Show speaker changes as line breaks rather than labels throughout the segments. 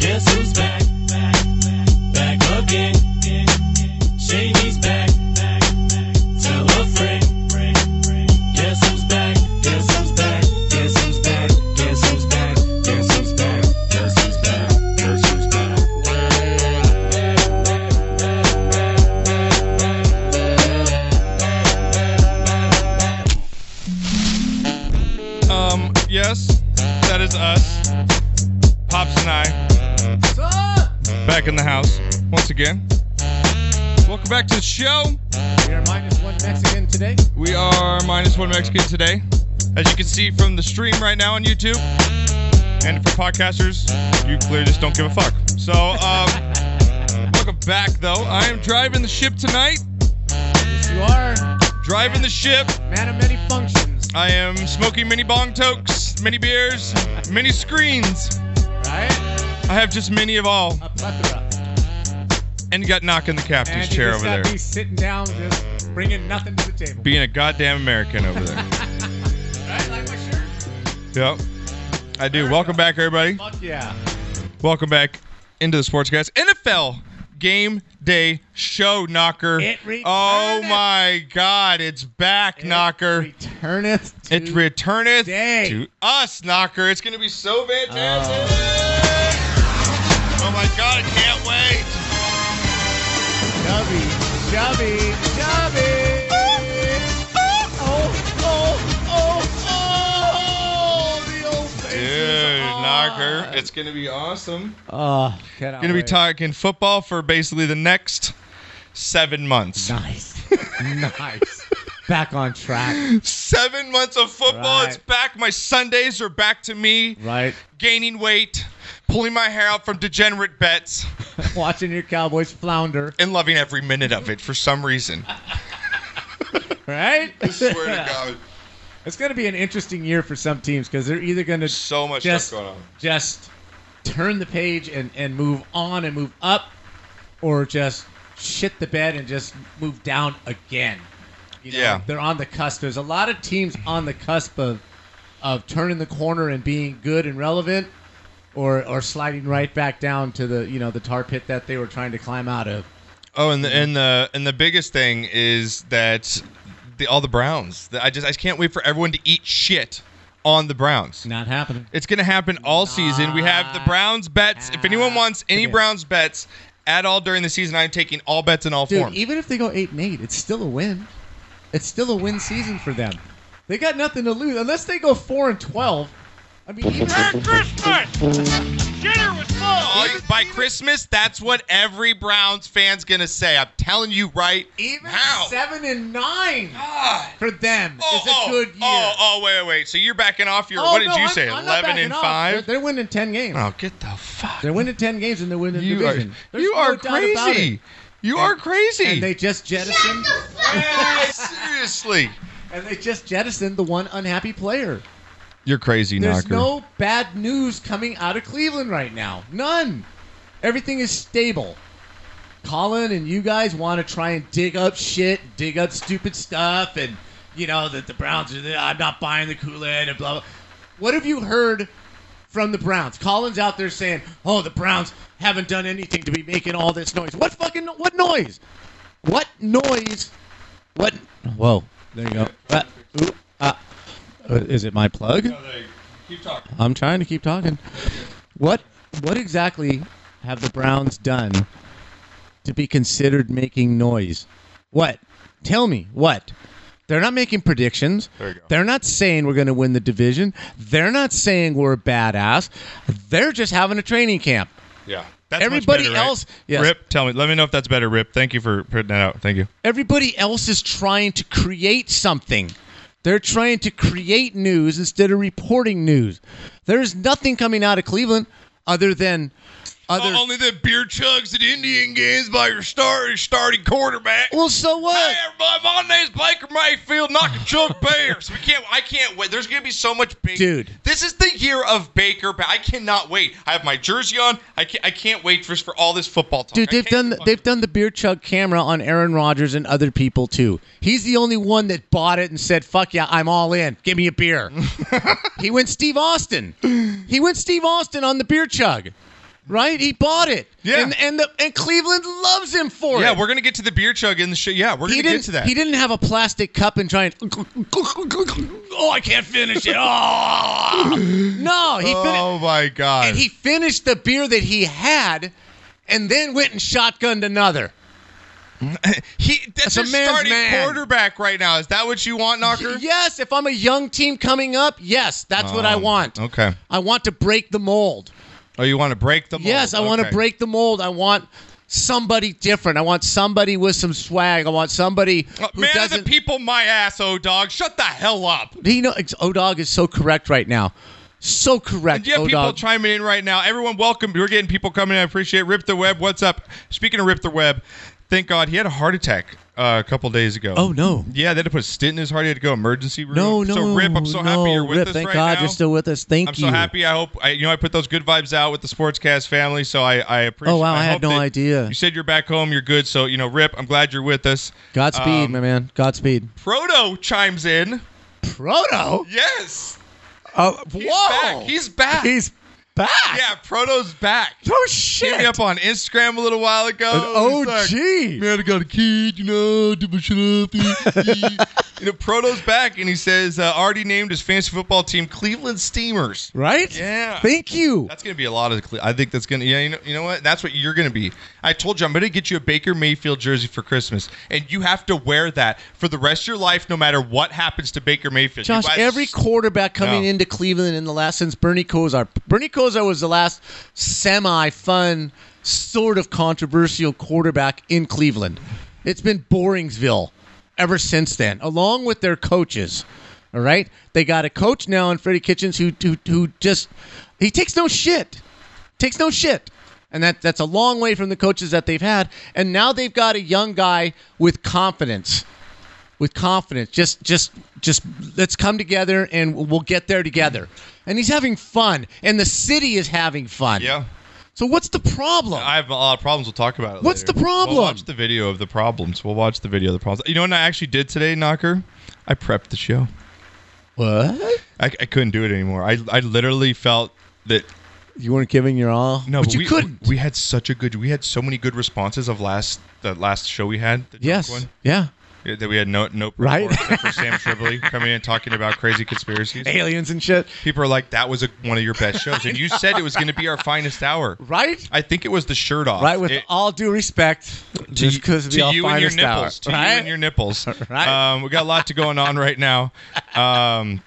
Guess who's back? Back, back, back again. Shady's back. Back, back. Tell a friend. Guess who's back? Guess who's back? Guess who's back? Guess who's back? Guess who's back? Guess who's back? Guess who's back?
Um, yes, that is us. Pops and I. Back in the house once again. Welcome back to the show.
We are minus one Mexican today.
We are minus one Mexican today. As you can see from the stream right now on YouTube, and for podcasters, you clearly just don't give a fuck. So, um, welcome back though. I am driving the ship tonight.
Yes, you are.
Driving the ship.
Man of many functions,
I am smoking mini bong tokes, mini beers, mini screens.
right?
I have just many of all.
A plethora.
and you got knocking the captain's
And you
chair
just
over
got
there.
me sitting down, just bringing nothing to the table.
Being a goddamn American over there.
right? Like my shirt?
yep. I do. Welcome back, everybody.
Fuck yeah.
Welcome back into the Sports Guys NFL Game Day Show Knocker.
It returneth.
oh my God! It's back, Knocker.
Returneth. To
it returneth
today.
to us, Knocker. It's gonna be so fantastic. oh my God! I can't wait.
Chubby, chubby, chubby. Oh, oh, oh, oh. The old faces
Dude,
on.
Knocker, it's gonna be awesome.
Oh, cannot
Going to be
wait.
talking football for basically the next seven months.
Nice. nice. Back on track,
Seven months of football.
Right.
It's back. My Sundays are back to me.
right?
Gaining weight, pulling my hair out from degenerate bets,
Watching your Cowboys flounder,
and loving every minute of it for some reason.
right?
I swear to God,
It's going to be an interesting year for some teams because they're either going to
so much
Just-
stuff going on.
just turn the page and, and move on and move up, or just shit the bed and just move down again. You know,
Yeah.
They're on the cusp. There's a lot of teams on the cusp of, of turning the corner and being good and relevant. Or, or sliding right back down to the you know the tar pit that they were trying to climb out of.
Oh, and the and the and the biggest thing is that the all the Browns. The- I just I can't wait for everyone to eat shit on the Browns.
Not happening.
It's going to happen all season. We have the Browns bets. If anyone wants any
happening.
Browns bets at all during the season, I'm taking all bets in all
Dude,
forms.
even if they go eight and eight, it's still a win. It's still a win season for them. They got nothing to lose unless they go four and twelve. I mean, even
All- by Christmas, that's what every Browns fan's going to say. I'm telling you right
even
now.
seven and nine for them
Oh,
is a
oh,
good year.
Oh, oh, wait, wait, wait. So you're backing off your,
Oh,
what did
no,
you
I'm-
say,
I'm not
11
backing
and
off.
5?
They're, they're winning ten games.
Oh, get the fuck.
They're winning ten games and they're winning the
You are,
division. There's
you
no
are
doubt about it.
crazy. You are crazy.
And they just jettisoned.
Hey, seriously.
and they just jettisoned the one unhappy player.
You're crazy,
There's
Knocker.
no bad news coming out of Cleveland right now. None. Everything is stable. Colin and you guys want to try and dig up shit, dig up stupid stuff, and you know that the Browns are. I'm not buying the Kool Aid and blah blah. What have you heard from the Browns? Colin's out there saying, "Oh, the Browns haven't done anything to be making all this noise." What fucking what noise? What noise? What? Whoa! There you go. Uh, oop, uh, uh, is it my plug?
Keep talking.
I'm trying to keep talking. What what exactly have the Browns done to be considered making noise? What? Tell me what. They're not making predictions.
There you go.
They're not saying we're going to win the division. They're not saying we're badass. They're just having a training camp.
Yeah. That's
Everybody
much better, right?
else- yes.
Rip, tell me. Let me know if that's better, Rip. Thank you for putting that out. Thank you.
Everybody else is trying to create something. They're trying to create news instead of reporting news. There's nothing coming out of Cleveland other than
Other
Oh, only the beer chugs at Indian games by your star, starting quarterback.
well, so what?
Hey everybody, my name's Baker Mayfield, knock a chunk bears. We can't I can't wait. There's gonna be so much Baker.
Dude.
This is the year of Baker Ba- I cannot wait. I have my jersey on. I can't I can't wait for, for all this football talk.
Dude,
I
they've
can't
done
fucking-
they've done the beer chug camera on Aaron Rodgers and other people too. He's the only one that bought it and said, "Fuck yeah, I'm all in. Give me a beer." he went Steve Austin. He went Steve Austin on the beer chug, right? He bought it.
Yeah.
and and, the, and Cleveland loves him for it.
Yeah, we're gonna get to the beer chug in the show. Yeah, we're
he
gonna
didn't.
get to that.
He didn't have a plastic cup and try and. Oh, I can't finish it. Oh no, he finished
oh my god.
and he finished the beer that he had, and then went and shotgunned another.
He- that's,
That's a
your
man's
starting
man.
quarterback right now. Is that what you want, Knocker?
Yes, if I'm a young team coming up, yes, that's what I
Um,
want.
Okay.
I want to break the mold.
Oh, you want to break the mold?
Yes, I want to
Okay.
break the mold. I want somebody different. I want somebody with some swag. I want somebody
Uh,
who
Man of the
doesn't.
people, my ass, oh dog. Shut the hell up.
he know O Dog is so correct right now. So correct,
Yeah, people
O-Dog.
chiming in right now. Everyone, welcome. We're getting people coming in. I appreciate it. Rip the Web. What's up? Speaking of Rip the Web, thank God he had a heart attack uh, a couple days ago.
oh no.
Yeah, they had to put a stint in his heart. He had to go emergency room.
No, no,
So Rip, I'm so
no,
happy you're with
Rip,
us
Thank
right
God
now.
you're still with us. Thank
I'm
you.
so happy. I hope I, you know I put those good vibes out with the Sportscast family. So I, I appreciate.
Oh, wow, I had
hope
no
that
idea.
You said you're back home. You're good. So you know, Rip, I'm glad you're with us.
Godspeed,
Um,
my man. Godspeed.
Proto chimes in.
Proto.
Yes,
Oh,
he's
whoa.
back. He's back.
He's back.
yeah. Proto's back.
Oh
Hit me
shit.
up on Instagram a little while ago.
Oh
He's like,
gee.
Man, I got a kid, you know, do my shit up. eh, eh." you know, Proto's back, and he says, uh, already named his fantasy football team Cleveland Steamers.
Right?
Yeah.
Thank you.
That's gonna be a lot of. Cle- I think that's gonna. Yeah, you know, you know what? That's what you're gonna be. I told you, I'm gonna get you a Baker Mayfield jersey for Christmas, and you have to wear that for the rest of your life, no matter what happens to Baker Mayfield.
Josh,
You guys-
every quarterback coming
No.
into Cleveland in the last since Bernie Kosar. Bernie Kosar was the last semi fun, sort of controversial quarterback in Cleveland. It's been Boringsville ever since then, along with their coaches. All right? They got a coach now in Freddie Kitchens who who, who just he takes no shit. takes no shit. And that, that's a long way from the coaches that they've had. And now they've got a young guy with confidence. With confidence. Just just just let's come together and we'll get there together. And he's having fun. And the city is having fun.
yeah.
So what's the problem?
I have a lot of problems. We'll talk about it.
What's
later.
the problem?
We'll watch the video of the problems. We'll watch the video of the problems. You know what I actually did today, Knocker? I prepped the show.
what?
I, I couldn't do it anymore. I I literally felt that
You weren't giving your all?
no,
but, you
we,
couldn't.
We had such a good. We had so many good responses of last the last show we had. The
yes.
drunk one.
Yeah.
Yeah, that we had no no prep
Right?
for, except for Sam Tribbley coming in and talking about crazy conspiracies.
Aliens and shit.
People are like, that was a, one of your best shows, and you said it was going to be our finest hour.
Right?
I think it was the shirt off.
Right, with
It-
all due respect, just
y-
because of
to
the
you and your
finest hour,
nipples, to
right?
you and your nipples.
Right.
Um, we got a lot to going on right now. Um,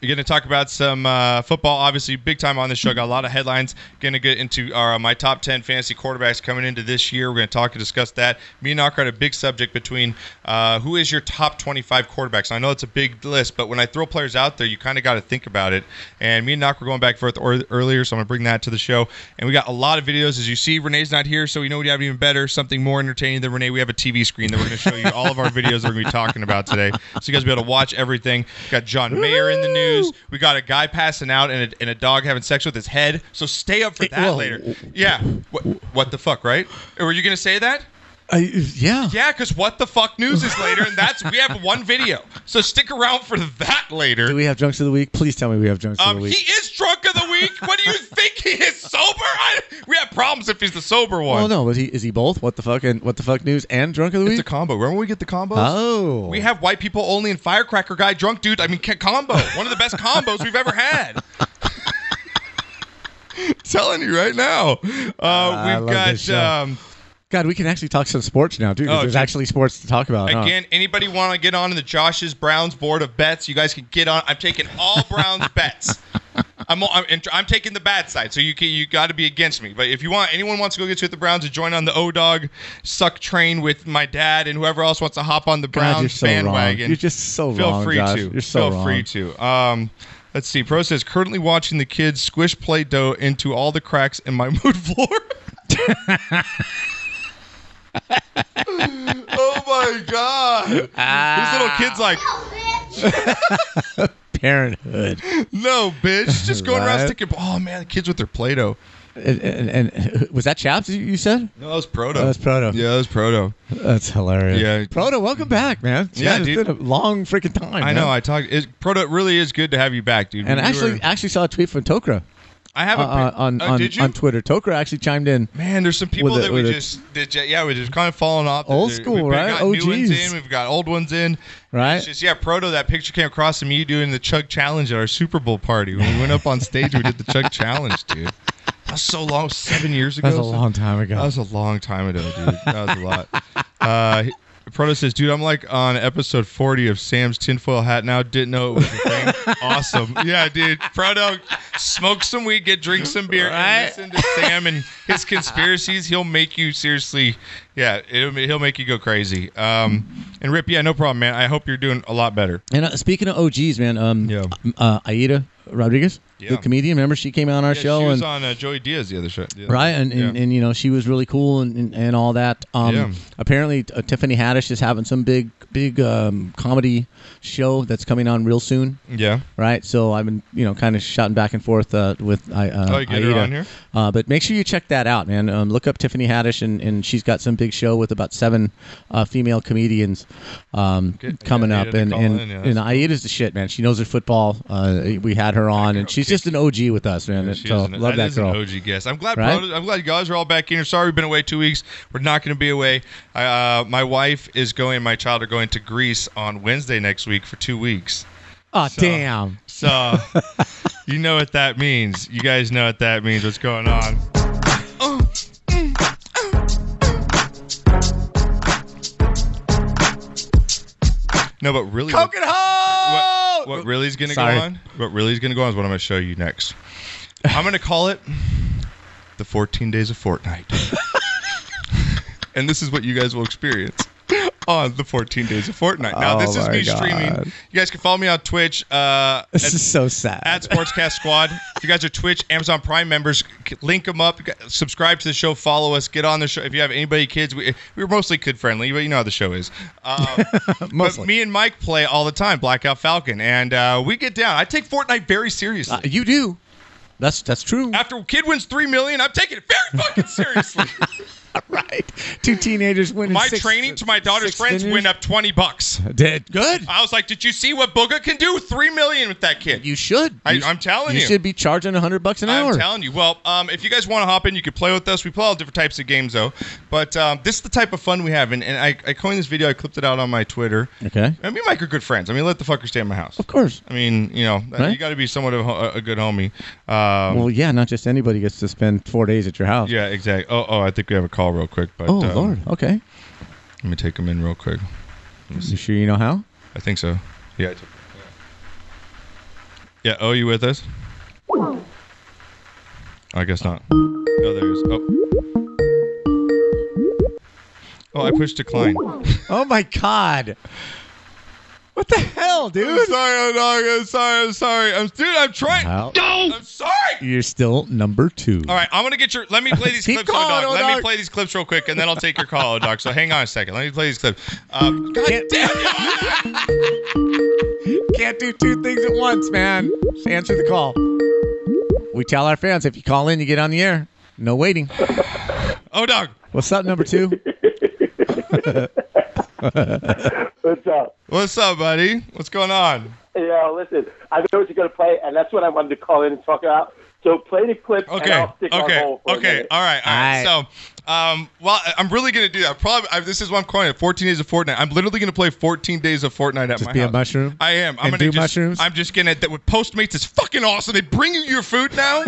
we're going to talk about some uh, football, obviously, big time on this show. Got a lot of headlines. Going to get into our, uh, my top 10 fantasy quarterbacks coming into this year. We're going to talk and discuss that. Me and Knocker had a big subject between uh, who is your top 25 quarterbacks. I know it's a big list, but when I throw players out there, you kind of got to think about it. And me and Knocker were going back and forth or, earlier, so I'm going to bring that to the show. And we got a lot of videos. As you see, Renee's not here, so we know we have even better, something more entertaining than Renee. We have a TV screen that we're going to show you all of our videos that we're going to be talking about today. So you guys will be able to watch everything. Got John Mayer in the news. We got a guy passing out and a, and a dog having sex with his head. So stay up for
Hey,
that
whoa.
later. Yeah. What, what the fuck, right? Or were you going to say that?
I, yeah.
Yeah, because what the fuck news is later, and that's we have one video. So stick around for that later.
Do we have drunks of the week? Please tell me we have drunks of
Um,
the
he
week.
is drunk of the week. What do you think? He is sober. I, we have problems if he's the sober one.
well, no, was he is he both? What the fuck and what the fuck news and drunk of the
It's a
week?
combo. Remember when we get the combos?
oh,
We have white people only and firecracker guy drunk dude. I mean, ca- combo. One of the best combos we've ever had. Telling you right now. Uh,
Ah, I
we've
love this
got.
show.
Um,
God, we can actually talk some sports now, dude. 'cause
Oh,
there's
dude.
actually sports to talk about. huh?
Again, anybody want to get on to the Josh's Browns board of bets? You guys can get on. I'm taking all Browns bets. I'm I'm, in- I'm taking the bad side, so you can, you got to be against me. But if you want anyone wants to go get you at the Browns to join on the O Dog suck train with my dad and whoever else wants to hop on the Browns
God, you're so
bandwagon,
wrong. You're just so
feel
wrong,
free
Josh.
to.
You're so
feel
wrong.
free to. Um, let's see. Pro says currently watching the kids squish play dough into all the cracks in my mood floor. oh my god! These little kids like,
Parenthood.
no, bitch, just going around
Right.
sticking. Oh man, the kids with their play doh.
And, and, and- was that Chaps you you said?
No, that was Proto.
That was Proto.
Uh, Yeah, that was Proto.
That's hilarious.
Yeah.
Proto, welcome back, man.
Yeah,
it's
dude.
been a long freaking time.
I
man.
know. I talked. It, Proto it really is good to have you back, dude.
and
You
actually,
were-
actually saw a tweet from Tokra
I have
uh,
a
uh,
pic-
on
Oh,
on,
did you?
on Twitter. Tokra actually chimed in.
Man, there's some people
With a-
that we
with a-
just did. Yeah, we just kind of falling off.
Old
There-
school,
we've
right? Oh,
Got new ones in.
OGs.
We've got old ones in.
Right?
It's just yeah, Proto. That picture came across from you doing the Chug Challenge at our Super Bowl party when we went up on stage. we did the Chug Challenge, dude. That was so long, seven years ago.
That was a
So-
long time
That
ago.
was a long time ago, dude. That was a lot. Uh, he- Proto says, dude, I'm like on episode 40 of Sam's tinfoil hat now. Didn't know it was a thing. awesome. Yeah, dude. Proto, smoke some weed, get drink some beer, and listen to Sam and his conspiracies. He'll make you seriously, yeah, it'll, he'll make you go crazy. Um, and Rip, yeah, no problem, man. I hope you're doing a lot better.
And uh, speaking of OGs, man, um,
Yeah.
uh, Aida Rodriguez,
Yeah.
the comedian, remember she came out on our
Yeah,
show
she was
and
on uh, Joey Diaz the other show. the other-
right, and, and,
yeah.
and you know she was really cool and, and, and all that. Um,
Yeah.
Apparently, uh, Tiffany Haddish is having some big big um, comedy show that's coming on real soon.
yeah.
right? So I've been, you know, kind of shouting back and forth uh, with I, uh,
Oh, you get her
Aida.
on here?
Uh, but make sure you check that out, man. Um, look up Tiffany Haddish, and, and she's got some big show with about seven uh, female comedians um,
Get-
coming
yeah,
up.
Aida to
And
call
and,
in, yeah,
and
that's
Aida's the shit, man. She knows her football. Uh, we had her on, and she's just an OG with us, man.
Yeah,
And
she
so
is an-
love that
is an
girl.
OG guest. I'm glad.
Right?
Proto- I'm glad you guys are all back in here. Sorry, we've been away two weeks. We're not going to be away. I, uh, my wife is going. My child are going to Greece on Wednesday next week for two weeks.
Oh, damn.
So you know what that means. You guys know what that means. What's going on? No, but really, what, what, what really is going to go
Sorry.
on? What really is going to go on is what I'm going to show you next. I'm going to call it the 14 days of Fortnite, and this is what you guys will experience on the 14 days of Fortnite. Now,
Oh
this is
my
me
God.
streaming. You guys can follow me on Twitch. Uh,
This
at-
is so sad.
at Sportscast Squad. If you guys are Twitch, Amazon Prime members, c- link them up, g- subscribe to the show, follow us, get on the show. If you have anybody, kids, we, we're mostly kid friendly, but you know how the show is. Um,
Mostly.
But me and Mike play all the time, Blackout Falcon, and uh, we get down. I take Fortnite very seriously.
Uh, you do. That's that's true.
After kid wins three million, I'm taking it very fucking seriously.
right. Two teenagers winning.
my
six-
training to my daughter's
six
friends
figures.
went up twenty bucks.
Did good.
I was like, "Did you see what Booga can do? Three million with that kid."
You should.
I-
You sh-
I'm telling you.
You should be charging hundred bucks an hour.
I'm telling you. Well, um, if you guys want to hop in, you can play with us. We play all different types of games, though. But um, this is the type of fun we have. And, and I, I coined this video. I clipped it out on my Twitter.
okay.
And me and Mike are good friends. I mean, let the fucker stay at my house.
Of course.
I mean, you know,
Right.
you got to be somewhat of a, a good homie. Um,
Well, yeah. Not just anybody gets to spend four days at your house.
yeah, exactly. Oh, oh, I think we have a call real quick. But
Oh
um,
Lord. Okay.
let me take him in real quick.
You sure you know how?
I think so. Yeah. I took, yeah. yeah. Oh, you with us? I guess not. No, there he is. Oh. Oh, I pushed decline.
Oh my God. What the hell,
I'm
dude?
sorry, I'm not- I'm sorry, I'm sorry. I'm dude, I'm trying.
Well,
I'm sorry.
you're still number two.
All right, I'm gonna get your. Let me play these
Keep
clips,
calling, oh,
O-Dog. Let me
O-Dog.
play these clips real quick, and then I'll take your call, O-Dog. So hang on a second. Let me play these clips. Um,
Can't, Can't do two things at once, man. Just answer the call. We tell our fans if you call in, you get on the air. No waiting.
O-Dog,
What's up, number two?
What's up?
what's up, buddy? What's going on?
Yo, listen, I know what you're going to play, and that's what I wanted to call in and talk about. So play the clip, and
Okay.
I'll stick on
Okay.
hold for a
Okay. uh
minute.
All right. All right.
All
So Um, well, I- I'm really gonna do that. Probably I, this is what I'm calling it. 14 days of Fortnite. I'm literally gonna play 14 days of Fortnite at
Just
my
be a
house.
mushroom
I am. I'm
and
gonna
do
just,
mushrooms?
I'm just gonna. That with Postmates is fucking awesome. They bring you your food now,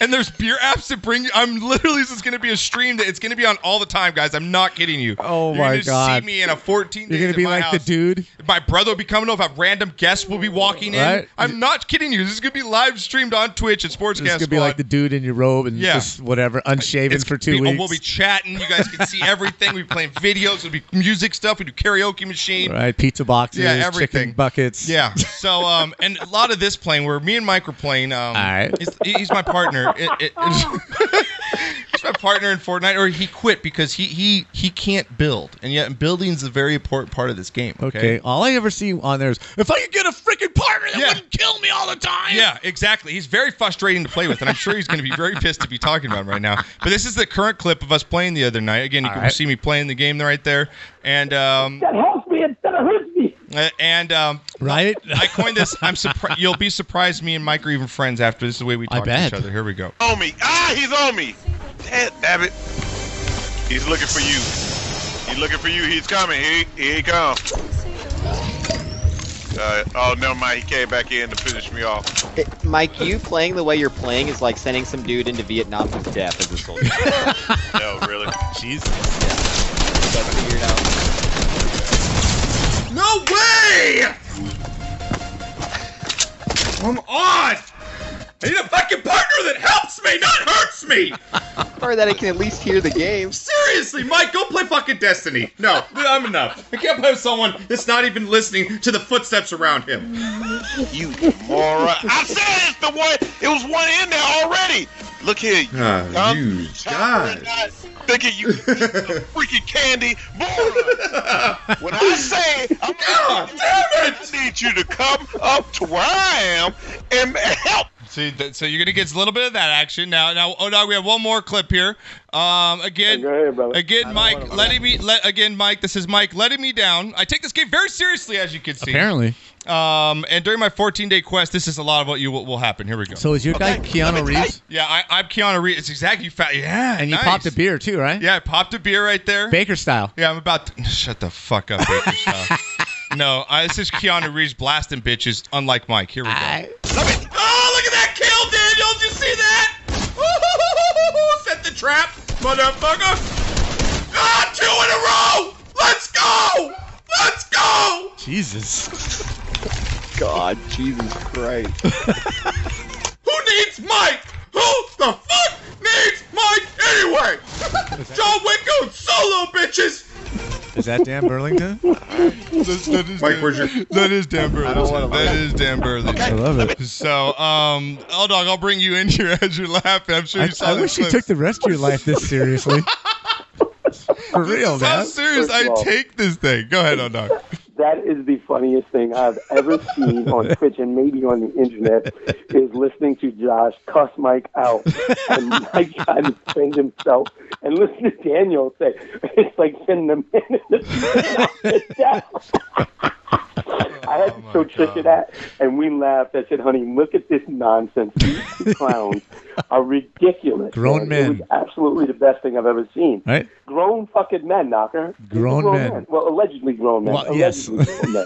and there's beer apps that bring you. I'm literally this is gonna be a stream that it's gonna be on all the time, guys. I'm not kidding you.
Oh
You're
my
gonna
God.
See me in a 14.
You're
days
gonna
at
be
my
like the
house.
dude.
My brother will be coming over. A random guest will be walking in.
Right.
I'm not kidding you. This is gonna be live streamed on Twitch at Sportscast.
It's gonna be
Squad.
like the dude in your robe and
Yeah.
just whatever, unshaven for two
be- oh,
weeks.
We'll be chatting. You guys can see everything. We'll be playing videos. It'll be music stuff. We do karaoke machine.
right, pizza boxes,
Yeah, everything.
chicken buckets.
Yeah. So, um, and a lot of this playing where me and Mike were playing. Um,
All right.
he's, he's my partner. It, it, it's- he's my partner in Fortnite, or he quit because he he he can't build, and yet building is a very important part of this game.
Okay. All I ever see on there is if I could get a freaking partner that
Yeah.
wouldn't kill me all the time.
Yeah, exactly. He's very frustrating to play with, and I'm sure he's going to be very pissed to be talking about him right now. But this is the current clip of us playing the other night. Again, you can
right.
see me playing the game right there, and um,
That helps me instead of hurts me.
uh, and um,
Right.
I coined this. I'm surprised. You'll be surprised. Me and Mike are even friends after this. Is the way we
I
talk to each
bet.
other. Here we go.
on me. Ah, he's on me. Dad, damn it. He's looking for you. He's looking for you. He's coming. Here, he- here he comes. Uh, oh, never mind. He came back in to finish me off.
It- Mike, you playing the way you're playing is like sending some dude into Vietnam to death as a soldier.
No, really.
Jesus.
That's weird out.
No way! I'm on! I need a fucking partner that helps me, not hurts me!
Or that I can at least hear the game.
Seriously, Mike, go play fucking Destiny. No, I'm enough. I can't play with someone that's not even listening to the footsteps around him. You moron. I said it's the one. It was one in there already. Look here.
Oh,
I'm
you
probably not Thinking you eat some freaking candy, moron. When I say, I'm God, Ah, damn it. I need you to come up to where I am and help.
See, th- so you're gonna get a little bit of that action now. Now, oh no, we have one more clip here. Um, again,
Go ahead, brother.
again, Mike letting me. Let, again, Mike. This is Mike letting me down. I take this game very seriously, as you can see.
Apparently.
Um, and during my 14 day quest, this is a lot of what you what will happen. Here we go.
So is your guy Keanu Reeves?
yeah, I, I'm Keanu Reeves. It's exactly you. Fa- yeah,
And you
nice.
popped a beer too, right?
Yeah, I popped a beer right there.
Baker style.
Yeah, I'm about to shut the fuck up, Baker Shaw. no, I, this is Keanu Reeves blasting bitches. Unlike Mike, here we go.
Ah,
Let me. Oh, look at that kill, Daniel! Did you see that? Ooh, set the trap, motherfucker! Ah, two in a row! Let's go! Let's go!
Jesus.
God, Jesus Christ.
Who needs Mike? Who the fuck needs Mike anyway? John Wick goes solo, bitches!
Is that Dan Burlington?
Mike, where's your? That is Dan Burley. That is Dan Burley.
I love it.
So, um, L Dog, I'll bring you in here as you're laughing. I'm sure
I,
you saw
I
that
wish you
clip.
took the rest of your life this seriously. For real,
How
man.
serious
First of
I
all-
take this thing? Go ahead, L Dog.
That is the funniest thing I've ever seen on Twitch and maybe on the internet is listening to Josh cuss Mike out and Mike trying to defend himself and listen to Daniel say it's like sending a man in the down. I had to show Trisha that, and we laughed. I said, "Honey, look at this nonsense. These clowns are ridiculous.
Grown
man. It
men.
was absolutely the best thing I've ever seen.
Right?
Grown fucking men, knocker. These are
Grown men.
Well, allegedly grown men.
Well, yes.
Allegedly grown men.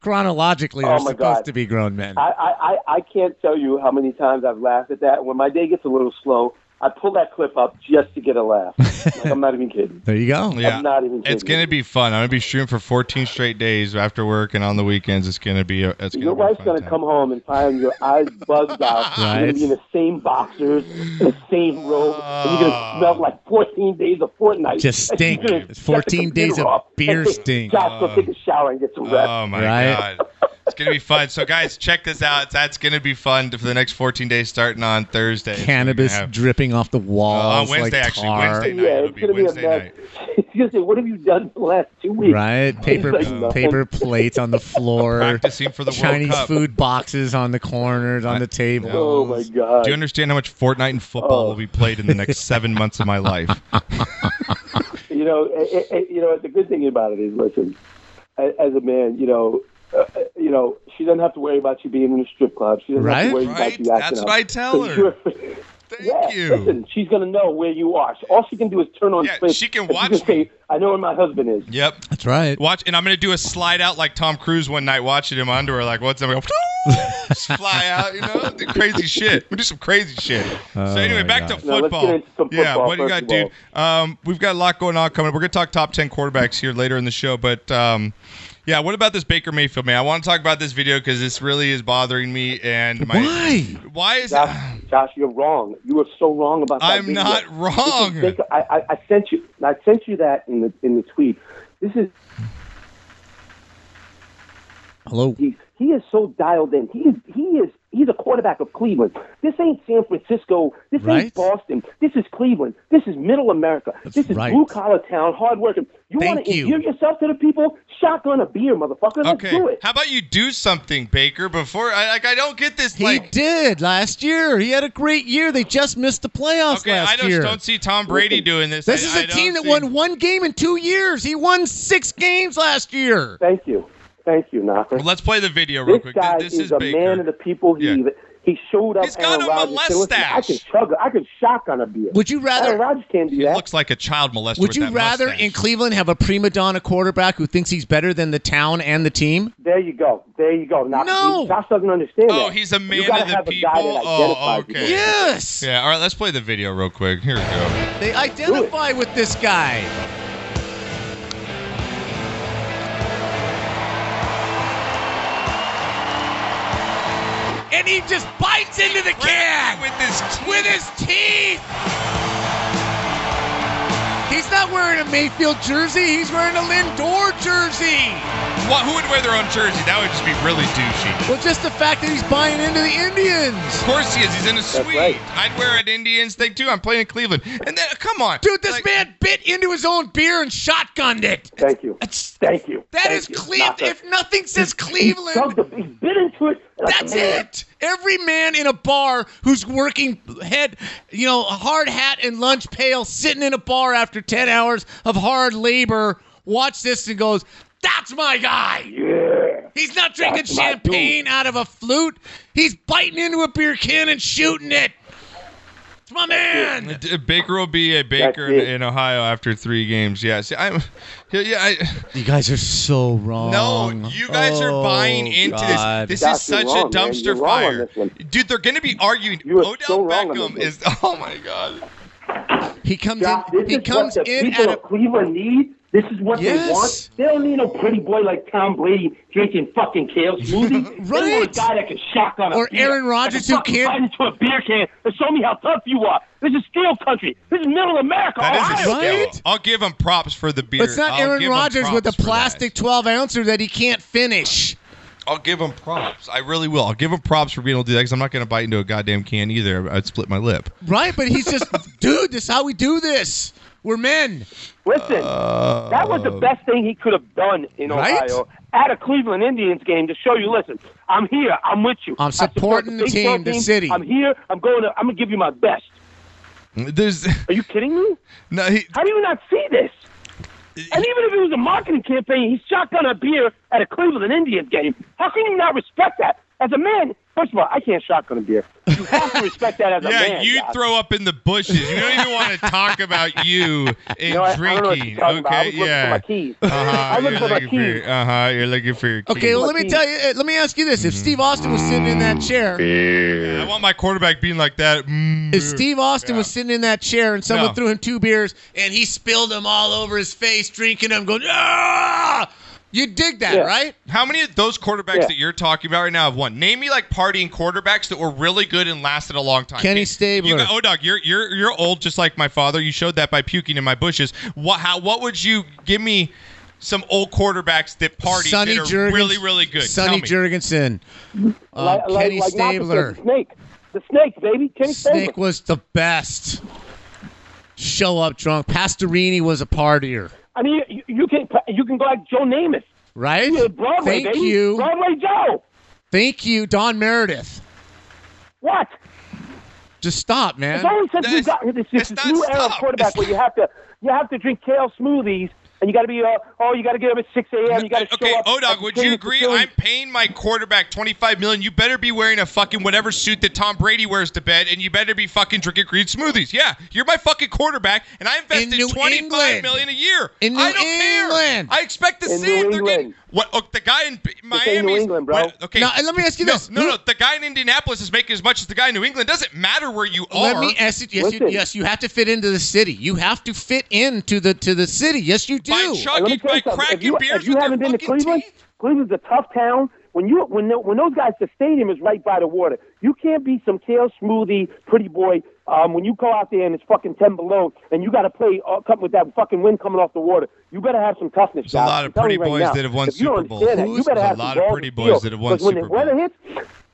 Chronologically, they're
Oh my
supposed
God.
to be grown men.
I, I, I I can't tell you how many times I've laughed at that. When my day gets a little slow, I pull that clip up just to get a laugh. Like, I'm not even kidding.
there you go.
Yeah.
not even
It's
kidding.
gonna be fun. I'm gonna be streaming for 14 straight days after work and on the weekends. It's gonna be. A, it's gonna
Your
be a
wife's
fun
gonna
time.
come home and find your eyes bugged out. You're gonna
Right.
be in the same boxers, the same robe, and you're
Oh.
gonna smell like 14 days of Fortnite.
Just
And you're
stink.
gonna
It's
shut the
14 days
computer
of
off
beer
and say,
stink.
Josh, go take a shower and get some rest.
Oh my
Right?
god. It's gonna be fun. So guys, check this out. That's gonna be fun for the next 14 days, starting on Thursday. It's
Cannabis
gonna have-
dripping off the
Uh, on
walls.
Wednesday,
like
actually.
tar.
Wednesday night.
yeah,
It'll
it's
be
gonna be a
Wednesday
mess.
night.
She's gonna say, "What have you done for the last two weeks?"
Right? Paper
It's like nothing.
paper plates on the floor.
Practicing for the
Chinese
World Cup.
food boxes on the corners, on the table.
Oh my god!
Do you understand how much Fortnite and football
Oh.
will be played in the next seven months of my life?
you know, it, it, you know, the good thing about it is, listen, a- as a man, you know, uh, you know, she doesn't have to worry about you being in a strip club. She doesn't have
Right?
to worry
Right?
about you acting
That's
up.
what I tell
So
her.
you're-
Thank
yeah,
you.
listen, she's gonna know where you are. All she can do is turn on
Yeah,
Twitch.
she can
and
watch
just
me.
say, I know where my husband is.
Yep.
That's right.
Watch, and I'm gonna do a slide out like Tom Cruise one night, watching him underwear. Like, what's up? Just fly out, you know, do crazy shit. We do some crazy shit.
Oh,
so anyway,
my
back to
God.
Now, let's
football.
get into some
yeah,
football
what do you
first
got,
of
dude? Um, we've got a lot going on coming. up. We're gonna talk top ten quarterbacks here later in the show, but um, yeah, what about this Baker Mayfield man? I want to talk about this video because this really is bothering me. And my
Why?
Why is it?
Josh, Josh, you're wrong. You are so wrong about that.
I'm
video.
not
This is
wrong.
Baker- I, I, I sent you. I sent you that in the in the tweet. This is
Hello.
he, he is so dialed in. He is he is he's a quarterback of Cleveland. This ain't San Francisco. This
Right.
ain't Boston. This is Cleveland. This is middle America.
That's
this is
right.
blue collar town, hard working. You
Thank
want to
you.
endear yourself to the people? Shotgun a beer, motherfucker. Let's
Okay,
do it.
how about you do something, Baker? Before I like, I don't get this.
He
like,
did last year. He had a great year. They just missed the playoffs
okay,
last
I just
year.
don't see Tom Brady doing this.
this
I-
is
I
a
don't
team that
see-
won one game in two years. He won six games last year.
Thank you, thank you, Knocker.
Well, let's play the video real
this
quick.
guy
This
is,
is
a
Baker.
man of the people. He
Yeah.
he showed up.
He's got
Aaron
a
Rodgers and said,
molest
"Listen, I can
stash."
chug. I can shotgun a beer.
Would you rather?
Aaron Rodgers can't do
He
that.
looks like a child molester.
Would
with
you
that
rather
mustache.
in Cleveland have a prima donna quarterback who thinks he's better than the town and the team?
There you go. There you go. Now,
No.
Josh doesn't understand.
Oh,
that.
he's a man
you gotta
of the
have
people.
A guy that
Oh,
identifies
okay.
you.
Yes.
Yeah. All right. Let's play the video real quick. Here we go.
They identify with this guy. And he just bites into the can
With this team.
with his teeth. He's not wearing a Mayfield jersey. He's wearing a Lindor jersey.
What, who would wear their own jersey? That would just be really douchey.
Well, just the fact that he's buying into the Indians.
Of course he is. He's in a suite.
right.
I'd wear an Indians thing too. I'm playing in Cleveland. And then, come on,
Dude, this
Like,
man bit into his own beer and shotgunned it.
Thank you.
That's-
Thank you.
That
Thank
is
you.
Cleveland.
Knocker.
If nothing says
He chugged
Cleveland,
the- he bit into it. like a
that's
man.
it. Every man in a bar who's working head, you know, a hard hat and lunch pail, sitting in a bar after 10 hours of hard labor, watch this and goes, that's my guy.
Yeah.
He's not drinking
That's my
champagne out of a flute. He's biting into a beer can and shooting it. It's my man.
D- Baker will be a Baker in,
it.
in Ohio after three games. Yeah, see, I'm. Yeah, yeah I,
You guys are so wrong. Oh,
No, you guys are buying into this. This
Josh,
is such a
you're wrong, man. You're
dumpster
wrong on
fire,
this one.
dude. They're going to be arguing.
You are
Odell
so wrong on
Beckham
this
is. Oh my god.
He comes
Josh,
in.
this
He
is
comes
what the
in
people
at a
of Cleveland need. This is what
Yes.
they want. They don't need no pretty boy like Tom Brady drinking fucking kale smoothie. They want
Right.
a guy that can shotgun a
Or
beer,
Aaron Rodgers
that
who
can fucking
can't-
bite into a beer can and show me how tough you are. This is steel country. This is middle America.
That is a
Ohio.
Right?
skill. I'll give him props for the beer.
But it's not
I'll give
Aaron
'em
Rodgers with a
props for that.
plastic 12 ouncer that he can't finish.
I'll give him props. I really will. I'll give him props for being able to do that because I'm not going to bite into a goddamn can either. I'd split my lip.
Right? But he's just, dude, this is how we do this. We're men.
Listen, that was the best thing he could have done in
Right?
Ohio at a Cleveland Indians game to show you. Listen, I'm here. I'm with you.
I'm
I support
supporting the
baseball
team, the city.
I'm here. I'm going. To, I'm gonna give you my best.
There's
Are you kidding me?
no. He,
How do you not see this? And even if it was a marketing campaign, he shotgun a beer at a Cleveland Indians game. How can you not respect that? As a man, first of all, I can't shotgun a beer. You have to respect that as a
yeah,
man.
you
guys.
throw up in the bushes. You don't even want to talk about you and
You know, I, I don't know what
drinking.
you're talking about. I
okay,
was looking for
yeah.
my keys.
Uh-huh,
I
you're
looked for my
looking for
keys.
your, uh-huh, you're looking for your
Okay,
keys.
well, let me tell you, uh, let me ask you this. If Steve Austin was sitting in that chair,
I want my quarterback being like that. Mm.
if Steve Austin was sitting in that chair and someone
No.
threw him two beers and he spilled them all over his face, drinking them, going, ah! You dig that,
Yeah.
right?
How many of those quarterbacks
Yeah.
that you're talking about right now have won? Name me like partying quarterbacks that were really good and lasted a long time.
Kenny
You-
Stabler.
You got, oh, dog, you're you're you're old, just like my father. You showed that by puking in my bushes. What? How? What would you give me? Some old quarterbacks that party
Sonny
that are
Jurgens-
really really good. Tell me.
Sonny Jurgensen. uh,
Like- like-
Kenny
like Knocker said,
Stabler.
the snake. The snake, baby. Kenny
Snake
Stabler.
was the best. Show up drunk. Pastorini was a partier,
I mean, you, you can you can go like Joe Namath.
right?
Yeah, Broadway,
Thank
baby.
you.
Broadway Joe.
Thank you, Don Meredith.
What?
Just stop, man.
It's only since we
That's-
got this, this
that's
new
not
era of
stop.
quarterback where you have to you have to drink kale smoothies and you got to be uh, oh, you got to get up at six a.m. You got to
uh,
show
okay,
up. at
Odog,
the
would
training
you agree?
facility.
I'm paying my quarterback 25 million. You better be wearing a fucking whatever suit that Tom Brady wears to bed, and you better be fucking drinking green smoothies. Yeah, you're my fucking quarterback, and I invested
In New
25
England.
million a year.
In New
I don't
England.
care. I expect to
In
see
New
if they're getting
England.
what oh, the guy in B- Miami.
New England, bro.
okay.
Now, and let me ask you
no,
this.
no,
Who-
no. The guy in Indianapolis is making as much as the guy in New England. Doesn't matter where you
Let
are.
me ask you. Yes, you,
Listen.
yes, you have to fit into the city. You have have to fit into the to the city. Yes, you do.
by
And let me
chugging,
tell
by
you something.
cracking
If you,
beers
if you
with
haven't
their
been to
fucking
Cleveland,
teeth.
Cleveland's a tough town. When you when the, when those guys, the stadium is right by the water. You can't be some kale smoothie pretty boy um, when you go out there and it's fucking ten below and you got to play uh, come with that fucking wind coming off the water. You better have some toughness.
There's a
guys.
lot of
I'm telling
pretty
you right
boys
now.
that have won
If you don't
Super Bowl.
understand that, you
Who's-
better
There's a
have some
lot of
balls
pretty
to
boys
feel.
that have won
'Cause when
Super
the weather hits,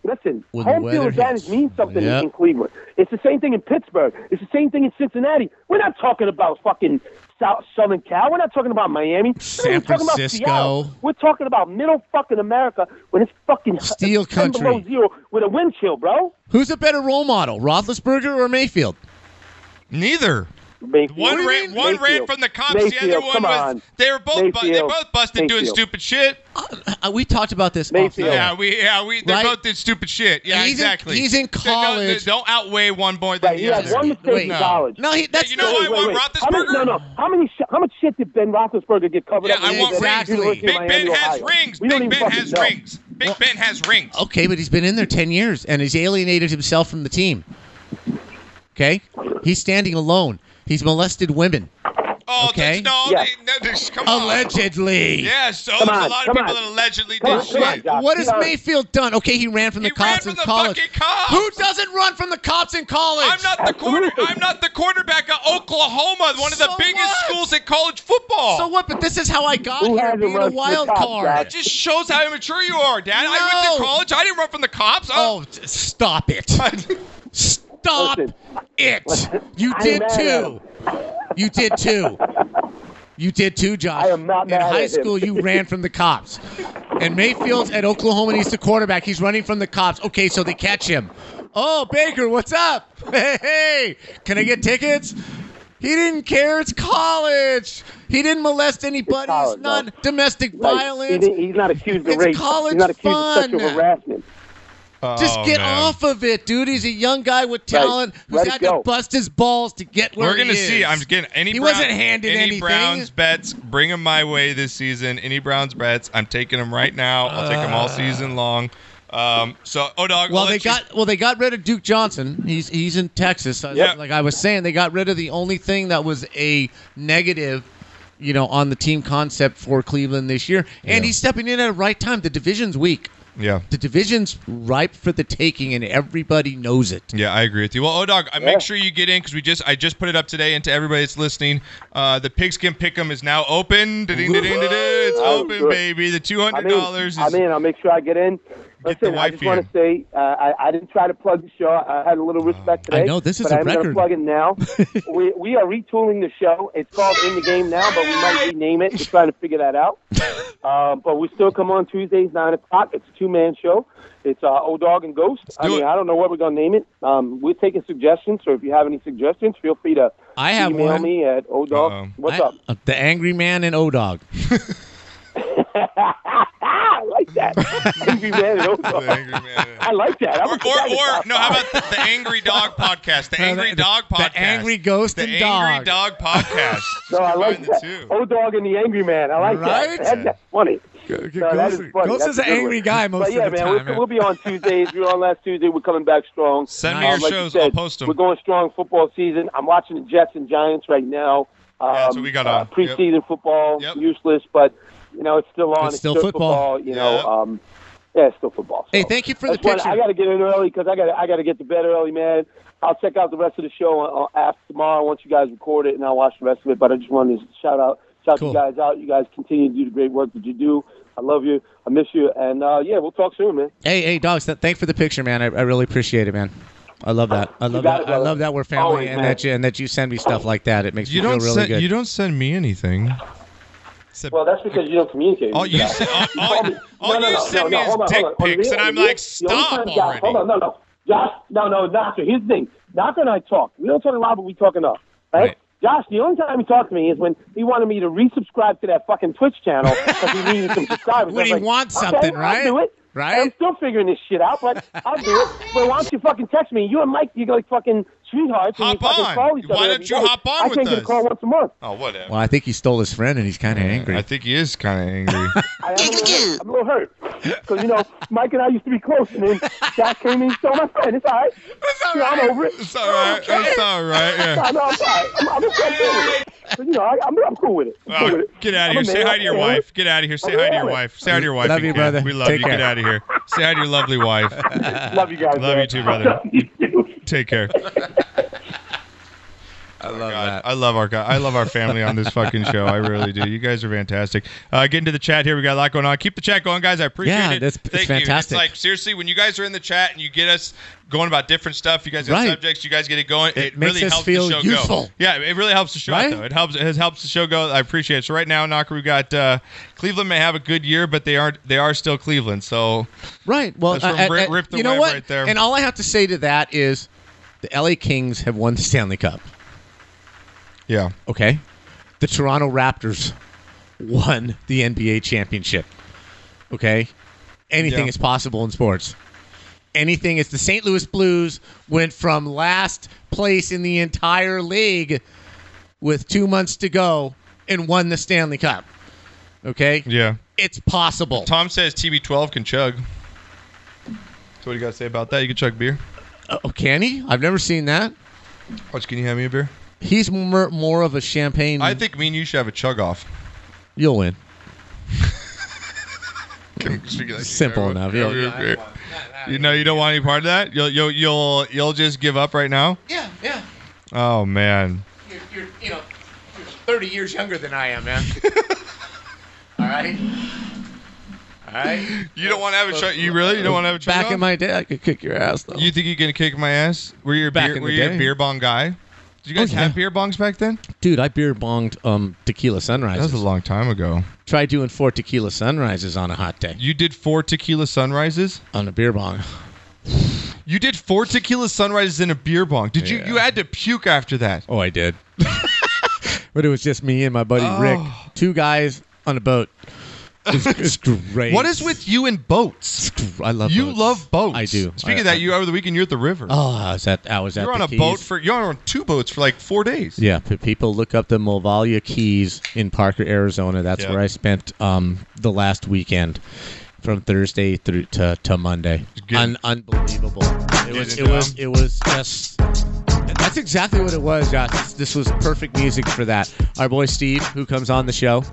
listen,
When the
home
weather
field advantage
hits.
means something
Yep.
in Cleveland. It's the same thing in Pittsburgh. It's the same thing in Cincinnati. We're not talking about fucking South Southern Cal. We're not talking about Miami.
San
We're not talking about
Francisco.
Seattle. We're talking about middle fucking America when it's fucking
Steel
it's 10 below
country.
zero with a wind chill, bro.
Who's a better role model, Roethlisberger or Mayfield?
Neither.
Mayfield.
One ran, one ran
Mayfield.
from the cops.
Mayfield,
the other one
come
was.
on.
They were both. Bu- they
Mayfield.
both busted doing
Mayfield.
stupid shit.
Uh, we talked about this.
Mayfield.
off-air.
Yeah, we. Yeah, we. They
Right?
both did stupid shit. Yeah,
He's in-
exactly.
he's
They
in
don't-
college.
They don't outweigh one boy than
Right, he
the
had
other.
one mistake
Wait,
in
no.
college.
No, he, that's
You know
not-
why I want
How much,
Roethlisberger?
no, no. How many sh- how much shit did Ben Roethlisberger get covered
Yeah,
up? when
I
he was
want
at
Exactly.
rings.
University of
Big Ben
Miami,
has
Ohio?
rings.
We don't
Big
even
Ben
fucking
has
know.
rings. Big Ben has rings.
Okay, but he's been in there 10 years and he's alienated himself from the team. Okay? He's standing alone. He's molested women.
Oh,
Okay.
that's- no.
Yeah.
they- no, there's- come on.
Allegedly.
Yeah, so
Come
there's a
on,
lot of
come
people
on.
that allegedly
Come
did
on, come on,
shit.
Doc.
What has
Be honest.
Mayfield done? Okay, he ran from the
He ran
cops
from
in
the
college.
fucking cops.
Who doesn't run from the cops in college?
I'm not the quarter.
Absolutely.
I'm not the quarterback of Oklahoma, one of the
So
biggest
what?
schools in college football.
So what? But this is how I got
Who
here,
hasn't
being
run
a
from the
wild
cops,
card.
Doc?
It just shows how immature you are, Dad. I went to
No.
college. I didn't run from the cops. Oh.
Oh, t- stop it. Stop
Listen.
it. You
I'm
did
mad at
too. You did too. You did too, Josh.
I am not
In
mad at
high
him.
school, you ran from the cops. And Mayfield's at Oklahoma, and he's the quarterback. He's running from the cops. Okay, so they catch him. Oh, Baker, what's up? Hey, hey, can I get tickets? He didn't care. It's college. He didn't molest anybody. It's,
college,
not
bro.
domestic
Like,
violence.
he didn't- he's not accused of
It's
rape.
college
he's not accused of
fun.
sexual harassment.
Just
Oh,
get off of it, dude. He's a young guy with talent who's
Let it
had
go.
to bust his balls to get where
We're gonna
he is.
see. I'm getting any.
He
Brown-
wasn't handed
any
anything.
Browns bets. Bring them my way this season. Any Browns bets. I'm taking them right now. I'll take them all season long. Um, so, oh dog.
Uh. well, they got well, they got rid of Duke Johnson. He's he's in Texas. I-
Yep.
Like I was saying, they got rid of the only thing that was a negative, you know, on the team concept for Cleveland this year. And
Yeah.
he's stepping in at the right time. The division's weak.
yeah.
The division's ripe for the taking, and everybody knows it.
Yeah, I agree with you. Well, Odog, I make sure you get in because we just I just put it up today, and to everybody that's listening, uh, the Pigskin Pick'em is now open. Da-ding, da-ding, da-ding. It's
Oh,
open,
good.
baby. The two
I'm
hundred
in.
dollars is
I'm in. I'll make sure I get in.
Get the
Listen, I just
wifey
want
in.
to say uh, I, I didn't try to plug the show. I had a little respect
Uh, I
today.
know, this is
but
a
I'm gonna
record.
plug it now. we, we are retooling the show. It's called In the Game now, but we might rename it. We're trying to figure that out. Um, but we still come on Tuesdays nine o'clock. It's a two man show. It's uh, Old Dog and Ghost. I
do
mean,
it.
I don't know what we're gonna name it. Um, we're taking suggestions, so if you have any suggestions, feel free to
I have
email
one.
me at Old Dog.
Uh-oh.
What's
I-
up?
uh, The angry man and O Dog.
Ah, I like that. Angry man and Old Dog.
the angry man.
I like that. I'm
Or, or, or no, how about the, the Angry Dog Podcast? The Angry Dog Podcast.
The angry ghost
The
and
Angry
dog.
Dog Podcast.
so I like
Combine the
that.
two.
Old dog and the angry man. I like
Right?
that. That- That's funny. No, that is funny.
Ghost
That's
is
a
an
good one.
angry guy most
but yeah,
of the
man,
time.
We'll, we'll be on Tuesdays. we were on last Tuesday. We're coming back strong.
Send me your
Nice.
Um, like you
shows.
said,
I'll post them.
We're going strong football season. I'm watching the Jets and Giants right now. Um,
that's what we got
uh,
on. Yep.
preseason football,
Yep.
useless, but you know it's still on.
It's still football.
You know,
Yeah.
um, yeah, it's still football. So.
Hey, thank you for the
That's what-
picture.
I got to get in early because I got I got to get to bed early, man. I'll check out the rest of the show on, on, after tomorrow once you guys record it, and I'll watch the rest of it. But I just wanted to shout out, shout
Cool.
you guys out. You guys continue to do the great work that you do. I love you. I miss you. And uh, yeah, we'll talk soon, man.
Hey, hey, dogs! Th- thanks for the picture, man. I, I really appreciate it, man. I love that. I love
got
that.
it,
I
brother.
love that we're family,
Always,
and
man.
that you and that you send me stuff like that. It makes
You
me feel
don't
really
send.
good.
You don't send me anything. Except-
Well, that's because you don't communicate.
Oh,
all you,
guys.
send, all, all,
No,
all
no,
you
no,
send
no,
me
no,
is
hold on,
dick
hold on.
pics,
On
and
the
I'm
real-
like,
the only
stop
time- Josh,
already.
Hold on, no, no. Josh, no, no, Doctor. Here's the thing. Doctor and I talk. We don't talk a lot, but we talk enough. Right?
Right.
Josh, the only time he talked to me is when he wanted me to resubscribe to that fucking Twitch channel because he needed some subscribers.
When
I was
he
like,
wants
okay,
something,
I'll
right?
do it.
Right?
I'm still figuring this shit out, but I'll do it. But why don't you fucking text me? You and Mike, you like fucking sweethearts. and you
Hop
fucking
on.
call each other
Why
every
don't you
day.
hop on
I
with
can't get
us?
a call once a month.
Oh, whatever.
Well, I think he stole his friend, and he's kind of angry.
I think he is kind of angry.
I am a little hurt. I'm a little hurt. Because, you know, Mike and I used to be close, and then Josh came in and stole my friend. It's all right. It's all right. I'm over it.
it's all right. It's all right. Yeah.
I know, I'm sorry. I'm, I'm just gonna deal with it. But, you know, I, I'm, I'm cool with it. I'm cool
Oh,
with it.
get out of
I'm
here.
a
Say
man.
hi to your
I'm a man.
wife. Get out of here. Say hi to your wife. Say hi to your wife.
Love you,
if can.
brother.
We love
Take
you. Get
care.
out of here. Say hi to your lovely wife.
Love you guys.
Love
man.
you too, brother.
Love you too.
Take care.
I love
God, I love our guy. I love our family on this fucking show. I really do. You guys are fantastic. Uh, get into the chat here. We got a lot going on. Keep the chat going, guys. I appreciate
Yeah,
it.
that's- it's
Thank you.
fantastic.
It's like seriously, when you guys are in the chat and you get us going about different stuff, you guys get
Right.
subjects, you guys get it going. It,
makes
really
us
helps
feel
the show
useful.
go. Yeah, it really helps the show.
Right?
Though. It helps. It helps the show go. I appreciate it. So right now, Knocker, we got uh, Cleveland may have a good year, but they aren't. They are still Cleveland. So
Right. Well,
That's from
I- I-
Rip-
I-
Rip the
you know
Web
what?
right there.
And all I have to say to that is, the LA Kings have won the Stanley Cup.
yeah,
Okay. The Toronto Raptors won the NBA championship. Okay. Anything
Yeah.
is possible in sports. Anything is the St. Louis Blues went from last place in the entire league with two months to go and won the Stanley Cup. Okay.
yeah.
It's possible.
Tom says TB12 can chug. So what do you got to say about that? You can chug beer.
Oh, can he? I've never seen that.
Watch, Oh, can you have me a beer?
He's more, more of a champagne.
I think me and you should have a chug off.
you'll win.
Simple
Simple enough, yeah.
You know, you don't want any part of that. You'll you'll you'll you'll just give up right now.
Yeah, yeah.
Oh man,
You're, you're you know, you're 30 years younger than I am, man. All right. All right.
you don't want to have a chug. You really you don't want to have a chug.
Back
off?
in my day, I could kick your ass though.
You think you can kick my ass? Were you a
Back
beer?
in
Were
the
you a
day.
beer bong guy? Did you guys
Oh, yeah.
have beer bongs back then?
Dude, I beer bonged um tequila
That was
sunrises.
a long time ago.
Try doing four tequila sunrises on a hot day
You did four tequila sunrises.
on a beer bong.
You did four tequila sunrises in a beer bong. Did you?
Yeah.
You had to puke after that.
Oh, I did. but it was just me and my buddy Rick, two guys on a boat. It's, it's great.
What is with you and boats?
I love
You
boats.
love boats.
I do.
Speaking
I-
of that,
I-
you over the weekend you're at the river.
Oh, I was at I was at
you're on
the
a
Keys.
boat for you're on two boats for like four days.
Yeah, p- people look up the Movalia Keys in Parker, Arizona. That's
Yeah.
where I spent um, the last weekend, from Thursday through to, to Monday.
Get-
Un- unbelievable. It
Get
was.
it
It was. It was just. That's exactly what it was, Josh. This, this was perfect music for that. Our boy Steve, who comes on the show,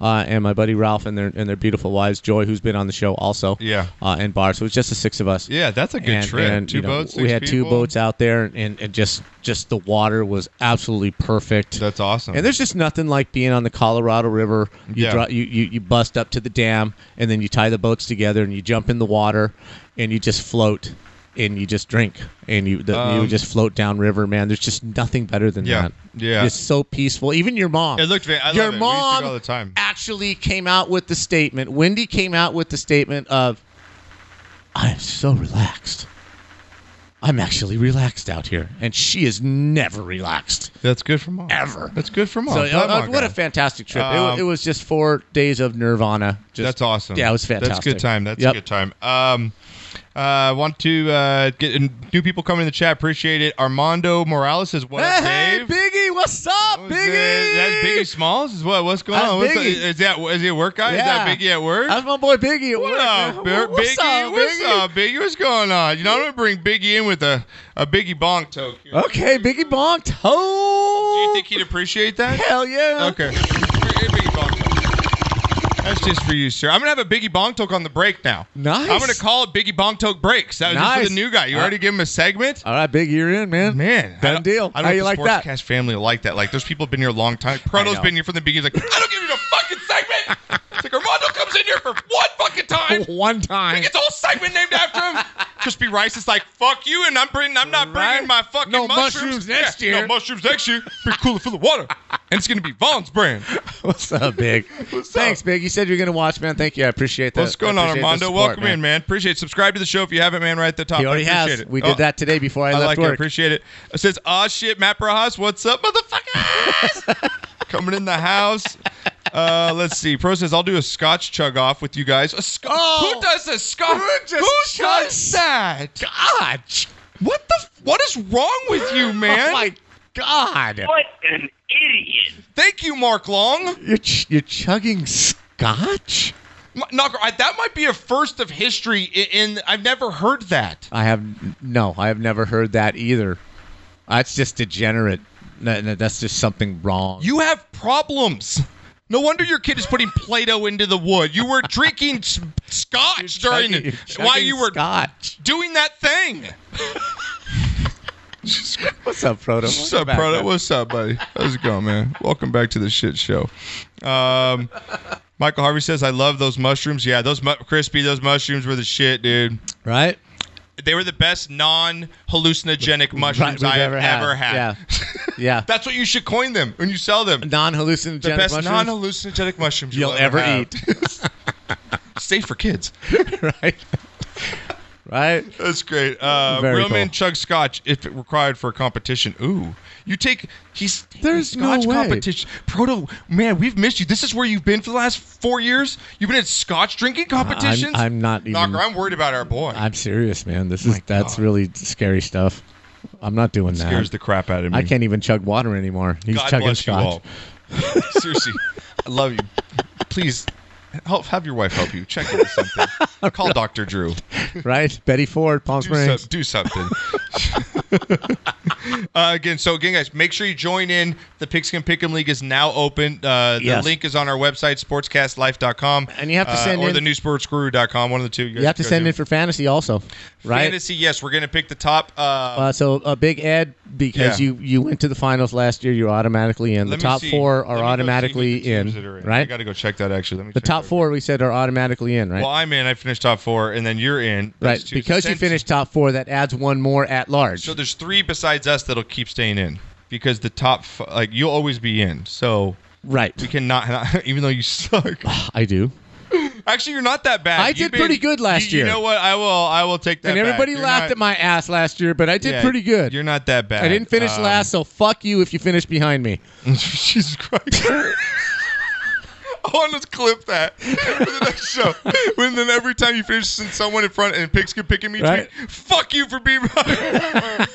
uh, and my buddy Ralph and their and their beautiful wives, Joy, who's been on the show also.
Yeah.
Uh, and Bar. So it was just the six of us
Yeah, that's a good trip. two
you know,
boats.
We
six
had two
people?
boats out there, and, and just just the water was absolutely perfect.
That's awesome.
and there's just nothing like being on the Colorado River. You,
Yeah.
dri- you, you you bust up to the dam, and then you tie the boats together, and you jump in the water, and you just float, and you just drink, and you the,
Um,
you just float down river. Man, there's just nothing better than
Yeah,
that.
yeah.
it's so peaceful. Even your mom.
It looked. ve- I
your
love it. We used to
mom
go all the time.
actually came out with the statement. Wendy came out with the statement of, "I am so relaxed. I'm actually relaxed out here," and she is never relaxed
That's good for mom.
ever.
That's good for mom.
So
Love
uh,
mom,
what a
guys.
fantastic trip! It wa-
Um,
it, was just four days of Nirvana. Just,
That's awesome.
Yeah, it was
That's a good
fantastic.
time. That's
Yep.
a good time. Um, uh, want to uh, get and new people coming in the chat. Appreciate it. Armando Morales says, "What up,
Hey,
Dave?"
Biggie, what's up,
What was
Biggie?
That, that's Biggie Smalls. Is what? What's going
That's
on? What's
Biggie.
the- is that? Is he a work guy? Is that
Yeah.
Biggie at work?
That's my boy Biggie. at
What
work,
up,
man.
Bir-
What's
Biggie?
up,
what's
Biggie?
up, Biggie? What's going on? You know, I'm gonna bring Biggie in with a, a Biggie Bonk toke. Here.
Okay, Biggie Bonk.
Do
Ho!
you think he'd appreciate that?
Hell yeah.
Okay. Here- here, Biggie Bonk toke. That's just for you, sir. I'm gonna have a Biggie Bonk toke on the break now.
Nice.
I'm gonna call it Biggie Bonk toke breaks. That was just
Nice.
for the new guy. You
Uh,
already give him a segment.
All right, Biggie, you're in, man.
Man, I
Done
don't-
deal.
I
How
don't
you
know if
like
the
that?
Sportscast family like that. Like, there's people been here a long time. Proto's
know.
been here from the beginning. He's like, I don't give you the fucking segment. It's like Armando comes in here for one fucking second time.
One time.
It's all segment named after him. Crispy Rice is like, fuck you, and I'm bringing, I'm not bringing my fucking
No
mushrooms.
mushrooms next
Yeah,
year.
No mushrooms next year. Be cooler full of water, and it's gonna be Vaughn's brand.
What's up, Big? Thanks, Big. You said you're going to watch, man. Thank you. I appreciate that.
What's going
I
on,
appreciate the
Armando?
support,
Welcome in, man. Appreciate. it. Subscribe to the show if you haven't, man. Right at the top.
He already
I appreciate
has.
It.
We did
Oh,
that today before I,
I
left
like it. I
work.
appreciate it. It says, ah, shit, Matt Barajas. What's up, motherfuckers? Coming in the house. Uh, let's see. Pro says, I'll do a scotch chug off with you guys. A sc-
Oh!
Who does a scotch? Who, does that?
God.
What the? F- what is wrong with you, man?
Oh, my God.
What an idiot.
Thank you, Mark Long.
You're, ch- you're chugging scotch?
M- Knocker, I, that might be a first of history. i- In, in I've never heard that.
I have no. I have never heard that either. That's just degenerate. No, no, that's just something wrong.
You have problems. No wonder your kid is putting Play-Doh into the wood. You were drinking s- scotch during
Chugging- you're
while
chugging
you were
scotch.
doing that thing.
What's up, Proto?
What's
Welcome
up,
back,
brother?
man.
What's up, buddy? How's it going, man? Welcome back to the shit show. Um, Michael Harvey says, "I love those mushrooms. Yeah, those mu- crispy. Those mushrooms were the shit, dude.
Right?
They were the best non-hallucinogenic mushrooms
we've
I have
ever had.
ever had.
Yeah.
That's what you should coin them when you sell them.
Non-hallucinogenic
The best
mushrooms
non-hallucinogenic mushrooms
you'll ever eat.
Safe for kids.
right? right?
That's great. Uh,
Very
real men
cool.
chug scotch if it required for a competition. Ooh, you take he's taking
There's no
scotch
way.
competition. Proto, man, we've missed you. This is where you've been for the last four years. You've been at scotch drinking competitions.
I'm not even-
Knocker, I'm worried about our boy.
I'm serious, man. This is that's
God.
really scary stuff. I'm not doing that.
Scares the crap out of me.
I can't even chug water anymore. He's
God
chugging
bless
scotch.
you all. Seriously, I love you. Please help. Have your wife help you. Check into something. Call Doctor Drew.
Right? Betty Ford, Palm
do, so,
Springs.
do something. uh, again, so again, guys, make sure you join in. The Pigskin Pick'em League is now open. Uh, the
Yes.
link is on our website, sportscastlife.com.
And you have to
uh,
send
or
in-
the new sportsguru.com, one of the two. guys
You have to
go
send
do.
in for fantasy also, right?
Fantasy, yes, we're going to pick the top. Uh,
Uh, so a big ad because
Yeah.
you you went to the finals last year. You're automatically in. The
let me
top
see.
four
Let me
are
go see
automatically
who the teams
in,
that are I
right?
got to go check that, actually. Let me
the
check
top
that.
four we said are automatically in, right?
Well, I'm in. I finished top four, and then you're in. That's
right.
two.
Because you
Send-
finished top four, that adds one more at large.
So there's three besides us that'll keep staying in because the top, f- like, you'll always be in. So
right.
we cannot, even though you suck.
I do.
Actually, you're not that bad.
I
You've
did
been-
pretty good last
you,
year.
You know what? I will. I will take that.
and everybody laughed at my ass last year, but I did pretty good.
You're not that bad.
I didn't finish
Um,
last, so fuck you if you finish behind me.
Jesus Christ. I want to clip that for the next show. When then every time you finish since someone in front and picks can pick and me
Right.
tweet, fuck you for being right.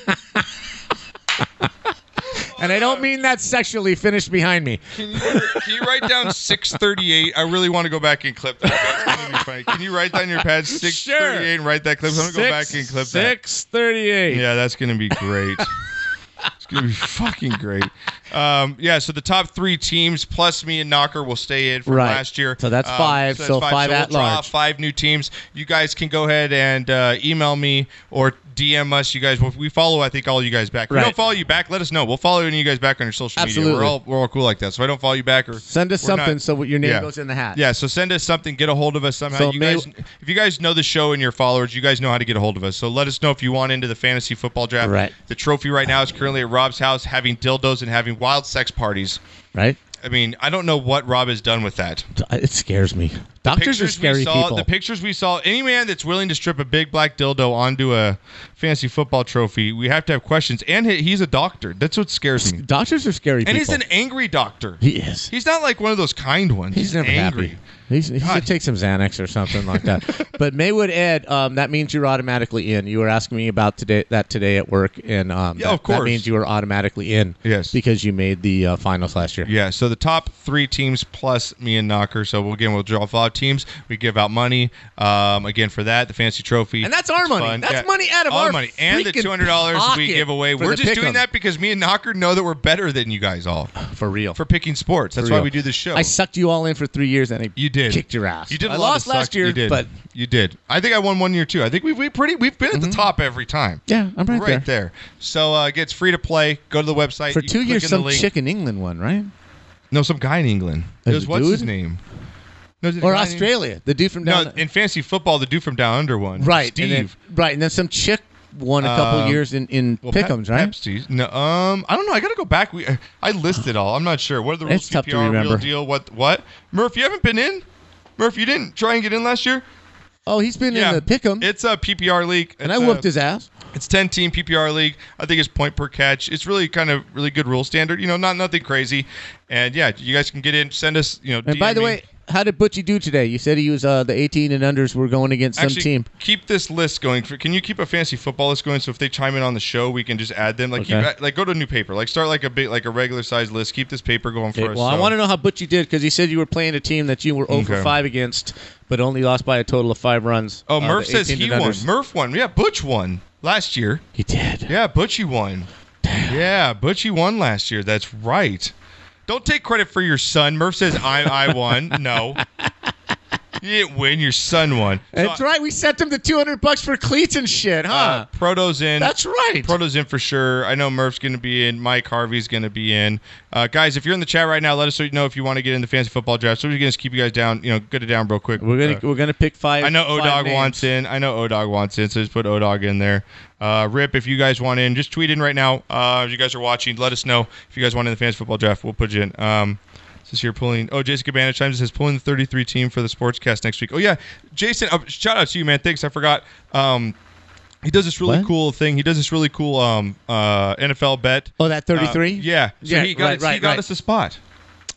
And I
uh,
don't mean that sexually. Finish behind me.
can, you, can you write down 638? I really want to go back and clip that. That's gonna be funny. Can you write down your pad 638 and write that clip? I'm going to go back and clip that.
Six thirty-eight.
Yeah, that's gonna be great. it's gonna be fucking great. Um, yeah, so the top three teams plus me and Knocker will stay in from
Right.
last year. Um,
So that's five, so five at
we'll draw
large.
Five new teams. You guys can go ahead and uh, email me or DM us. You guys, we follow. I think all you guys back. If we
Right.
don't follow you back, let us know. We'll follow any of you guys back on your social media. We're
Absolutely.
all we're all cool like that. So if I don't follow you back or
Send us
we're not-
something so what your name
Yeah.
goes in the hat.
yeah, so send us something. Get a hold of us somehow.
So
you
may-
guys, if you guys know the show and your followers, you guys know how to get a hold of us. So let us know if you want into the fantasy football draft.
Right.
The trophy right now is currently at Rob's house, having dildos and having wild sex parties.
Right.
I mean, I don't know what Rob has done with that.
uh, It scares me. Doctors are
we
scary
saw,
people.
the pictures we saw. Any man that's willing to strip a big black dildo onto a fantasy football trophy, we have to have questions. And he, he's a doctor. That's what scares me.
Doctors are scary people.
And he's an angry doctor.
he is.
He's not like one of those kind ones.
He's never
angry.
happy. He's, he
God.
should take some Xanax or something like that. but Maywood Ed, um, that means you're automatically in. You were asking me about today that today at work, and um,
Yeah,
that,
of course.
that means you were automatically in.
Yes.
because you made the uh, finals last year.
Yeah, so the top three teams plus me and Knocker. So we'll, again, we'll draw five teams. We give out money. Um, again for that, the fancy trophy,
And that's our
It's
money.
fun.
That's money out of
All
our
money and the
freaking
two hundred dollars we
pocket
give away.
for
We're
the
just
pick
doing
'em.
that because me and Knocker know that we're better than you guys all
for real.
for picking sports. That's
For
why
real.
we do this show.
I sucked you all in for three years, and I
you did.
kicked your ass.
You did. a
I
lot
lost
to suck.
last year,
you did.
but
you did. I think I won one year too. I think we we pretty we've been at the top every time.
Mm-hmm. yeah, I'm right,
Right, there. So uh, again, it's free to play. Go to the website.
For
You
two
click
years,
in the
some
link.
chick in England won, right?
No, some guy in England. It
As
was
a
what's his
dude?
name? No, is it
or
Johnny?
Australia. The dude from
No,
down
in fantasy football, the dude from Down Under won.
right,
Steve.
And then, right, and then some chick won a couple
Um,
years in in
Well, Pep-
Pickums, right?
Pepsi's. No, um, I don't know. I gotta go back. We, I listed all. I'm not sure. What are the rules?
It's tough to
CPR, real
remember.
deal. What? What? Murph, you haven't been in. Murph, you didn't try and get in last year.
Oh, he's been in the Pick'em,
It's a PPR league,
and I
It's uh, a-
whooped his ass.
It's 10 team PPR league. I think it's point per catch. It's really kind of really good rule standard. You know, not nothing crazy. And yeah, you guys can get in. Send us. You know.
And by
DM
the
me.
way, how did Butchie do today? You said he was uh, the 18 and unders were going against
Actually,
some team.
keep this list going. For, can you keep a fantasy football list going? So if they chime in on the show, we can just add them. Like,
Okay.
keep, like go to a new paper. Like start like a big, like a regular size list. Keep this paper going for
Okay,
us.
well, I
so-
want to know how Butchie did because he said you were playing a team that you were over
Okay.
five against, but only lost by a total of five runs.
Oh,
uh, the
Murph says
18
he
and
won.
unders.
Murph won. Yeah, Butch won last year.
He did.
Yeah, Butchie won. Yeah, Butchie won last year. That's right. Don't take credit for your son. Murph says I I won. No. You didn't win. Your son won. So,
That's right. We sent him the 200 bucks for cleats and shit, huh?
uh, Proto's in.
That's right.
Proto's in for sure. I know Murph's going to be in. Mike Harvey's going to be in. Uh, guys, if you're in the chat right now, let us know if you want to get in the fantasy football draft. So we're going to keep you guys down. You know, get it down real quick.
we're gonna
Uh,
we're gonna pick five.
I know
five
Odog
names.
wants in. I know Odog wants in, so just put Odog in there. Uh, Rip, if you guys want in, just tweet in right now. Uh, if you guys are watching, let us know if you guys want in the fans football draft. We'll put you in. Um, since you're pulling, oh Jason Cabana chimes and says pulling the 33 team for the sportscast next week. Oh yeah, Jason, uh, shout out to you, man. Thanks, I forgot. Um, he does this really
What?
cool thing. He does this really cool um, uh, NFL bet.
Oh, that
Uh,
33.
yeah. So
Yeah,
he got,
right,
us- he
right,
got
right.
us a spot.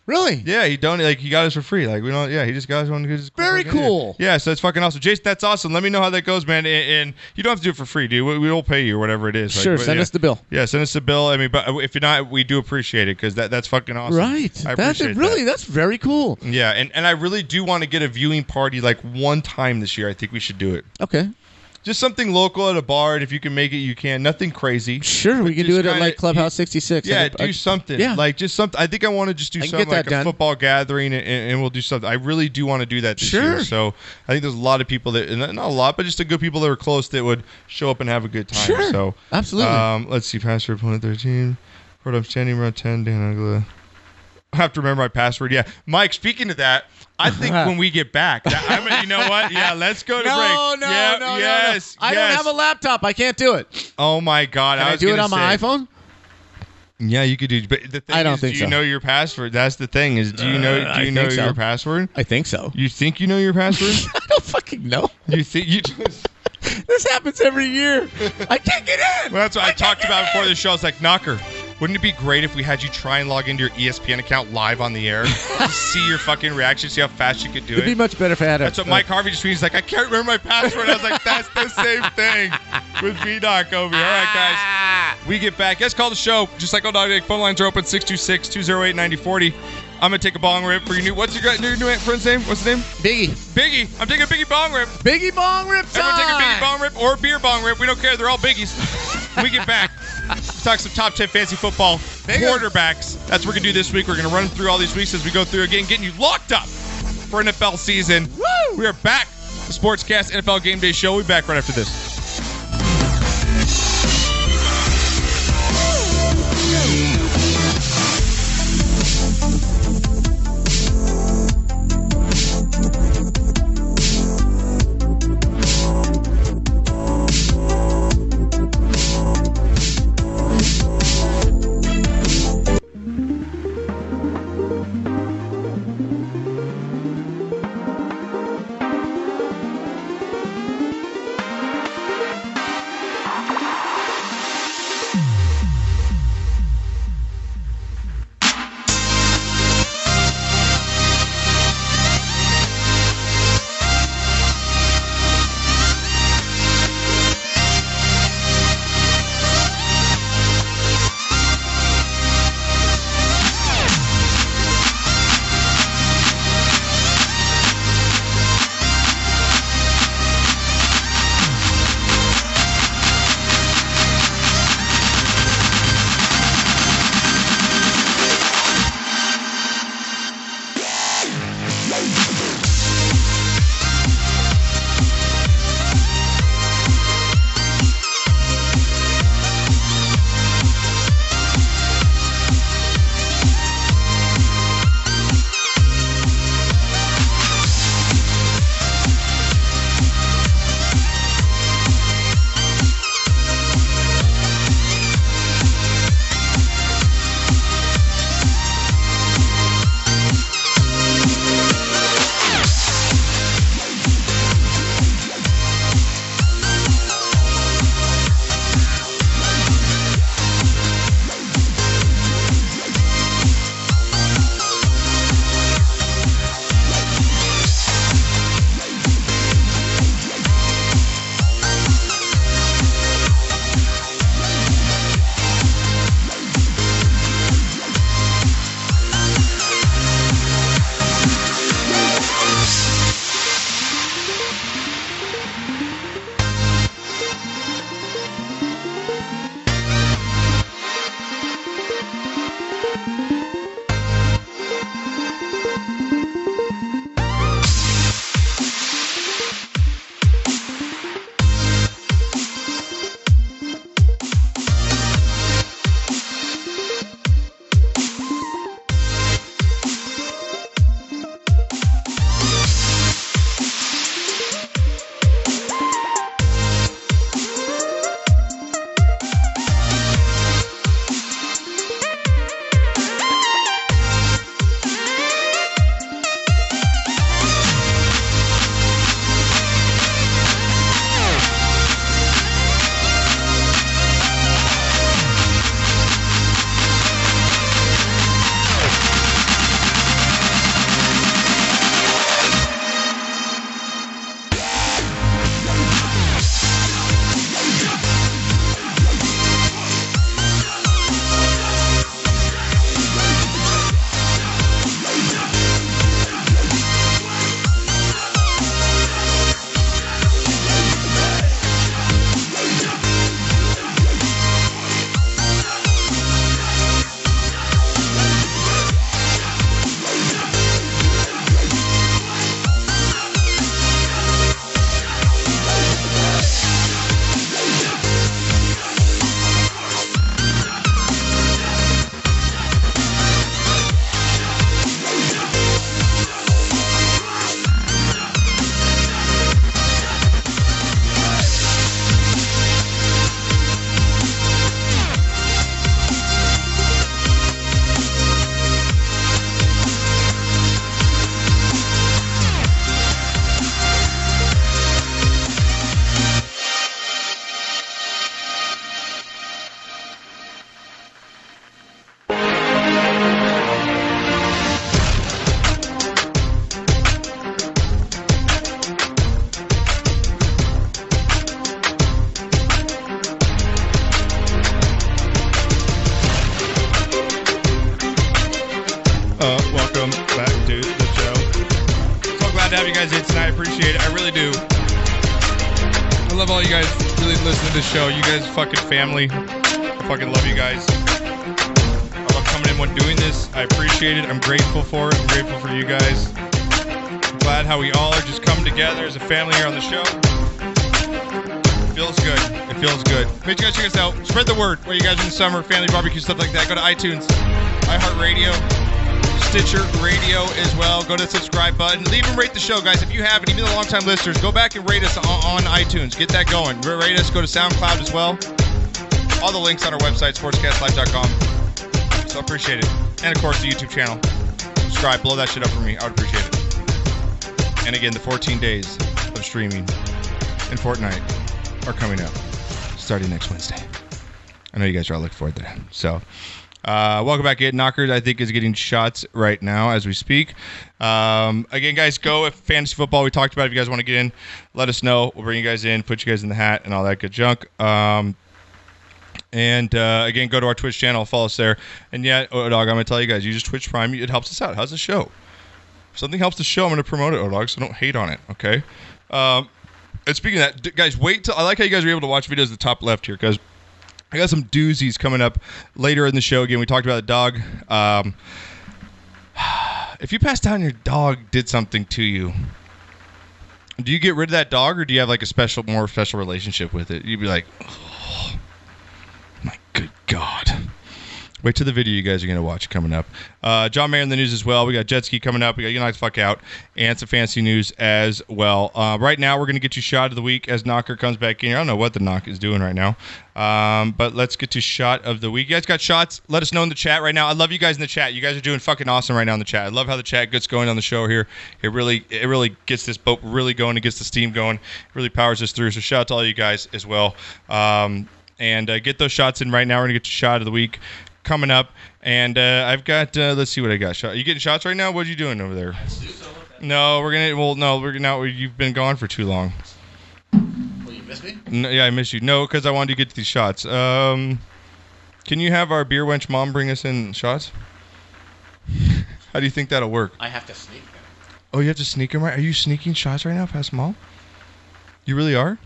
Really?
Yeah, he donated. Like he got us for free. Like we don't. Yeah, he just got us one. he just-
Very cool.
Yeah, so it's fucking awesome, Jason. That's awesome. Let me know how that goes, man. And, and you don't have to do it for free, dude. We, we will pay you or whatever it is. Like,
Sure.
but
Send
yeah.
us the bill.
Yeah, send us the bill. I mean, but if you're not, we do appreciate it because that, that's fucking awesome.
Right.
I
that's
appreciate
really
that.
that's very cool.
Yeah, and, and I really do want to get a viewing party like one time this year. I think we should do it.
Okay.
Just something local at a bar, and if you can make it, you can. Nothing crazy.
Sure. We can do
just
it at
kinda-
like Clubhouse 66. I
Yeah,
could-
do
I-
something.
yeah.
Like just something. I think I want to just do
I can
something
get
like a
that done.
football gathering, and, and, and we'll do something. I really do want to do that this year.
Sure.
So I think there's a lot of people that, and not not a lot, but just the good people that are close that would show up and have a good time.
Sure.
So
Absolutely.
Um, let's see. Password opponent 13. What I'm standing around 10. Dan Ugla. I have to remember my password. Yeah, Mike. Speaking of that. I think when we get back, that, I mean, you know what? Yeah, let's go to break.
Uh-huh. no, no,
Yeah,
no, no,
yes,
no. I
yes.
don't have a laptop. I can't do it.
Oh my God!
Can I,
was
do it
gonna
on my
say-
iPhone?
yeah, you could do. But the thing
I don't
is,
think
do you
so.
know your password? That's the thing is, do you know?
Uh,
Do you
I
know
think so.
your password?
I think so.
You think you know your password?
I don't fucking know.
you think you?
This happens every year. I can't get in.
Well, that's what I talked about before the show. It's like Knocker. Wouldn't it be great if we had you try and log into your E ESPN account live on the air? to see your fucking reaction, see how fast you could do
It'd be
it.
much better if I had a.
That's what Mike Harvey just tweeted. He's like, I can't remember my password. I was like, that's the same thing with VDoc over here. All right, guys. We get back. Yes, call the show. Just like on Dog Day, phone lines are open 626 208 9040. I'm going to take a bong rip for your new. What's your, gu- your new friend's name? What's his name?
Biggie.
Biggie. I'm taking a Biggie bong rip.
Biggie Bong Rip
Everyone
time.
take a Biggie bong rip or a beer bong rip. We don't care. They're all Biggies. When we get back. Let's talk some top 10 fantasy football quarterbacks. That's what we're going to do this week. We're going to run through all these weeks as we go through again, getting you locked up for NFL season. Woo! We are back. The Sportscast NFL Game Day Show. We'll be back right after this. Uh, have you guys here tonight. I appreciate it. I really do. I love all you guys really listening to the show. You guys fucking family. I fucking love you guys. I love coming in when doing this. I appreciate it. I'm grateful for it. I'm grateful for you guys. I'm glad how we all are just coming together as a family here on the show. Feels good. It feels good. Make sure you guys check us out. Spread the word. What you guys are in the summer, family barbecue, stuff like that. Go to iTunes, iHeartRadio, Stitcher Radio as well. Go to the subscribe button. Leave and rate the show, guys. If you haven't, even the longtime listeners, go back and rate us on, on iTunes. Get that going. Rate us. Go to SoundCloud as well. All the links on our website, sportscastlive.com. So I appreciate it. And of course, the YouTube channel. Subscribe. Blow that shit up for me. I would appreciate it. And again, the 14 days of streaming and Fortnite are coming up starting next Wednesday. I know you guys are all looking forward to that. So. Uh, welcome back, Get Knockers. I think is getting shots right now as we speak. Um, again, guys, go if fantasy football we talked about. If you guys want to get in, let us know. We'll bring you guys in, put you guys in the hat, and all that good junk. Um, and uh, again, go to our Twitch channel, follow us there. And yeah, oh, dog, I'm gonna tell you guys, you just Twitch Prime. It helps us out. How's the show? If something helps the show. I'm gonna promote it, oh, dog. So don't hate on it, okay? Um, and speaking of that, d- guys, wait till I like how you guys are able to watch videos at the top left here because. I got some doozies coming up later in the show. Again, we talked about the dog. Um, if you passed down your dog did something to you, do you get rid of that dog or do you have like a special, more special relationship with it? You'd be like, oh, my good God. Wait till the video you guys are going to watch coming up. Uh, John Mayer in the news as well. We got jet ski coming up. We got you knock the fuck out and some fancy news as well. Uh, right now, we're going to get you shot of the week as Knocker comes back in here. I don't know what the knock is doing right now, um, but let's get to shot of the week. You guys got shots? Let us know in the chat right now. I love you guys in the chat. You guys are doing fucking awesome right now in the chat. I love how the chat gets going on the show here. It really, it really gets this boat really going. It gets the steam going. It really powers us through. So shout out to all you guys as well. Um, and uh, get those shots in right now. We're gonna get your shot of the week coming up, and uh, I've got uh, let's see what I got. Shot, you getting shots right now? What are you doing over there? No, we're gonna. Well, no, we're now you've been gone for too long.
Will you miss me?
No, yeah, I miss you. No, because I wanted to get these shots. Um, can you have our beer wench mom bring us in shots? How do you think that'll work?
I have to sneak. them.
Oh, you have to sneak them right. Are you sneaking shots right now, past mom? You really are.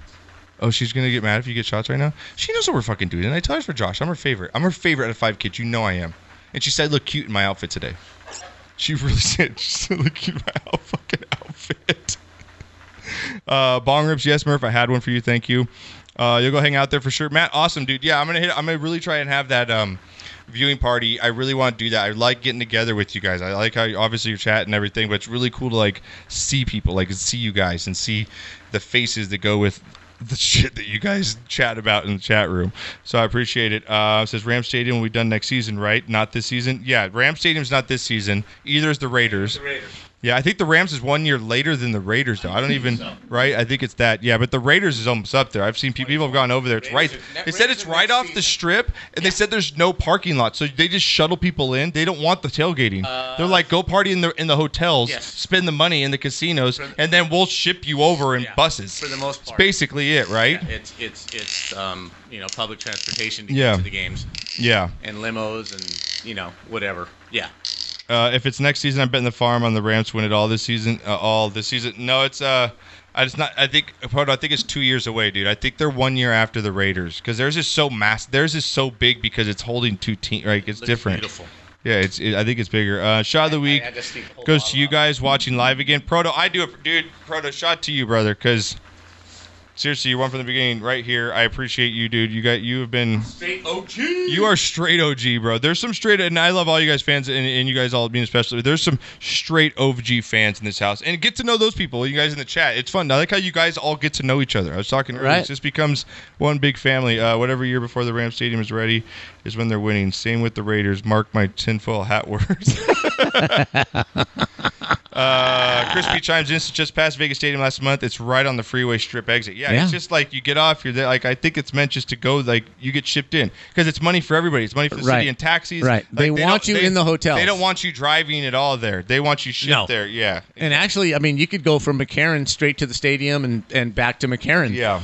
Oh, she's gonna get mad if you get shots right now. She knows what we're fucking doing. And I tell her for Josh. I'm her favorite. I'm her favorite out of five kids. You know I am. And she said, I "Look cute in my outfit today." She really said, "She said, look cute in my out- fucking outfit." Uh, bong rips, yes, Murph. I had one for you. Thank you. Uh, you'll go hang out there for sure, Matt. Awesome, dude. Yeah, I'm gonna hit. I'm gonna really try and have that um, viewing party. I really want to do that. I like getting together with you guys. I like how you, obviously your chat and everything, but it's really cool to like see people, like see you guys and see the faces that go with the shit that you guys chat about in the chat room. So I appreciate it. Uh, it says Ram Stadium will be done next season, right? Not this season. Yeah, Ram Stadium's not this season. Either is the Raiders. Yeah, I think the Rams is one year later than the Raiders, though. I don't even right. I think it's that. Yeah, but the Raiders is almost up there. I've seen people, people have gone over there. It's right. They said it's right off the strip, and they said there's no parking lot, so they just shuttle people in. They don't want the tailgating. They're like, go party in the in the hotels,
Uh, Yes.
spend the money in the casinos, and then we'll ship you over in
Yeah,
buses.
for the most
It's
part.
basically it, right?
Yeah, it's it's it's um you know public transportation to get
Yeah.
to the games
yeah.
and limos and you know whatever. Yeah.
Uh, if it's next season, I'm betting the farm on the Rams win it all this season. Uh, all this season. No, it's uh, I just not. I think. Hold on, I think it's two years away, dude. I think they're one year after the Raiders because theirs is so mass. Theirs is so big because it's holding two teams. Right, it's
Looks
different.
Beautiful.
Yeah, it's. It, I think it's bigger. Uh, shot of the week
I just think the whole
goes to
bottle
you
up.
guys watching live again. Proto, I do it, dude. Proto, shot to you, brother, because. Seriously, you won from the beginning right here. I appreciate you, dude. You got you have been
Straight
oh,
OG.
you are straight OG, bro. There's some straight, and I love all you guys fans, and, and you guys all being especially. There's some straight OG fans in this house, and get to know those people. You guys in the chat, it's fun. I like how you guys all get to know each other. I was talking earlier.
Right.
It just becomes one big family. Uh, whatever year before the Ram Stadium is ready is when they're winning. Same with the Raiders. Mark my tinfoil hat words. Uh, Crispy chimes in. It's just past Vegas Stadium last month. It's right on the freeway strip exit. Yeah,
Yeah.
it's just like you get off. You're there. Like I think it's meant just to go. Like you get shipped in because it's money for everybody. It's money for the
Right.
city and taxis.
Right.
Like,
They want
don't-
you in the hotels.
They don't want you driving at all there. They want you shipped
No.
there. Yeah.
And actually, I mean, you could go from McCarran straight to the stadium and, and back to McCarran.
Yeah.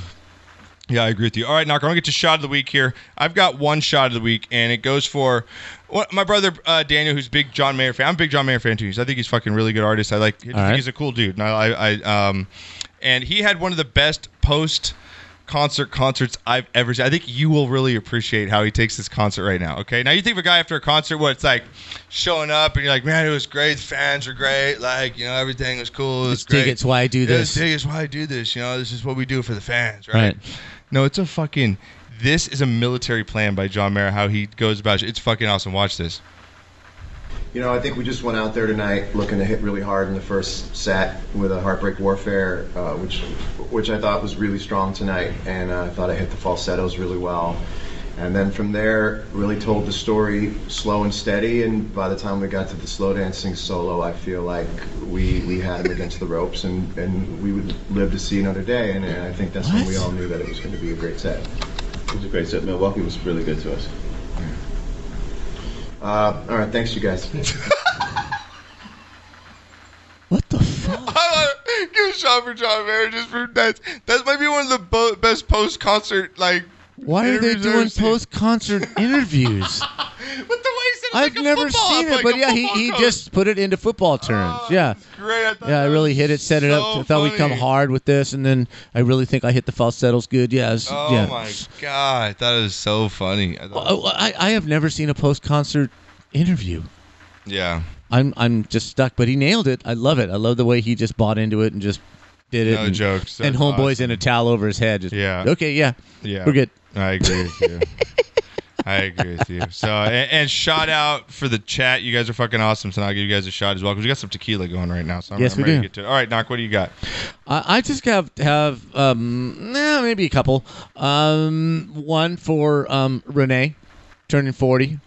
Yeah, I agree with you. All right, Knocker, I'm going to get to shot of the week here. I've got one shot of the week, and it goes for what, my brother uh, Daniel, who's a big John Mayer fan. I'm a big John Mayer fan, too. He's- I think he's a fucking really good artist. I like I just
All
think
right.
he's a cool dude. And, I, I, I, um, and he had one of the best post concert concerts I've ever seen. I think you will really appreciate how he takes this concert right now, okay? Now, you think of a guy after a concert where it's like showing up, and you're like, man, it was great. The fans were great. Like, you know, everything was cool. It was great.
Tickets, why I do
Yeah,
this.
Tickets, why I do this. You know, this is what we do for the fans,
Right.
no, it's a fucking. This is a military plan by John Mayer. How he goes about it. It's fucking awesome. Watch this.
You know, I think we just went out there tonight looking to hit really hard in the first set with a heartbreak warfare, uh, which which I thought was really strong tonight, and uh, I thought I hit the falsettos really well. And then from there, really told the story slow and steady. And by the time we got to the slow dancing solo, I feel like we we had him against the ropes, and, and we would live to see another day. And, and I think that's when we all knew that it was going to be a great set. It was a great set. Milwaukee was really good to us. Uh, all right, thanks, you guys.
I love- Give a shot for John Mayer just for that. That might be one of the bo- best post concert like.
Why are they
interviews I've ever
doing
seen.
post concert interviews?
But the way he said it was
I've
like a
never
football,
seen it,
like
but
a
yeah, he,
football
he
coach.
just put it into football terms. yeah.
Great. I thought
Yeah, I
that
really
was
hit it, set it up.
so
I thought we'd come
funny.
hard with this, and then I really think I hit the falsettos good. Yeah. it's-
Oh
yeah.
my god, that is so funny. I thought,
Oh, I, I have never seen a post concert interview.
yeah.
I'm I'm just stuck, but he nailed it. I love it. I love the way he just bought into it and just did it.
No
and,
jokes.
And
That's
homeboys in a towel over his head. Just,
Yeah.
Okay. Yeah.
Yeah.
We're good.
I agree with you. I agree with you. So, and, and shout out for the chat. You guys are fucking awesome. So I'll give you guys a shot as well because we got some tequila going right now. So I'm,
Yes,
I'm
we
ready
do.
to get to it. All right, knock. What do you got?
I, I just have have um nah, maybe a couple. Um, one for um Renee, turning forty.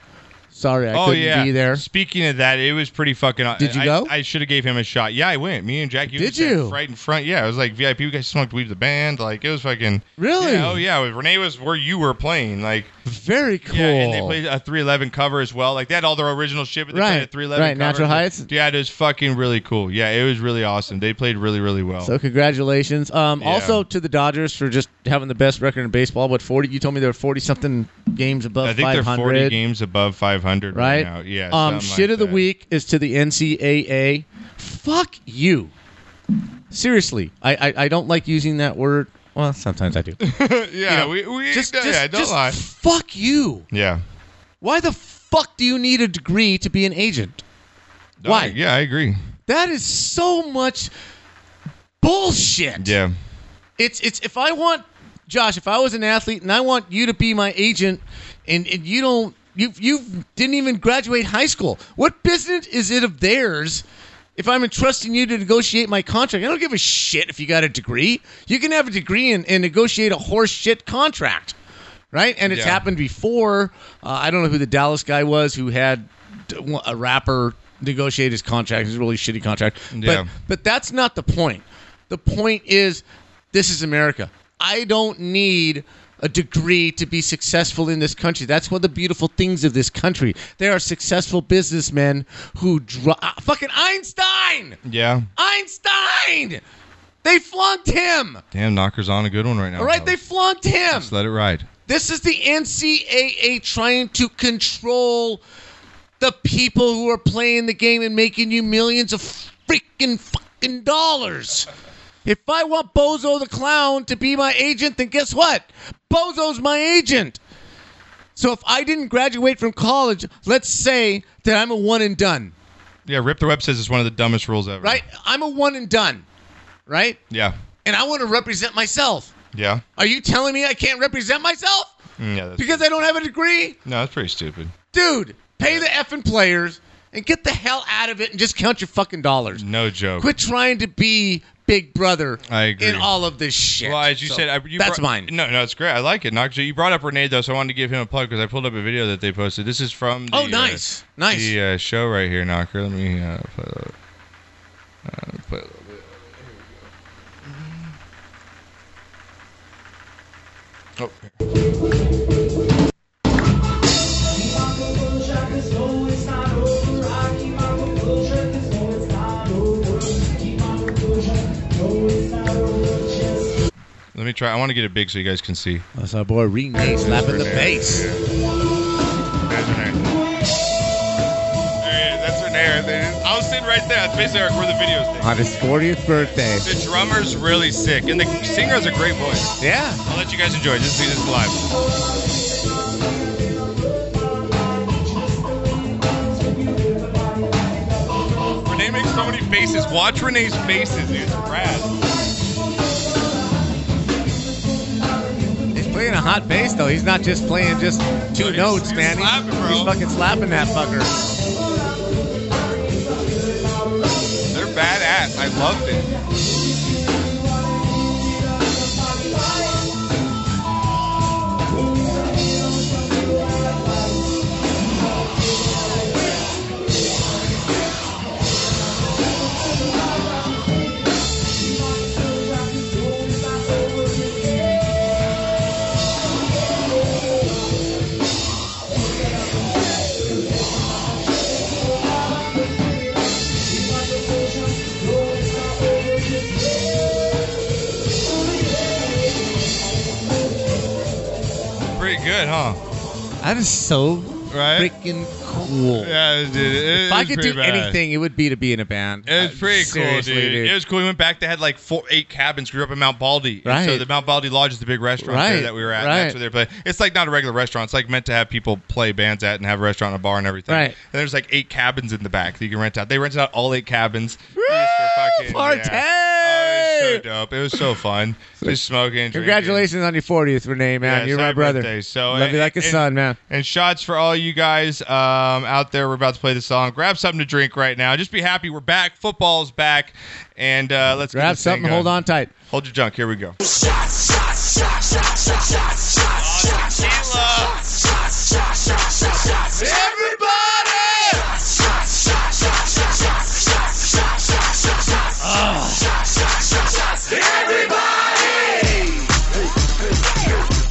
Sorry, I
oh
couldn't
yeah.
be there.
Speaking of that, it was pretty fucking.
Did you
I,
go?
I, should have gave him a shot. Yeah, I went. Me and Jack. you
Did
sat
you?
Right in front. Yeah, it was like VIP. We guys smoked weed with the band. Like it was fucking.
Really?
Yeah, oh yeah. Renee was where you were playing. Like
Very cool.
Yeah, and they played a 311 cover as well. Like they had all their original shit, but they
Right,
played a 311
right,
cover.
Natural Heights.
Yeah, it was fucking really cool. Yeah, it was really awesome. They played really, really well.
So congratulations. Um,
Yeah.
Also to the Dodgers for just having the best record in baseball. What forty? You told me there were forty something games above
I think
five
they're 40
hundred.
games above 500 right,
Right.
now. Yeah.
um,
something
shit
like
of the
that.
week is to the NCAA. Fuck you. Seriously, I, I I don't like using that word. Well, sometimes I do.
yeah, we, we
just,
yeah,
just-
don't
just
lie.
Fuck you.
Yeah.
Why the fuck do you need a degree to be an agent?
No,
Why?
yeah, I agree.
That is so much bullshit.
Yeah.
It's it's if I want Josh, if I was an athlete and I want you to be my agent and, and you don't you you didn't even graduate high school. What business is it of theirs if I'm entrusting you to negotiate my contract? I don't give a shit if you got a degree. You can have a degree and, and negotiate a horse shit contract. Right? And it's
Yeah.
happened before. Uh, I don't know who the Dallas guy was who had a rapper negotiate his contract. It was a really shitty contract.
Yeah.
But but that's not the point. The point is, this is America. I don't need a degree to be successful in this country. That's one of the beautiful things of this country. There are successful businessmen who dr- uh, fucking Einstein,
Yeah.
Einstein. They flunked him.
Damn, Knocker's on a good one right now.
All right, they
fellas.
flunked him.
Just let it ride.
This is the NCAA trying to control the people who are playing the game and making you millions of freaking fucking dollars. If I want Bozo the Clown to be my agent, then guess what? Bozo's my agent. So if I didn't graduate from college, let's say that I'm a one and done,
Yeah, Rip the Web says it's one of the dumbest rules ever.
right? I'm a one and done, right?
Yeah.
And I want to represent myself.
Yeah.
Are you telling me I can't represent myself
Mm, Yeah. That's,
because I don't have a degree?
no, that's pretty stupid.
Dude, pay the effing players and get the hell out of it and just count your fucking dollars.
No joke.
Quit trying to be Big Brother
I agree.
in all of this shit.
Well, as you
So,
said, I, you
that's
brought-
mine.
No, no, it's great. I like it. Knox, you brought up Renee though, so I wanted to give him a plug because I pulled up a video that they posted. This is from the,
Oh, nice.
uh,
Nice.
the uh, show right here, Knocker. Let me uh, play, a little, uh, play a little bit. Here we go. Oh. Let me me try. I want to get it big so you guys can see.
That's our boy Renee slapping the face.
That's There it is. That's her name. There it is. I was sitting right there. That's basically where the video's taken.
On his 40th birthday.
The drummer's really sick, and the singer has a great voice.
Yeah.
I'll let you guys enjoy. it. Just see this live. Renee makes so many faces. Watch Renee's faces, dude. It's rad.
He's playing a hot bass though. He's not just playing just two notes, man. He's- he's fucking slapping that fucker.
They're badass. I loved it. Pretty good, huh?
That is so
right?
freaking cool.
Eh? Yeah, dude. It,
if I
it's
could
pretty
do
bad.
anything, it would be to be in a band. Uh,
It was pretty cool,
Seriously,
dude.
dude.
It was cool. We went back. They had like four, eight cabins. We were up in Mount Baldy. And
Right.
So the Mount Baldy Lodge is the big restaurant there
Right,
that we were at. and
right.
That's where they play. It's like not a regular restaurant. It's like meant to have people play bands at and have a restaurant, and a bar, and everything.
Right.
And there's like eight cabins in the back that you can rent out. They rented out all eight cabins.
Partey!
So dope. It Oh, was so fun. Just smoking. drinking.
Congratulations on your 40th, Renee, man.
Yeah,
You're my
happy
brother.
birthday. So
Love you
and-
like a
and-
son, man.
And shots for all you guys um, out there. We're about to play the song. Grab something to drink right now. Just be happy we're back. Football's back, and uh, let's
Grab something. Hold on tight.
Hold your junk. Here we go.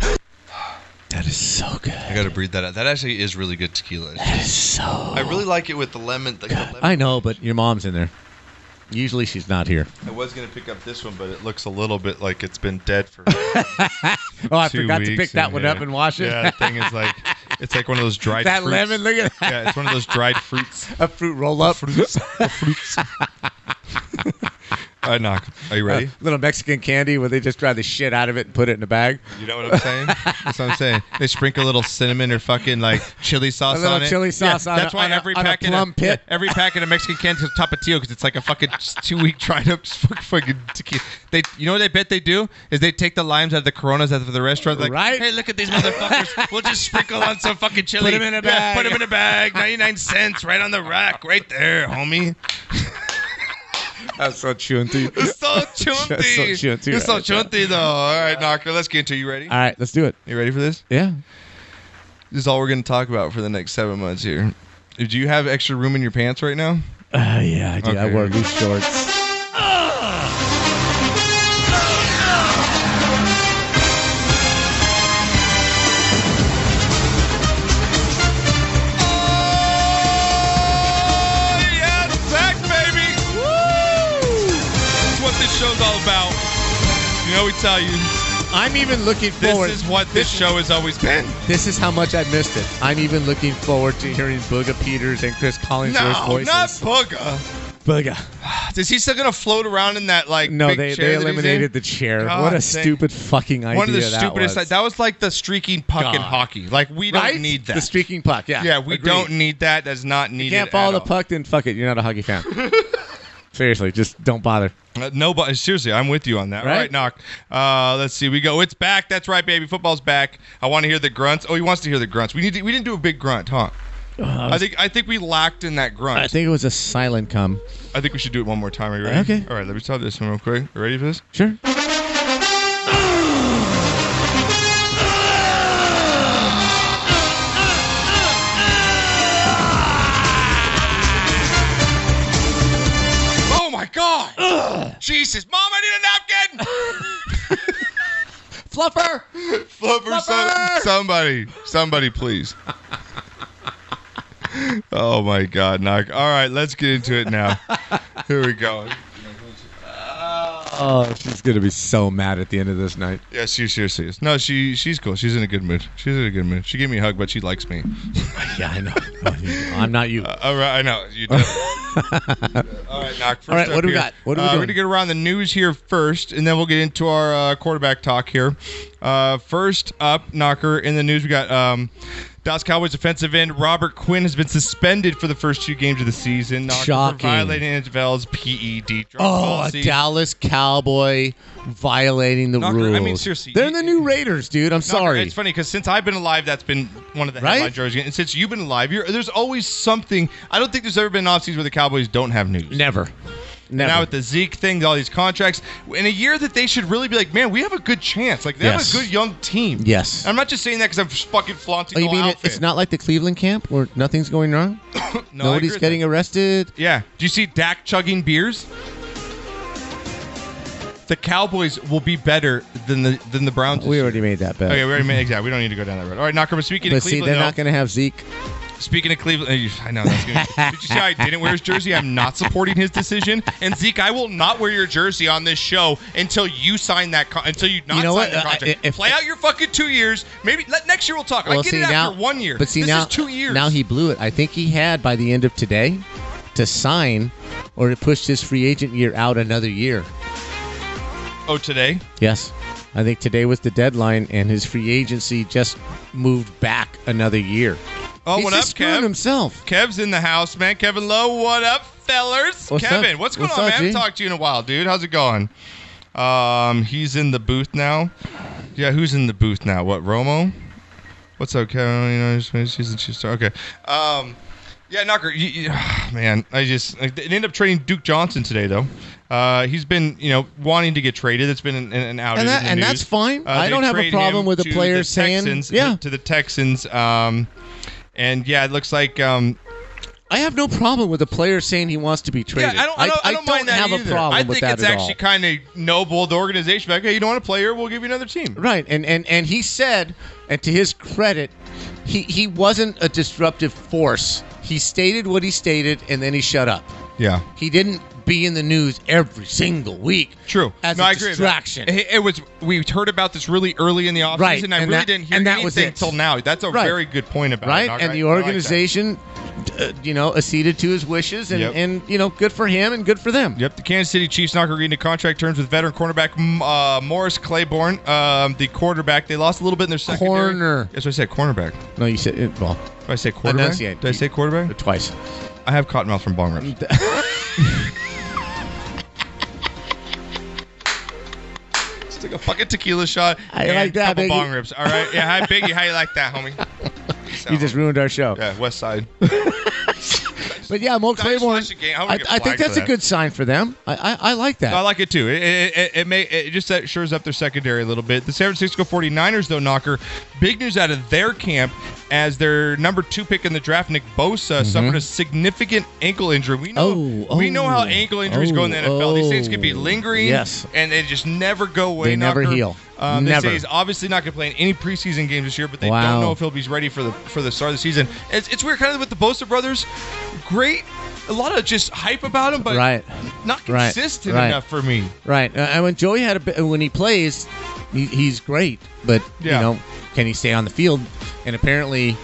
That is so good. I
gotta breathe that out. That actually is really good tequila. That
is so.
I really like it with the lemon. Like the lemon.
I know, but your mom's in there. Usually she's not here.
I was gonna pick up this one, but it looks a little bit like it's been dead for.
Oh, I
two
forgot to
weeks
pick that
in
one
here.
up and wash it.
Yeah, the thing is like it's like one of those dried.
That
fruits.
lemon, look at that.
Yeah, it's one of those dried fruits.
A fruit roll up.
Fruits. fruits. I knock. Are you ready?
little Mexican candy where they just dry the shit out of it and put it in a bag.
You know what I'm saying? That's what I'm saying. They sprinkle a little cinnamon or fucking like chili sauce
little
on it.
chili sauce on
That's
a-
why
on a-
every
on a
packet
plum
of,
pit.
yeah, every packet of Mexican can is tapatio because it's like a fucking two week dried up fucking tequila. They, you know what I bet they do is they take the limes out of the Coronas out of the restaurant. Like,
Right? Hey, look at these motherfuckers. we'll just sprinkle on some fucking chili.
Put 'em in a
Yeah,
bag.
put them in a bag. 99 cents right on the rack, right there, homie.
That's so chunty.
It's so chunty.
That's so chunty,
It's so
right?
chunty though. All right, Knocker, let's get into it. You ready?
All right, let's do it.
You ready for this?
Yeah.
This is all we're gonna talk about for the next seven months here. Do you have extra room in your pants right now?
Uh, yeah, I do. I
Okay.
wore loose shorts.
back, baby. Woo! That's what this show's all about. You know, we tell you.
I'm even looking forward.
This is what this show has always been.
This is how much I missed it. I'm even looking forward to hearing Booga Peters and Chris Collins'
No,
voices.
not Booga.
Booga.
Is he still gonna float around in that like?
No,
big
they,
chair
they
that he's in?
eliminated the chair.
God
what a
dang.
stupid fucking idea
One of the
that
stupidest.
was.
That was like the streaking puck in
God.
hockey. Like we don't
Right?
need that.
The streaking puck. Yeah.
Yeah, we
Agreed.
don't need that. That's not needed.
You can't
at
follow the
all.
puck, then fuck it. You're not a hockey fan. Seriously, just don't bother.
Uh, no, but seriously, I'm with you on that. All
Right?
right, knock. Uh, let's see. We go. It's back. That's right, baby. Football's back. I want to hear the grunts. Oh, he wants to hear the grunts. We need. To, we didn't do a big grunt, huh? I think. I think we lacked in that grunt.
Uh, I think it was a silent cum.
I think we should do it one more time. Are you ready?
Okay.
All right. Let me try this one real quick. You ready for this?
Sure.
Oh my God! Jesus, Mom, I need a napkin.
Fluffer.
Fluffer, some- somebody, somebody, please. oh my God, knock! All right, let's get into it now. Here we go.
Oh, she's gonna be so mad at the end of this night.
Yeah, she seriously is. No, she she's cool. She's in a good mood. She's in a good mood. She gave me a hug, but she likes me.
yeah, I know. I'm not you.
Uh, all right, I know. You don't. all right, knock. First
All right, what
up
do we
here.
got? What do we
uh,
doing?
We're gonna get around the news here first, and then we'll get into our uh, quarterback talk here. Uh, first up, knocker in the news, we got. Um, Dallas Cowboys defensive end Robert Quinn has been suspended for the first two games of the season. Knocker, For
Shocking.
violating NFL's PED drug
Oh, a
policy.
Dallas Cowboy violating the rules.
I mean, seriously,
They're in the new Raiders, dude. I'm sorry.
It's funny because since I've been alive, that's been one of the
Right?
headline stories. And since you've been alive, you're, there's always something. I don't think there's ever been an offseason where the Cowboys don't have news.
Never. Never.
Now with the Zeke thing, all these contracts, in a year that they should really be like, man, we have a good chance. Like they
Yes.
have a good young team.
Yes.
I'm not just saying that because I'm fucking flaunting.
Oh, you
the whole
mean it-
outfit.
it's not like the Cleveland camp where nothing's going wrong?
No, I agree
Nobody's
with
getting arrested.
Yeah. Do you see Dak chugging beers? The Cowboys will be better than the than the Browns.
We already made that bet.
Okay, we already made exactly. We don't need to go down that road. All right, Knocker. But speaking
but
of
see,
Cleveland,
they're
though-
not going to have Zeke.
Speaking of Cleveland, uh, I know that's gonna, did you see how I didn't wear his jersey? I'm not supporting his decision. And Zeke, I will not wear your jersey on this show until you sign that. Con- until you not
You know
sign
what?
the
Uh,
contract.
if-
Play out your fucking two years. Maybe let, next year we'll talk. I
Well,
get
see
it after
now,
one year.
But see
this
now,
is two years.
now he blew it. I think he had by the end of today to sign or to push his free agent year out another year.
oh today.
Yes, I think today was the deadline, and his free agency just moved back another year.
Oh,
He's
what
just
up,
screwing
Kev?
himself.
Kev's in the house, man. Kevin Lowe, what up, fellers?
What's
Kevin,
up?
what's going
What's
on,
up,
man? I
G?
haven't talked to you in a while, dude. How's it going? Um, he's in the booth now. Yeah, who's in the booth now? What, Romo? What's up, Kevin? Oh, You know, she's- she's she's star. Okay. Um, yeah, Knocker. You, you- man, I just like, they ended up trading Duke Johnson today, though. Uh, he's been, you know, wanting to get traded. It's been an, an, an outage
And that-
in the
and
news. Uh,
that's fine. I
they
don't have a
trade
problem
him
with a
to the
player saying-
Texans- uh,
yeah.
to the Texans. Um, and yeah, it looks like um,
I have no problem with a player saying he wants to be traded.
Yeah, I don't, I don't, I don't mind that
have
either.
a problem
I
with
think
that
it's
at
actually kind of noble. The organization, like, hey, you don't want to play here? We'll give you another team.
all. Right, and, and and he said, and to his credit, he he wasn't a disruptive force. He stated what he stated, and then he shut up.
Yeah.
He didn't be in the news every single week.
True.
as
No,
a
I agree with that.
distraction.
It, it was. We heard about this really early in the offseason.
Right,
I
and
really
that-
didn't hear
and that
anything
was it.
till now. That's a
Right.
very good point about it.
right?
Knock,
And the
I like that.
organization, uh, you know, acceded to his wishes, and,
Yep.
and you know, good for him and good for them.
Yep, the Kansas City Chiefs not agreeing to contract terms with veteran cornerback mm, uh, Morris Claiborne, um, the quarterback. They lost a little bit in their secondary.
Corner.
That's what I said, cornerback.
No, you said it, well.
Did I say quarterback?
Enunciate. Mm.
Did I say quarterback?
Twice.
I have cotton mouth from bong rips. Just took a fucking tequila shot.
I
and
like that,
Couple
Biggie.
bong rips. All right. Yeah. Hi, Biggie. How you like that, homie?
You just ruined our show.
Yeah. West Side.
But yeah, Mo Claiborne.
Smash the game. How we
I,
get
I think
flagged for
that's a
that?
good sign for them. I I, I like that.
I like it too. It, it, it, it may it just that shores up their secondary a little bit. The San Francisco 49ers though, knocker, big news out of their camp as their number two pick in the draft, Nick Bosa, suffered a significant ankle injury. We know
Mm-hmm. Oh,
we know how
oh,
ankle injuries go in the NFL. These things can be
oh.
lingering,
Yes.
and they just never go away.
They never
knocker.
heal.
Um, they
Never.
say he's obviously not going to play in any preseason games this year, but they
Wow.
don't know if he'll be ready for the for the start of the season. It's, it's weird, kind of with the Bosa brothers. Great, a lot of just hype about him, but
Right.
not
Right.
consistent
Right.
enough for me.
Right. Uh, and when Joey had a bit, when he plays, he, he's great. But
Yeah.
you know, can he stay on the field? And apparently,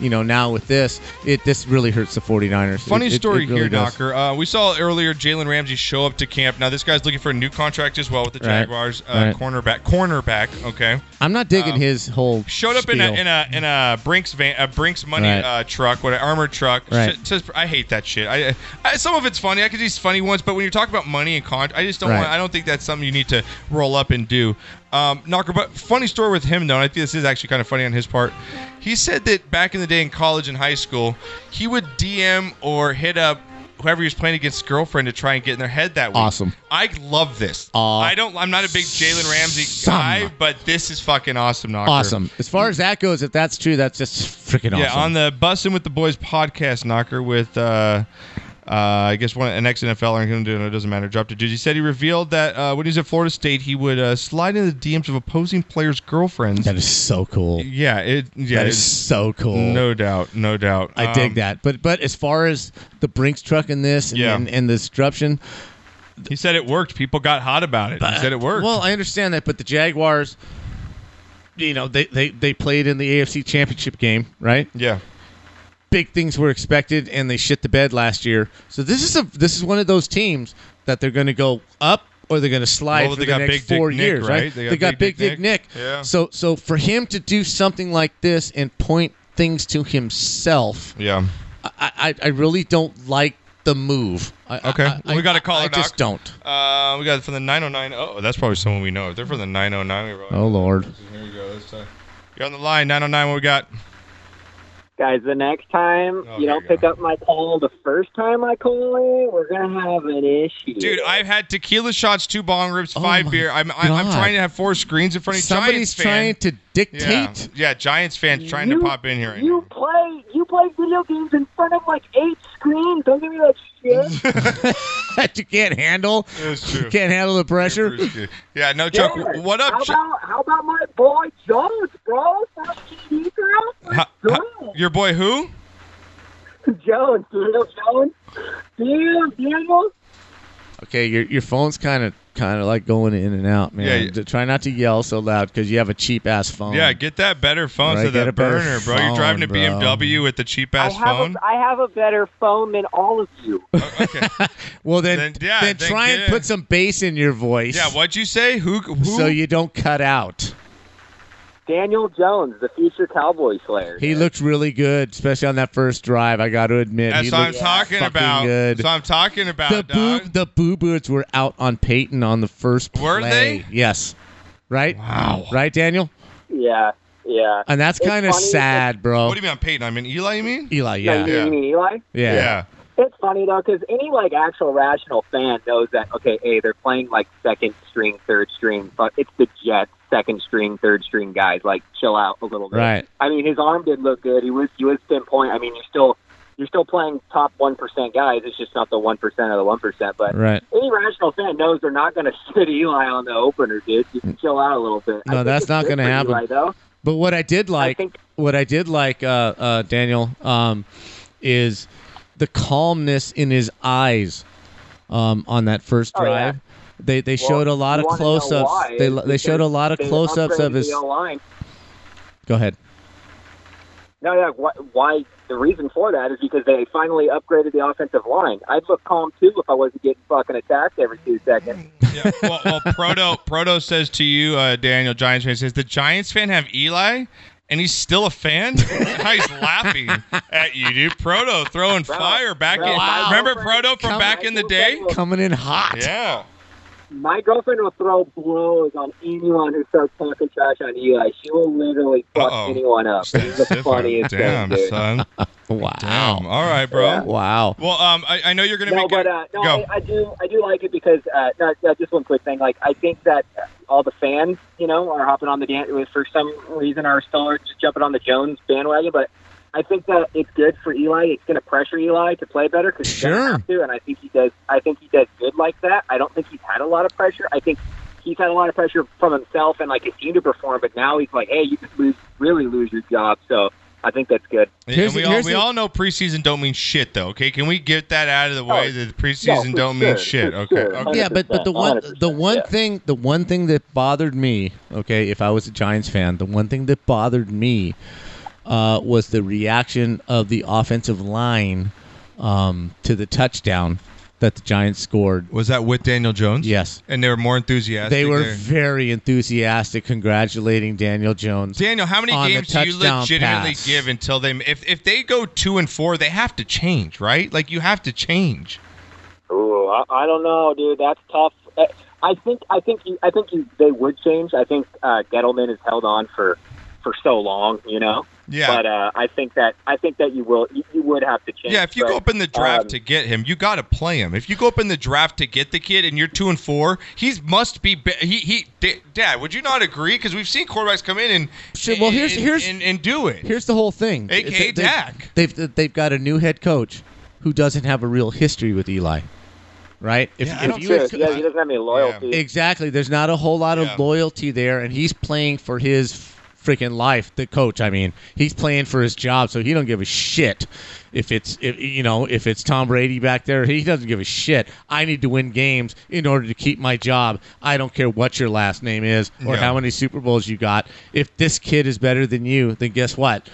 you know, now with this, it this really hurts the 49ers.
Funny
It- it-
story
it really
here,
does.
Knocker. Uh, we saw earlier Jalen Ramsey show up to camp. Now this guy's looking for a new contract as well with the
Right.
Jaguars. Uh,
Right.
Cornerback, cornerback. Okay,
I'm not digging
Um,
his whole
showed up in a,
spiel.
in a in a Brinks van, a Brinks money
Right.
uh, truck, what an armored truck.
Right.
Sh- says- I hate that shit. I, I some of it's funny. I could these funny ones, but when you're talking about money and contract, I just don't
Right.
want. I don't think that's something you need to roll up and do. Um, Knocker, but funny story with him though, and I think this is actually kind of funny on his part. He said that back in the day in college and high school, he would DM or hit up whoever he was playing against girlfriend to try and get in their head that week.
Awesome.
I love this.
Aw-
I don't. I'm not a big Jalen Ramsey guy, but this is fucking awesome, Knocker.
Awesome. As far as that goes, if that's true, that's just freaking awesome.
Yeah, on the Bussin' with the Boys podcast, Knocker with. Uh, uh, I guess one an ex NFLer and do it doesn't matter. Dropped a dude. He said he revealed that uh, when he was at Florida State, he would uh, slide into the DMs of opposing players' girlfriends.
that is so cool.
yeah, it yeah,
that
it's-
is so cool.
No doubt, no doubt.
I
Um,
dig that. But but as far as the Brinks truck in this and,
Yeah.
and, and the disruption,
He said it worked. People got hot about it. he said it worked.
Well, I understand that, but the Jaguars, you know, they, they, they played in the AFC Championship game, right?
Yeah.
Big things were expected, and they shit the bed last year. So this is a this is one of those teams that they're going to go up or they're going to slide
Well,
for
they
the
got
next
Big Dick
four
Nick,
years,
right?
right?
They got
Big, Dick Nick.
Yeah.
So so for him to do something like this and point things to himself,
yeah,
I I, I really don't like the move. I, okay, I,
we got a caller.
I
Doc.
just don't.
Uh, we got it from the 909. Oh, that's probably someone we know. If they're from the 909, we
Oh lord.
Here we go. This time. You're on the line. 909. What we got?
Guys, the next time
Oh,
you don't pick up my call the first time I call in, we're going to have an issue.
Dude, I've had tequila shots, two bong rips, five beer. I'm, I, I'm
Oh God.
trying to have four screens in front of Giants
Somebody's
fan.
trying to dictate.
Yeah, yeah Giants fans trying
You-
to pop in here. Right
You play you play video games in front of like eight screens. Don't give me that shit.
that you can't handle.
It's true.
You can't handle the pressure.
Yeah, no joke.
Yeah.
What up?
How
Ch-
about how about my boy Jones, bro? From TV girl,
Ha- ha- your boy who?
Jones, Daniel Jones. Damn, Daniel.
Okay, your your phone's kind of kind of like going in and out, man.
Yeah, yeah.
D- Try not to yell so loud because you have a cheap ass phone.
Yeah, get that better phone
Right,
so
get a
that
better
burner, bro. You're driving a
phone, bro.
BMW with the cheap
I
ass
have
phone.
a, I have a better phone than all of you.
Well, then
Then-
then,
yeah, then
try
get
and
it.
put some bass in your voice.
yeah, what'd you say? Who? who?
So you don't cut out.
Daniel Jones, the future Cowboy Slayer.
He looked really good, especially on that first drive. I got to admit,
That's
he
what I'm
looked
talking
fucking
about.
Good.
That's what I'm talking about,
the
dog.
boo the boo birds were out on Peyton on the first play.
Were they?
Yes. Right? Wow. Right, Daniel?
Yeah, yeah.
And that's
It's
kind of
funny-
sad, bro.
What do you mean I'm Peyton? I mean Eli, you mean?
Eli,
No,
yeah.
you
yeah.
mean Eli?
Yeah.
It's funny though, because any like actual rational fan knows that okay, hey, they're playing like second string, third string, but it's the Jets, second string, third string guys. Like, chill out a little bit.
Right.
I mean, his arm did look good. He was he was pinpoint. I mean, you're still you're still playing top one percent guys. It's just not the one percent of the one percent. But
Right.
any rational fan knows they're not going to sit Eli on the opener, dude. Just chill out a little bit. I
No,
think
that's
it's
not
good
gonna
for
happen.
Eli, though.
But what I did like, what I did like, uh, uh, Daniel, um, is the calmness in his eyes um, on that first
Oh, yeah.
drive. They they
Well,
showed a lot
you
of
wanna know
close-ups.
why
They
is
they showed a
because
lot of
they
close-ups of
upgraded
his.
the uh, O-line.
Go ahead.
No, yeah. Why, why? The reason for that is because they finally upgraded the offensive line. I'd look calm too if I wasn't getting fucking attacked every two seconds.
well, well Proto Proto says to you, uh, Daniel, Giants fan says the Giants fan have Eli, and he's still a fan. How he's laughing at you, dude. Proto throwing fire back
bro,
in.
my
Remember
girlfriend-
Proto from
Come-
back in the day?
Coming in hot.
Yeah.
My girlfriend will throw blows on anyone who starts talking trash on Eli. She will literally fuck
Uh-oh.
anyone up. She's the funniest
Damn,
thing, dude.
son.
Wow.
Damn. All right, bro.
Wow.
Well, um, I, I know you're gonna
no,
make
but
a-
uh, no,
go.
I, I do, I do like it because uh, no, no, just one quick thing. Like, I think that uh, all the fans, you know, are hopping on the dan- for some reason are still just jumping on the Jones bandwagon. But I think that it's good for Eli. It's going to pressure Eli to play better because he's going
Sure.
to have to. And I think he does. I think he does good like that. I don't think he's had a lot of pressure. I think he's had a lot of pressure from himself and like his team to perform. But now he's like, hey, you could lose, really lose your job. So I think that's good.
and we, all, we all know preseason don't mean shit though. Okay, can we get that out of the way? that preseason
Oh, no, for
don't mean
sure,
shit.
for
Okay.
sure.
okay.
Yeah, but but the one the one thing the one thing that bothered me, okay, if I was a Giants fan, the one thing that bothered me uh, was the reaction of the offensive line um, to the touchdown that the Giants scored.
Was that with Daniel Jones?
Yes,
and they were more enthusiastic.
they were
there.
very enthusiastic, congratulating Daniel Jones.
Daniel, how many
on the
games do you
touchdown
legitimately
pass.
give until they if if they go two and four, they have to change, right? Like you have to change.
Ooh, I, I don't know, dude. That's tough. Eh, I think I think you, I think you, they would change. I think uh, Gettleman has held on for for so long, you know.
Yeah.
But uh, I think that I think that you will you, you would have to change.
Yeah, if you
but,
go up in the draft
um,
to get him, you got to play him. If you go up in the draft to get the kid and you're two and four, he's must be. Be- he he. D- Dad, would you not agree? Because we've seen quarterbacks come in and
Shit, well, here's-
and-
here's-
and, and do it.
Here's the whole thing.
AKA
They-
Dak.
They've, they've they've got a new head coach who doesn't have a real history with Eli, right? If,
yeah,
if you ex-
yeah, he doesn't have any loyalty.
Exactly. There's not a whole lot of
Yeah.
loyalty there, and he's playing for his f- freaking life. The coach, I mean, he's playing for his job, so he don't give a shit if it's if you know if it's Tom Brady back there. He doesn't give a shit. I need to win games in order to keep my job. I don't care what your last name is or
Yeah.
how many Super Bowls you got. If this kid is better than you, then guess what?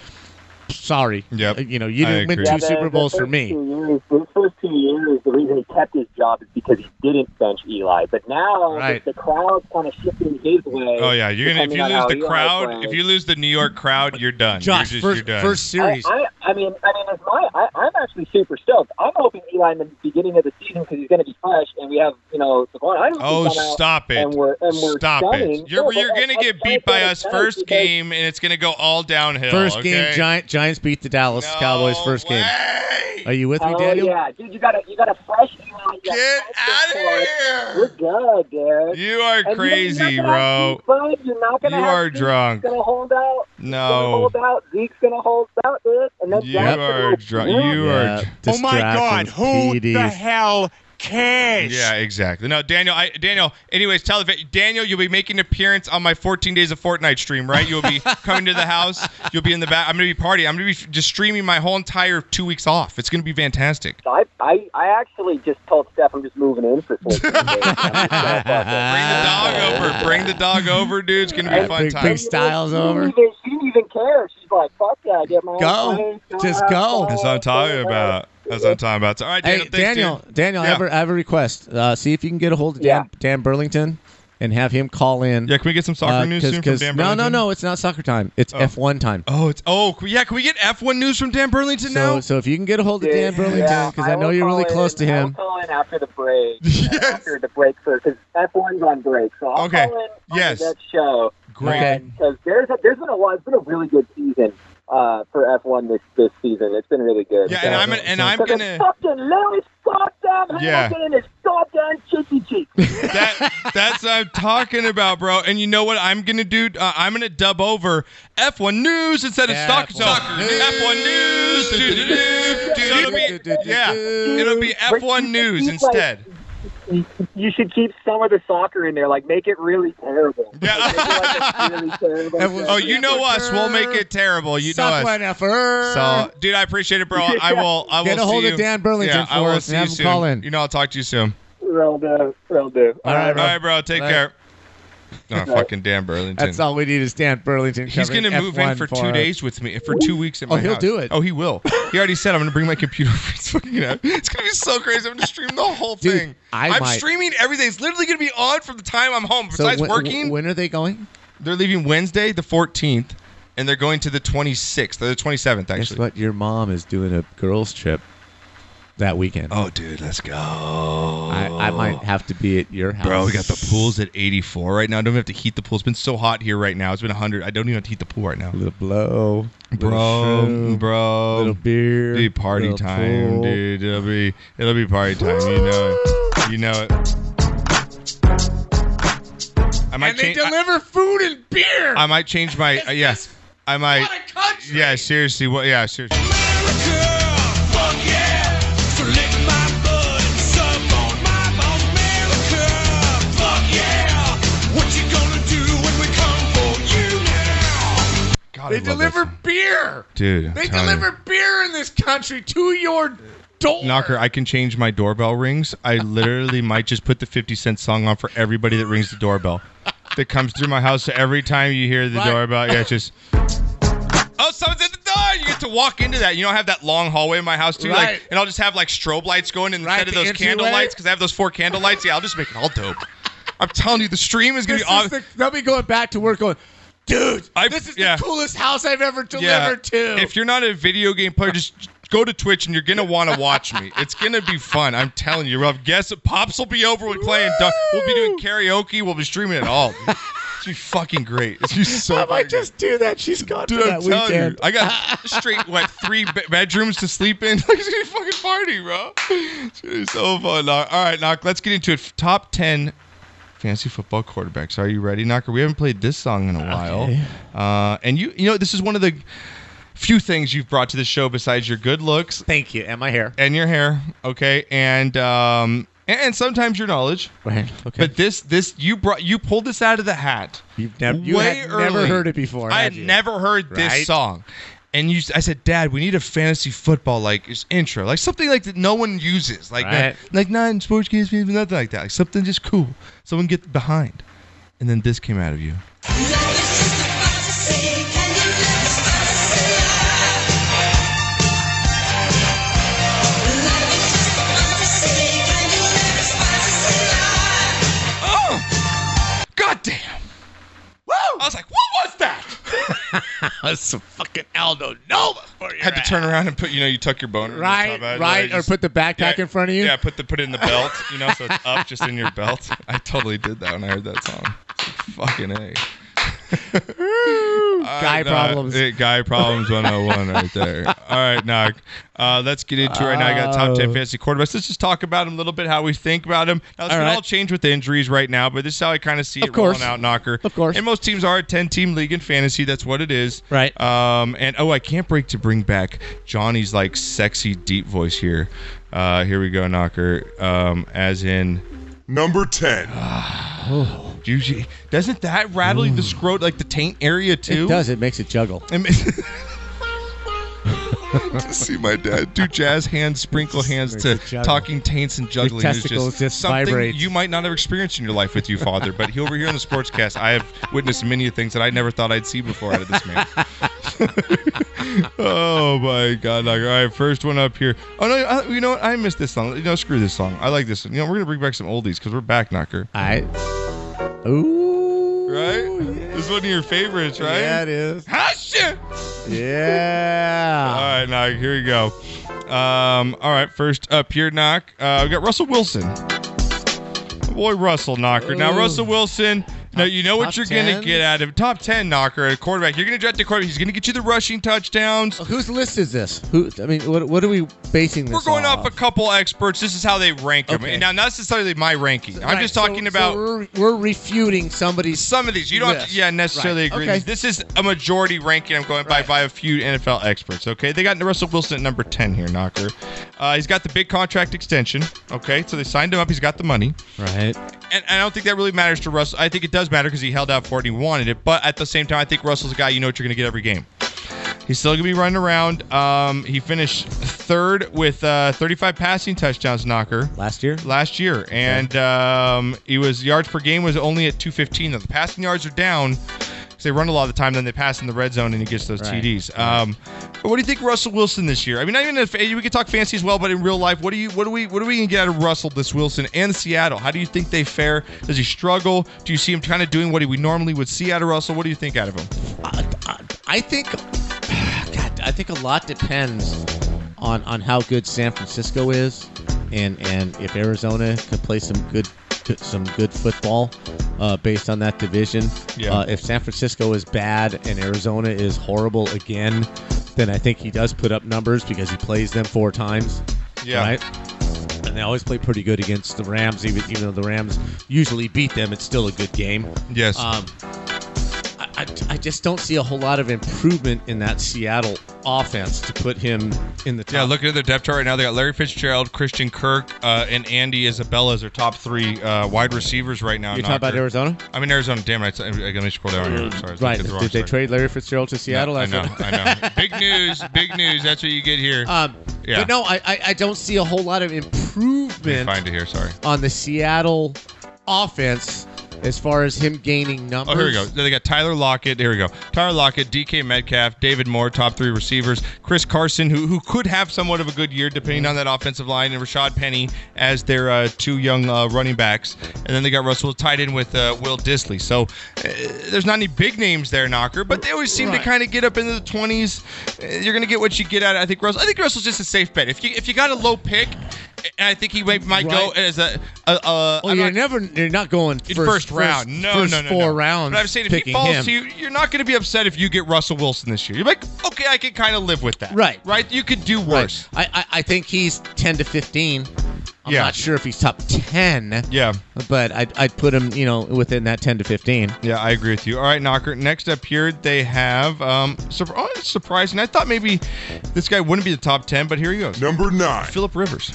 Sorry, yep. you know you didn't win two
Yeah, the-
Super
the
Bowls for
first
me.
two years- the first two years, the reason he kept his job is because he didn't bench Eli. But now
Right.
the the crowd's kind of shifting his way.
Oh yeah, you're gonna if
depending
you
on how
lose the
Eli
crowd,
plays.
if you lose the New York crowd, you're done.
Josh,
you're just,
first-
you're done.
first
I, I, I mean, I mean, it's my, I, I'm actually super stoked. I'm hoping Eli in the beginning of the season because he's going to be fresh, and we have, you know, Savon. I don't think
Oh,
he's gone out
stop it!
And we're, and we're
stop
stunning.
it! You're
No, but
you're
I-
gonna
I-
get
I
beat by
think
us
it's
first
because-
game, and it's gonna go all downhill.
First game,
okay?
Giant, Giants beat the Dallas Cowboys. First game. Are you with me,
oh,
Daniel?
yeah, dude, you got a, you got a fresh Eli. Get out of here! We're good, dude.
You are
And
crazy,
you're
bro.
not gonna have Zeke, bud. You're not gonna
You
have
are
Zeke.
drunk.
Gonna hold out. Gonna
No,
hold out. Zeke's gonna hold out, dude. And then
you
Jackson
are
will-
drunk. You
Yeah,
are. dr-
Oh my God, distractions, who the PDs.
hell cares?
Yeah, exactly. No, Daniel. I, Daniel. Anyways, tell the Daniel you'll be making an appearance on my 14 days of Fortnite stream, right? You'll be coming to the house. You'll be in the back. I'm gonna be partying. I'm gonna be just streaming my whole entire two weeks off. It's gonna be fantastic.
I, I, I actually just told Steph I'm just moving in for 14 days. I'm just gonna-
Over- Bring the dog over, dude. It's gonna be a fun
Big,
time.
big Styles
she
over.
Didn't even, she didn't even care. She's like, fuck yeah, I get my own
Go.
place, go
Just
out,
go.
That's what I'm talking about. That's what I'm talking about. So, all right, Daniel.
hey,
thanks, dude.
Daniel, Daniel, I,
Yeah.
have a, I have a request. Uh, see if you can get a hold of Dan, Dan Burlington and have him call in.
Yeah, can we get some soccer news soon from Dan
Uh, No, no,
Burlington?
no, it's not soccer time. It's F1 time.
Oh, it's oh yeah. Can we get F1 news from Dan Burlington
so
now?
so if you can get a hold of Dan Burlington because I know you're really close to
I'll
him.
call in after the break. After the break, because F1's on break. So I'll
Okay.
call in on
Yes.
the next show.
Great. Okay.
Because there's, a- there's been a lot, it's been a really good season uh, for F1 this, this season. It's been really good.
Yeah, and I'm gonna- and I'm
'Cause it's
gonna-
Fucking Lewis goddamn
Yeah.
Hamilton and his goddamn cheeky cheek.
That's what I'm talking about, bro. And you know what I'm gonna do? Uh, I'm gonna dub over F1 news instead of stock. So F1 news. do, do, do, do, so it'll be- Yeah, it'll be F1 news instead.
You should keep some of the soccer in there, like make it really terrible. Yeah.
Oh, you know us. We'll make it terrible. You know us. So, dude, I appreciate it, bro. I will. I will
Get a
see
hold of
you.
Dan Burlington
yeah, I
for
will
us
see
and have
you
him
soon.
call in.
You know, I'll talk to you soon.
Will do. Will do.
All right, bro.
all right, bro. Take
Bye.
care. Oh,
Bye.
fucking Dan Burlington.
That's all we need is Dan Burlington.
He's
going
gonna
to
move in for two days with me for two weeks at
Oh,
my
he'll
house.
do it.
Oh, he will. He already said I'm gonna bring my computer. it's fucking out. It's gonna be so crazy. I'm gonna stream the whole
Dude,
thing.
I
am
might-
streaming everything. It's literally gonna be on from the time I'm home.
So
Besides
when-
working,
when are they going?
They're leaving Wednesday the 14th, and they're going to the 26th or the 27th
Guess
actually.
what? Your mom is doing a girls' trip that weekend.
Oh, dude, let's go. I,
I might have to be at your house.
Oh. Bro, we got the pools at 84 right now. I don't even have to heat the pool. It's been so hot here right now. It's been 100. I don't even have to heat the pool right now.
Little blow,
bro,
shroom,
bro,
little beer,
be party
little
time,
pool.
dude. It'll be it'll be party time. You know it. You know it. I might
and they
change.
deliver food and beer.
I might change my. Uh, yes, I might. Yeah, seriously. What? Yeah, seriously. God, I
they
love that
deliver
song.
beer.
Dude, I'm
They
telling you.
deliver beer in this country to your door.
Knocker, I can change my doorbell rings. I literally might just put the 50 cent song on for everybody that rings the doorbell. That comes through my house. So every time you hear the doorbell, yeah, it's just. Oh, someone's at the door. You get to walk into that. You don't have that long hallway in my house too.
Right.
Like, and I'll just have like strobe lights going instead
Right,
of
the
those candle
entryway.
lights because I have those four candle lights. Yeah, I'll just make it all dope. I'm telling you, the stream is gonna
This
be awesome.
is the, they'll be going back to work going, dude, this is
yeah.
the coolest house I've ever
Yeah.
delivered to.
If you're not a video game player, just go to Twitch and you're gonna want to watch me. It's gonna be fun. I'm telling you, Rob. Guess what? Pops will be over. We'll be playing. du- We'll be doing karaoke. We'll be streaming it all. It's gonna be fucking great. It's gonna be so.
I
fucking
might just do that. She's gone
Dude,
for
I'm
that
telling
weekend.
you, I got straight what three be- bedrooms to sleep in. It's gonna be a fucking party, bro. It's gonna be so fun. Knock. All right, knock. Let's get into it. Top ten fantasy football quarterbacks. Are you ready, knocker? We haven't played this song in a while, uh, and you you know this is one of the few things you've brought to the show besides your good looks.
Thank you, and my hair,
and your hair. Okay, and um, and, and sometimes your knowledge.
Right. Okay.
But this, this you brought, you pulled this out of the hat.
You've never, you
way
had
early.
never heard it before.
I
had
had
you?
never heard this
Right?
song. And you, I said, Dad, we need a fantasy football like just intro, like something like that no one uses, like
Right.
not, like not in sports games, maybe nothing like that, like something just cool, someone get behind. And then this came out of you.
Oh!
God damn!
Woo! I was
like, what was that?
That's some fucking Aldo Nova for you.
Had to turn around and put, you know, you tuck your boner. in the
Right,
top out,
right,
just-
or put the backpack
Yeah,
in front of you.
Yeah, put the put it in the belt, you know, so it's up just in your belt. I totally did that when I heard that song. It's like, fucking a.
Guy
Alright, Nog.
problems.
Eh, guy problems 101 right there. All right, Nog. Uh, let's get into it right now. I got top 10
Oh.
fantasy quarterbacks. Let's just talk about him a little bit, how we think about him. Now, it's
All
going
right.
to all change with the injuries right now, but this is how I kind of see
Of
it
course.
rolling out, Knocker. Of course. And most teams are a 10 team league in fantasy. That's what it is. Right. Um, and oh, I can't break to bring back Johnny's like sexy deep voice here. Uh, here we go, Knocker. Um, as in number 10. oh. Doesn't that rattle the scrot like the taint area too?
It does. It makes it juggle.
I mean- to see my dad do jazz hands, sprinkle hands to
makes it juggle.
talking taints and juggling. is
testicles just
something
vibrate.
you might not have experienced in your life with you, father. but he over here on the sportscast, I have witnessed many things that I never thought I'd see before out of this man. oh my god! Like, all right, first one up here. Oh no, I, you know what? I missed this song. You know, screw this song. I like this. one. You know, we're gonna bring back some oldies because we're back knocker.
I. Ooh.
Right? This is one of your favorites, right?
Oh,
Ah,
Yeah, it is.
Hush ya!
Yeah.
All right, Knock. Here we go. Um, all right, first up here, Knock. Uh, we got Russell Wilson. Boy, Russell Knocker. Now,
Ooh.
Russell Wilson. Now you know
top
what you're
10?
gonna get out of top ten knocker at quarterback. You're gonna draft a quarterback. He's gonna get you the rushing touchdowns.
Whose list is this? Who? I mean, what, what are we basing this?
We're going
off?
off a couple experts. This is how they rank them.
Okay.
And now, not necessarily my ranking. I'm
Right,
just
so-
talking
so
about
we're, we're refuting somebody's
some of these. You don't have to, yeah necessarily agree.
Okay.
This is a majority ranking. I'm going by by a few NFL experts. Okay, they got Russell Wilson at number ten here, knocker. Uh, he's got the big contract extension. Okay, so they signed him up. He's got the money.
Right.
And I don't think that really matters to Russell. I think it does matter because he held out for it. and He wanted it. But at the same time, I think Russell's a guy you know what you're going to get every game. He's still going to be running around. Um, he finished third with uh, 35 passing touchdowns, knocker.
Last year?
Last year. And um, he was yards per game was only at 215. Now, the passing yards are down because they run a lot of the time. Then they pass in the red zone and he gets those
Right.
TDs. Um, but what do you think Russell Wilson this year? I mean, not even if we could talk fancy as well, but in real life, what do you what do we what are we gonna get out of Russell this Wilson and Seattle? How do you think they fare? Does he struggle? Do you see him kind of doing what we normally would see out of Russell? What do you think out of him?
I think, God, I think a lot depends on on how good San Francisco is, and and if Arizona could play some good some good football uh, based on that division.
Yeah.
Uh, if San Francisco is bad and Arizona is horrible again, then I think he does put up numbers because he plays them four times.
Yeah.
Right. And they always play pretty good against the Rams, even even though the Rams usually beat them. It's still a good game.
Yes.
Um, I, I just don't see a whole lot of improvement in that Seattle offense to put him in the top.
Yeah, looking at their depth chart right now, they got Larry Fitzgerald, Christian Kirk, uh, and Andy Isabella as their top three uh, wide receivers right now.
You're talking about
Knocker.
Arizona?
I mean Arizona. Damn it! I, I, let me scroll down here. Sorry, I was
Mm-hmm.
looking
right.
at the wrong
Did they
side.
trade Larry Fitzgerald to Seattle?
No, I
That's
know.
what-
I know. Big news. Big news. That's what you get here.
Um,
yeah.
But no, I, I, I don't see a whole lot of
Let me
improvement
find it here. Sorry.
on the Seattle offense as far as him gaining numbers.
Oh, here we go. They got Tyler Lockett. Here we go. Tyler Lockett, DK Metcalf, David Moore, top three receivers. Chris Carson, who who could have somewhat of a good year depending on that offensive line, and Rashad Penny as their uh, two young uh, running backs. And then they got Russell tied in with uh, Will Disley. So uh, there's not any big names there, Knocker, but they always seem
Right.
to kind of get up into the 20s. Uh, You're going to get what you get out. of I think Russell. I think Russell's just a safe bet. If you if you got a low pick, and I think he might, might go
Right.
as a. a, a
Well, you're never, you're not going first,
in first, round. no,
first
no, no,
four
no.
rounds.
But I'm saying if
picking
he falls
him.
to you, you're not going to be upset if you get Russell Wilson this year. You're like, okay, I can kind of live with that.
Right.
Right. You could do worse.
I, I, I think he's 10 to 15. I'm
Yeah.
not sure if he's top 10.
Yeah.
But I'd, I'd put him, you know, within that 10 to 15.
Yeah, I agree with you. All right, Knocker. Next up here, they have um, sur- oh, it's surprising. I thought maybe this guy wouldn't be the top ten, but here he goes. Number nine, Philip Rivers.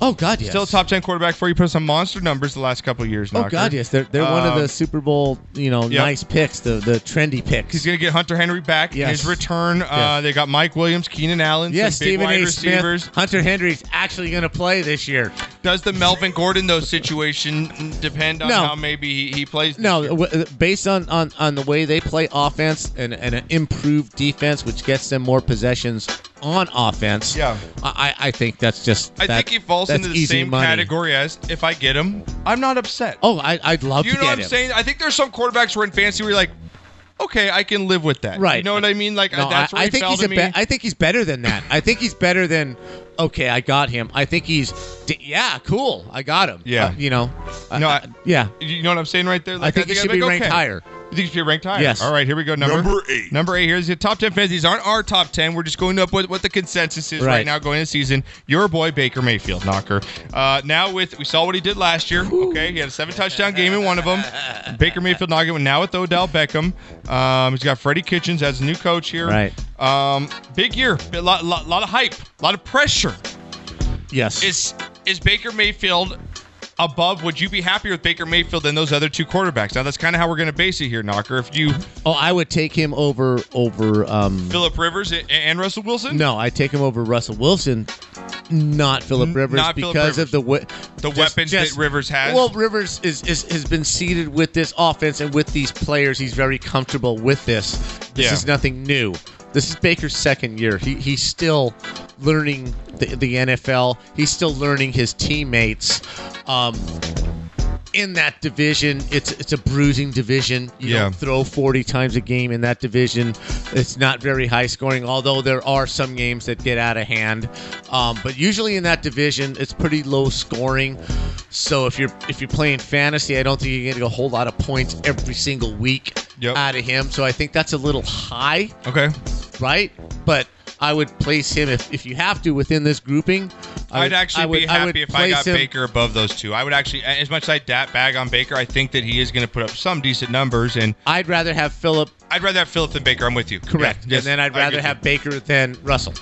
Oh God, yes.
Still a top ten quarterback for you. Put some monster numbers the last couple of years.
Oh
Knocker.
God, yes. They're they're one of
Um,
the Super Bowl, you know,
yep.
nice picks, the the trendy picks.
He's going to get Hunter Henry back in
Yes.
his return. Uh,
Yes.
they got Mike Williams, Keenan Allen,
Yes,
some big
Stephen
wide
A. Smith.
receivers.
Hunter Henry's actually going to play this year.
Does the Melvin Gordon though situation depend on
No.
how maybe he, he plays?
No, w- uh, based on, on, on the way they play offense and, and an improved defense, which gets them more possessions on offense. Yeah, I, I I think that's just.
I
that-
think he falls
that's
into the
easy
same
money.
category as if I get him, I'm not upset.
Oh, I, I'd love
you
to
know
get
what I'm
him.
saying? I think there's some quarterbacks where in fantasy where you're like, okay, I can live with that. You
Right.
know what I mean? Like uh,
No,
that's
I,
where
I
he
think
fell
he's
to
a
me.
be- I think he's better than that. I think he's better than. Okay, I got him. I think he's. d- Yeah, cool. I got him.
Yeah.
Uh, you know. I-
no,
I-
I-
yeah.
You know what I'm saying right there?
I think he should
I'd
be
like,
ranked
okay.
higher.
You think he should be ranked higher?
Yes.
All right, here we go. Number,
Number
eight. Number eight. Here's your top ten fans. These aren't our top ten. We're just going up with what the consensus is right,
Right.
now going into the season. Your boy Baker Mayfield, knocker. Uh, now with we saw what he did last year. Okay, he had a seven touchdown game in one of them. Baker Mayfield knocking now with Odell Beckham. Um, he's got Freddie Kitchens as a new coach here.
Right.
Um, big year. A lot, lot, lot of hype. A lot of pressure.
Yes.
Is is Baker Mayfield above? Would you be happier with Baker Mayfield than those other two quarterbacks? Now that's kind of how we're going to base it here, Knocker. If you
Oh, I would take him over over. Um,
Philip Rivers a- and Russell Wilson,
No, I take him over Russell Wilson, not Philip Rivers,
Hmm? not Philip
because of the way
the weapons that Rivers has.
Well, Rivers is, is has been seated with this offense and with these players. He's very comfortable with this. This
Yeah.
is nothing new. This is Baker's second year. He, he's still learning the, the NFL. He's still learning his teammates. Um, in that division, it's it's a bruising division. You
Yeah.
don't throw 40 times a game in that division. It's not very high scoring, although there are some games that get out of hand. Um, but usually in that division, it's pretty low scoring. So if you're if you're playing fantasy, I don't think you're getting a whole lot of points every single week out of him. So I think that's a little high.
Okay.
Right, but. I would place him if, if you have to within this grouping. I
I'd
would-
actually
I would-
be
I
happy
would
if I
place
got
him-
Baker above those two. I would actually, as much as I dat bag on Baker, I think that he is going to put up some decent numbers. And
I'd rather have Philip.
I'd rather have Philip than Baker. I'm with you.
Correct.
Yeah, yes,
and then I'd
I
rather
get
have Baker than Russell.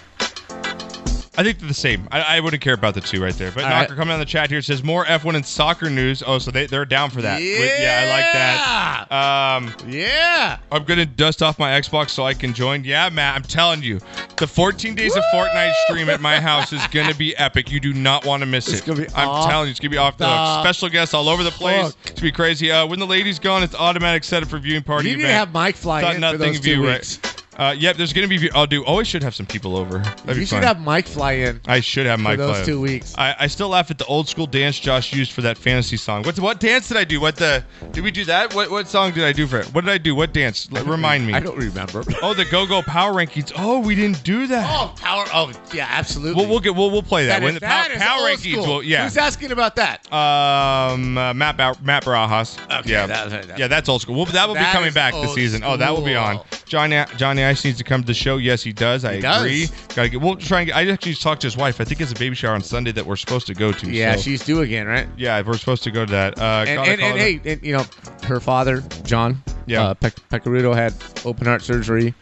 I think they're the same. I, I wouldn't care about the two right there. But
All
Knocker
right.
coming on the chat here says more F1 and soccer news. Oh, so they, they're down for that. Yeah, yeah I like that. Um,
yeah.
I'm going to dust off my Xbox so I can join. Yeah, Matt, I'm telling you. The 14 days of Fortnite stream at my house is going to be epic. You do not want to miss it.
gonna be
I'm
off
telling you, it's going to be off the,
the
hook. Special guests all over the place.
hook.
It's going to be crazy. Uh, when the lady's gone, it's automatic setup for viewing party
You need to
event.
have Mike fly
Thought
in for
nothing
those
of
two
you,
weeks.
Right. Uh, yep, there's going to be. view- I'll do. Always should have some people over. That'd be
you should
fun.
have Mike fly in.
I should have Mike
those
Flynn.
two weeks.
I, I still laugh at the old school dance Josh used for that fantasy song. What what dance did I do? What the did we do that? What what song did I do for it? What did I do? What dance? L- Remind me.
I don't remember.
Oh, the Go Go Power Rankings. Oh, we didn't do that.
Oh, power. Oh, yeah, absolutely.
We'll, we'll get we'll, we'll play that,
That
when
is-
the
that
pow-
is
Power
old
Rankings.
school.
Will, yeah.
Who's asking about that?
Um, uh, Matt Ba- Matt Barajas.
Okay,
yeah,
that- that-
yeah, that's old school. Well, that will be
That
coming
is
back this
old
season. Oh, that will be on. Johnny Johnny Ice needs to come to the show. Yes, he does. I
He does.
agree. Got to get. We'll try and get. I actually talked to his wife. I think it's a baby shower on Sunday that we're supposed to go to.
Yeah,
so-
she's due again, right?
Yeah, if we're supposed to go to that. Uh,
and
gotta
and,
call
and
it a-
hey, and, you know, her father, John. Yeah. Uh, Pec- Pecorito had open heart surgery.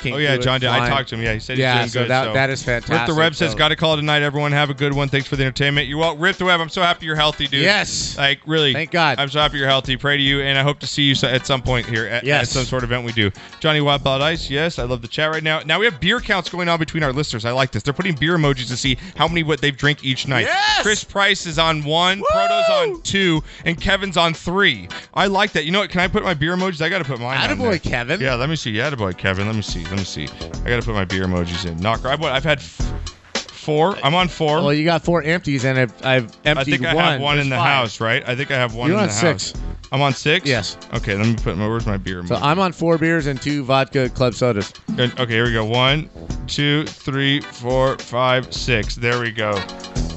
Can't
oh yeah,
do it,
John did. I
fine.
talked to him. Yeah, he said
yeah,
he's
so
doing good.
That,
so.
that is
Rip
fantastic.
the Web says,
so-
"Got to call it tonight, everyone. Have a good one. Thanks for the entertainment. You're welcome. Rip the Web. I'm so happy you're healthy, dude.
Yes.
like really.
Thank God.
I'm so happy you're healthy. Pray to you, and I hope to see you so- at some point here at,
Yes.
at some sort of event we do. Johnny Wild Wild Ice. Yes, I love the chat right now. Now we have beer counts going on between our listeners. I like this. They're putting beer emojis to see how many what they've drank each night.
Yes!
Chris Price is on one, Proto's on two, and Kevin's on three. I like that. You know what? Can I put my beer emojis? I got to put mine. on there.
Attaboy, Kevin.
Yeah, let me see. Yeah, boy, Kevin. Let me see. Let me see. I gotta put my beer emojis in. Knocker. I've, I've had f- four. I'm on four.
Well, you got four empties, and I've, I've emptied
I think I
one.
have one
There's
in the
five.
house, right? I think I have one
You're
in
on
the
six.
house. I'm on six.
Yes.
Okay, let me put my. Where's my beer emoji?
So I'm on four beers and two vodka club sodas.
Good. Okay, here we go. One, two, three, four, five, six. There we go.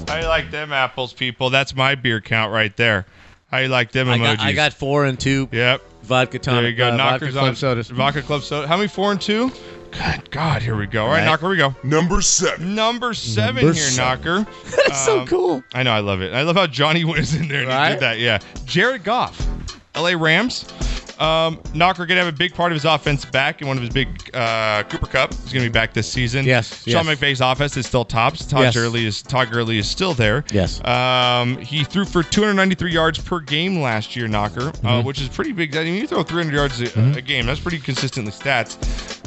How you like them apples, people? That's my beer count right there. How you like them emojis?
I got, I got four and two.
Yep.
Vodka tonic.
There you go.
uh, vodka
Knockers
club
on
sodas.
Vodka club soda. How many four and two? God, God, here we go. All right,
Right.
knocker, here we go. Number seven. Number seven
Number
here,
seven.
knocker. That's so cool. I know, I love it. I love how Johnny was in there and he did that. Yeah, Jared Goff, L.A. Rams. Um, Knocker going to have a big part of his offense back in one of his big uh, Cooper Cup. He's going to be back this season.
Yes,
Sean
yes.
McVay's offense is still tops. Todd
Yes.
Gurley is Todd Gurley is still there.
Yes.
Um, he threw for 293 yards per game last year, Knocker, uh,
Mhm.
which is pretty big. I mean, you throw 300 yards a,
Mhm.
a game. That's pretty consistently stats.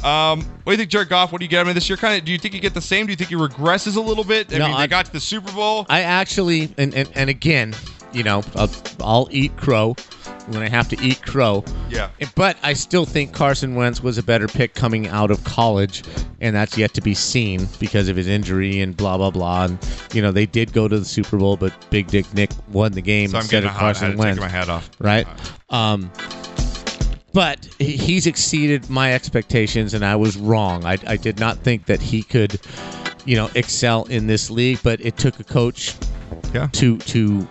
Um, what do you think, Jared Goff? What do you get out of this year? Kind of. Do you think you get the same? Do you think he regresses a little bit? I
No,
mean,
I-
they got to the Super Bowl.
I actually, and, and, and again, you know, I'll, I'll eat crow when I have to eat crow.
Yeah.
But I still think Carson Wentz was a better pick coming out of college, and that's yet to be seen because of his injury and blah, blah, blah. And, you know, they did go to the Super Bowl, but Big Dick Nick won the game
So I'm
instead
getting
of
a hot
Carson
hat. I'm
Wentz.
taking my hat off.
Right? Um, but he- he's exceeded my expectations and i was wrong I, I did not think that he could you know excel in this league but it took a coach to to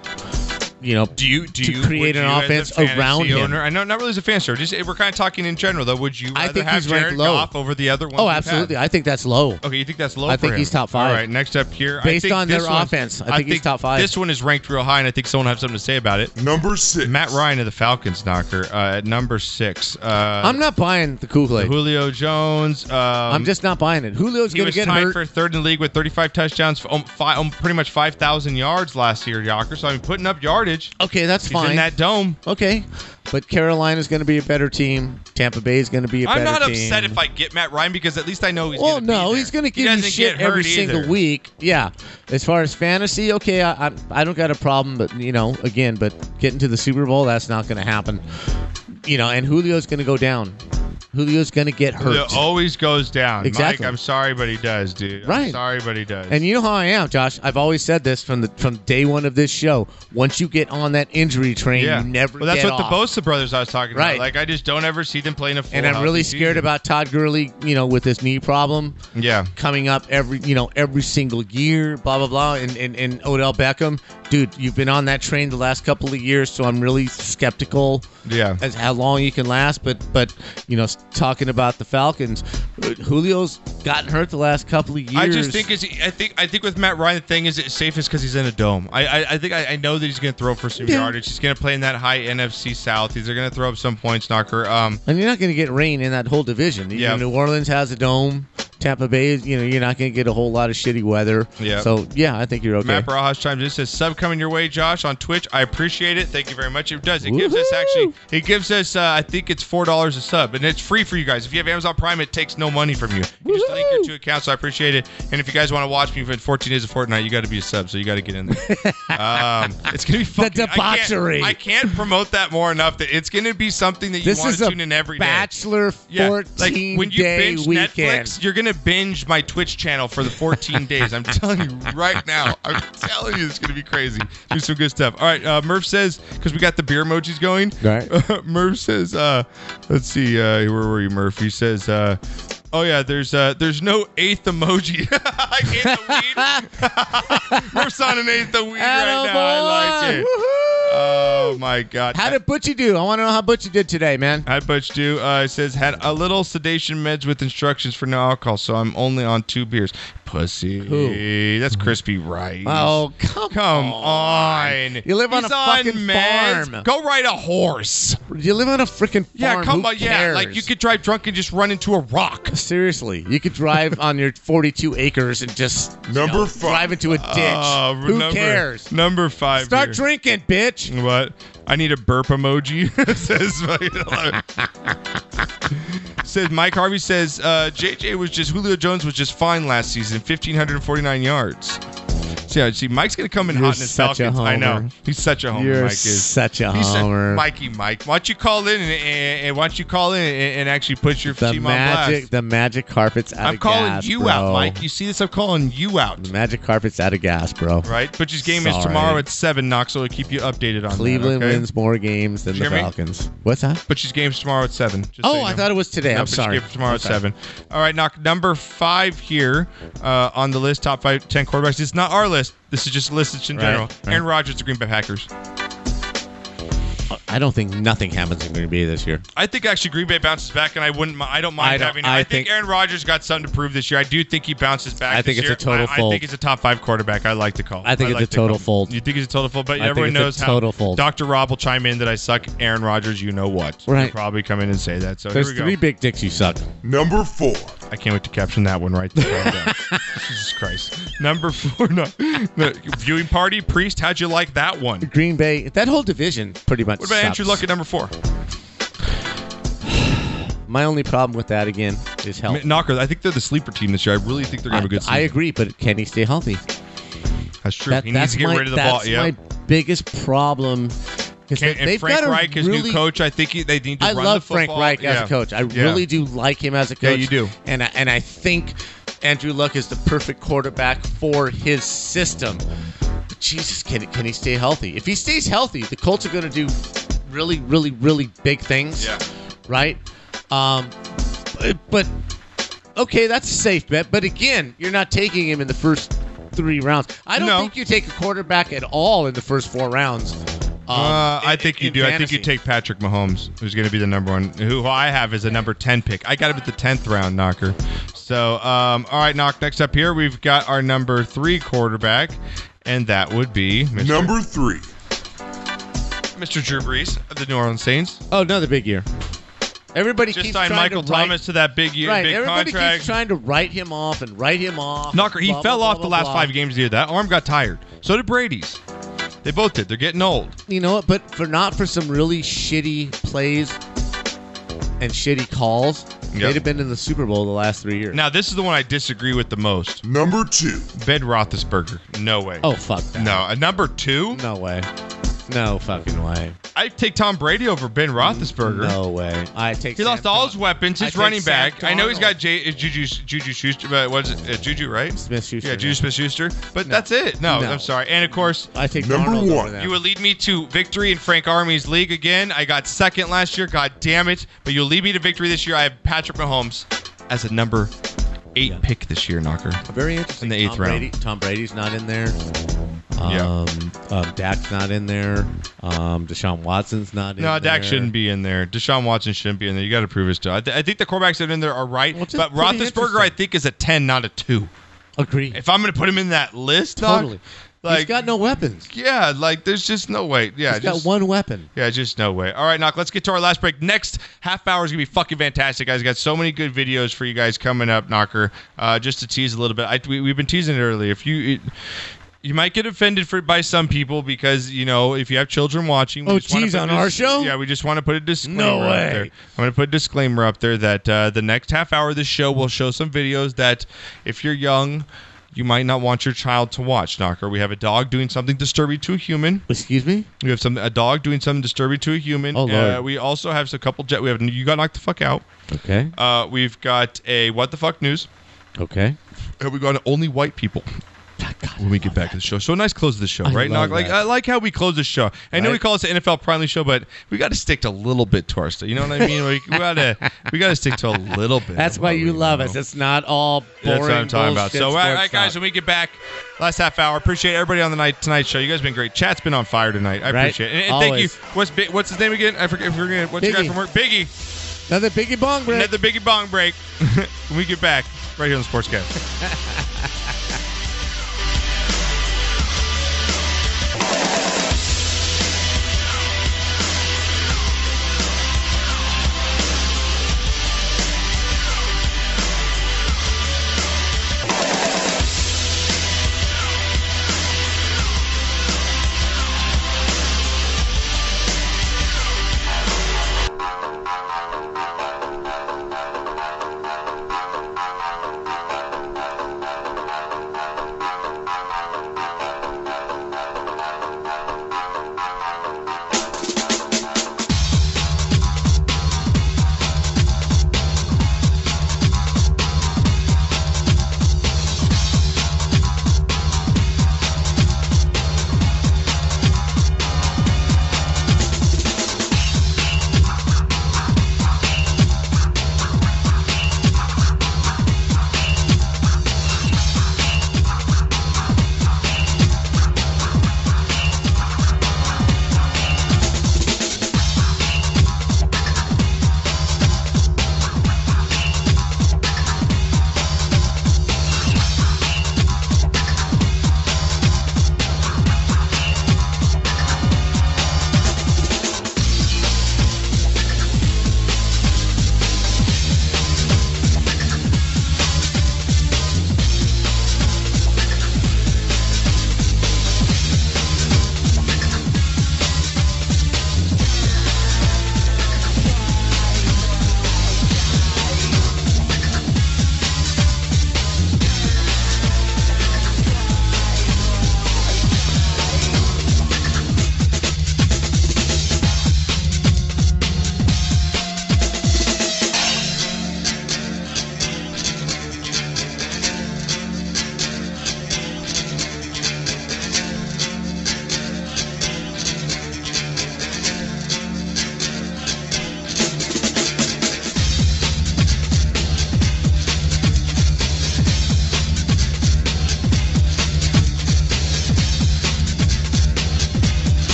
you know
do you do
to
you-
create
would
an
you as a
offense
fantasy
around him
Owner, I know, not really as a fan, sir. Just we're kind of talking in general, though. Would you rather
think
have
he's ranked
Jared
low.
Goff over the other one?
oh absolutely i think that's low
Okay, you think that's low?
I
for
think
him?
he's top five.
All right, next up here, I
Based
think
on their
this one-
offense, I think he's top five.
This one is ranked real high, and I think someone will have something to say about it. Number six, Matt Ryan of the Falcons, knocker uh, at number six. Uh,
i'm not buying the kool-aid
Julio Jones. Um,
i'm just not buying it julio's
he
gonna
was
get
tied
hurt
for third in the league with 35 touchdowns, um, fi- um, pretty much 5,000 yards last year, Yocker. So I'm mean, putting up yardage.
Okay, that's
he's
fine.
In that dome.
Okay, but Carolina's going to be a better team. Tampa Bay is going to be a
I'm
better
not
team.
upset if I get Matt Ryan because at least I know he's
Well,
gonna be
no,
there.
he's going to
He
give you
doesn't
shit
get hurt
every
either.
single week. Yeah. As far as fantasy, okay, I, I I don't got a problem, but you know, again, but getting to the Super Bowl, that's not going to happen. You know, and Julio's going to go down. Julio's going to get hurt.
Julio always goes down.
Exactly.
Mike, I'm sorry, but he does, dude. I'm
Right.
sorry, but he does.
And you know how I am, Josh. I've always said this from the from day one of this show. Once you get on that injury train,
yeah.
you never.
Well, that's
get
what
off.
the Bosa brothers I was talking
Right.
about. Like I just don't ever see them playing a full.
and I'm really
healthy
scared about Todd Gurley, you know, with this knee problem.
Yeah.
Coming up every, you know, every single year, blah blah blah, and and, and Odell Beckham, dude, you've been on that train the last couple of years, so I'm really skeptical.
Yeah.
As how long you can last, but but you know, s- talking about the Falcons, Julio's gotten hurt the last couple of years.
I just think is I think I think with Matt Ryan the thing is it's safe is because he's in a dome. I I, I think I, I know that he's going to throw for some
Yeah.
yardage. He's going to play in that high NFC South. He's going to throw up some points, knocker. Um,
And you're not going to get rain in that whole division. You
Yeah.
know, New Orleans has a dome. Tampa Bay, is- you know, you're not going to get a whole lot of shitty weather.
Yeah.
So yeah, I think you're okay.
Matt Barajas chimes in says sub coming your way, Josh on Twitch. I appreciate it. Thank you very much. It does. It gives us actually. It gives us. Uh, I think it's four dollars a sub, and it's free for you guys. If you have Amazon Prime, it takes no money from you. You just link your two accounts. So I appreciate it. And if you guys want to watch me for 14 days of Fortnite, you got to be a sub. So you got to get in there. um, it's gonna be fucking, I can't-
debauchery.
I can't, promote that more enough. That it's gonna be something that you
This
want
is
to
a
tune in every day.
Bachelor 14
like when you
day
binge
weekend.
Netflix, you're gonna binge my Twitch channel for the 14 days. I'm telling you right now. I'm telling you, it's gonna be crazy. Do some good stuff. All right, uh, Murph says because we got the beer emojis going.
Right.
Murph says, uh, let's see, uh, where were you, Murph? He says, uh, oh yeah, there's uh, there's no eighth emoji. I can't the weed. Murph's on an eighth of weed right now. I like
Attaboy!
it. Oh my god.
How did Butchie do? I want to know how Butchie did today, man.
Hi, Butch Do. Uh, it says, had a little sedation meds with instructions for no alcohol, so I'm only on two beers. Pussy.
Who? Mm-hmm.
That's crispy rice.
Oh, come,
come on.
You live on
He's
a fucking
meds.
farm.
Go ride a horse.
You live on a freaking farm.
Yeah, come
Who
on. Yeah, like
cares?
you could drive drunk and just run into a rock.
Seriously, you could drive on your 42 acres and just number drive into a ditch.
Oh,
Who
number-
cares?
Number five.
Start
here.
drinking, bitch.
What? I need a burp emoji. says, says Mike Harvey says uh, JJ was just Julio Jones was just fine last season, fifteen hundred and forty nine yards. See, I see Mike's gonna come in
You're
hot in his
such a
Falcons. I know
homer.
he's such a homer.
You're
Oh, Mike is
such a
He's
homer.
Mikey, Mike, why don't you call in and, and, and why don't you call in and, and actually put your
The
team on
magic,
blast?
the magic carpet's out
I'm
of
calling
gas,
you
bro.
out, Mike. You see this? I'm calling you out.
The magic carpet's out of gas, bro.
Right? Butchie's game is
Sorry.
tomorrow at seven. Knox, so we'll keep you updated on that,
Cleveland
okay?
wins more games than
Did you
the
hear me?
Falcons. What's that?
Butchie's game's tomorrow at seven. just
Oh,
so you
I
know.
thought it was today.
No,
I'm
Butchie's
sorry.
game tomorrow
I'm
at
sorry.
seven. All right, knock number five here uh, on the list. Top five, ten quarterbacks. It's not our list. This is just a list that's in
Right,
general.
right.
Aaron Rodgers, the Green Bay Packers.
I don't think nothing happens in Green Bay this year.
I think actually Green Bay bounces back, and I wouldn't. mi- I don't mind
I don't-
having. I,
I
think,
think-
Aaron Rodgers got something to prove this year. I do think he bounces back.
I think
this
it's a
year.
total
I- I,
fold.
think he's a top five quarterback. I like the call.
I think it's
like
a
the
total
call.
fold.
You think it's a total fold, but
I think
everyone
it's a
knows
total
how.
fold.
Dr. Rob will chime in that I suck Aaron Rodgers. You know what? He'll
Right.
probably come in and say that. So
There's
here we go.
three big dicks you suck.
Number four. I can't wait to caption that one right there. Jesus Christ. Number four. No, no. Viewing party, Priest, how'd you like that one?
Green Bay, that whole division pretty much.
What about Andrew
sucks.
Luck at number four?
My only problem with that again is health.
M- Knocker, I think they're the sleeper team this year. I really think they're going to have a good season.
I agree, but can he stay healthy?
That's true. He needs
that's
to get
my,
rid of the ball,
that's
yeah.
my biggest problem. Because
Can- and
they've
Frank
got a
Reich, his
really-
new coach, I think he, they need to
I
run
love
the
Frank
football.
Reich as
Yeah.
a coach. I
Yeah.
really do like him as a
Yeah,
coach.
you do.
And I, and I think Andrew Luck is the perfect quarterback for his system. But Jesus, can can he stay healthy? If he stays healthy, the Colts are going to do really, really, really big things. Yeah. Right. Um, but- but okay, that's a safe bet. But again, you're not taking him in the first three rounds. I don't think you take a quarterback at all in the first four rounds. Um,
uh, I
in-
think you
in
do. I think you
fantasy.
take Patrick Mahomes, who's going to be the number one, who I have as a number 10 pick. I got him at the 10th round, Knocker. So, um, all right, Knock, next up here, we've got our number three quarterback, and that would be Mr.
Number three.
Mr. Drew Brees of the New Orleans Saints.
Oh, another big year. Everybody
Just
keeps
signed
trying
Michael
to write-
Thomas to that big year,
right,
big
everybody
contract.
keeps trying to write him off and write him off.
Knocker, he
blah,
fell
blah,
off
blah,
the
blah,
last
blah.
five games of the year. That arm got tired. So did Brady's. They both did. They're getting old.
You know what? But for not for some really shitty plays and shitty calls, they'd have been in the Super Bowl the last three years.
Now, this is the one I disagree with the most.
Number two.
Ben Roethlisberger. No way.
Oh fuck that.
No, uh, number two?
No way. No fucking way.
I take Tom Brady over Ben Roethlisberger.
No way. I take.
He
Sam
lost all his weapons.
I
His
take
running
Sam
back. I know he's got J, uh, Juju Juju Schuster, but what is it? Uh, Juju, right?
Smith Schuster.
Yeah, Juju Smith Schuster. But that's it. No,
No.
I'm sorry. And of course,
I take Number Darnold over one. them.
You would lead me to victory in Frank Army's league again. I got second last year. God damn it! But you'll lead me to victory this year. I have Patrick Mahomes as a number eight pick this year, Knocker.
Very interesting.
In the eighth
Tom
round.
Brady, Tom Brady's not in there. Um,
Yeah.
um, Dak's not in there. Um, Deshaun Watson's not in
No,
there.
Dak shouldn't be in there. Deshaun Watson shouldn't be in there. You got to prove his to. I, th- I think the quarterbacks that are in there are right, but
pretty
Roethlisberger I think is a ten, not a two.
Agree.
If I'm going to put him in that list, Doc,
Totally.
like,
he's got no weapons.
yeah, like there's just no way. Yeah,
he's
just
got one weapon.
yeah, just no way. All right, Knock, let's get to our last break. Next half hour is going to be fucking fantastic, guys. Got so many good videos for you guys coming up, Knocker. Uh, just to tease a little bit, I, we, we've been teasing it earlier. If you. It, you might get offended for by some people because you know if you have children watching. We
Oh,
just wanna
geez,
put
on
this-
our show?
Yeah, we just want to put a disclaimer
No way.
up there. I'm going to put a disclaimer up there that uh, the next half hour of this show will show some videos that if you're young. You might not want your child to watch, Knocker. We have a dog doing something disturbing to a human.
Excuse me.
We have some a dog doing something disturbing to a human.
Oh,
uh,
Lord.
we also have a couple. Jet. We have you got knocked the fuck out.
Okay.
Uh, we've got a what the fuck news.
Okay.
And we got only white people. when we get back to the show, so a nice close to the show,
I
right? Knock,
love
like
that.
I like how we close the show. I know we
Right.
call this the NFL Primely Show, but we got to stick to a little bit to our stuff. You know what I mean? we, we gotta we gotta stick to a little bit.
That's why you love us. It's not all boring.
That's what I'm talking about.
bullshit
So, all right, all right,
sports
guys, when we get back, last half hour. Appreciate everybody on the night tonight show. You guys been great. Chat's been on fire tonight. I
Right?
appreciate it. And, and thank you.
Always.
What's Bi- what's his name again? I forget. I forget. What's your guy
Biggie.
from work? Biggie.
talk. Another biggie bong break.
Another Biggie Bong break. when we get back, right here on the Sports Cast.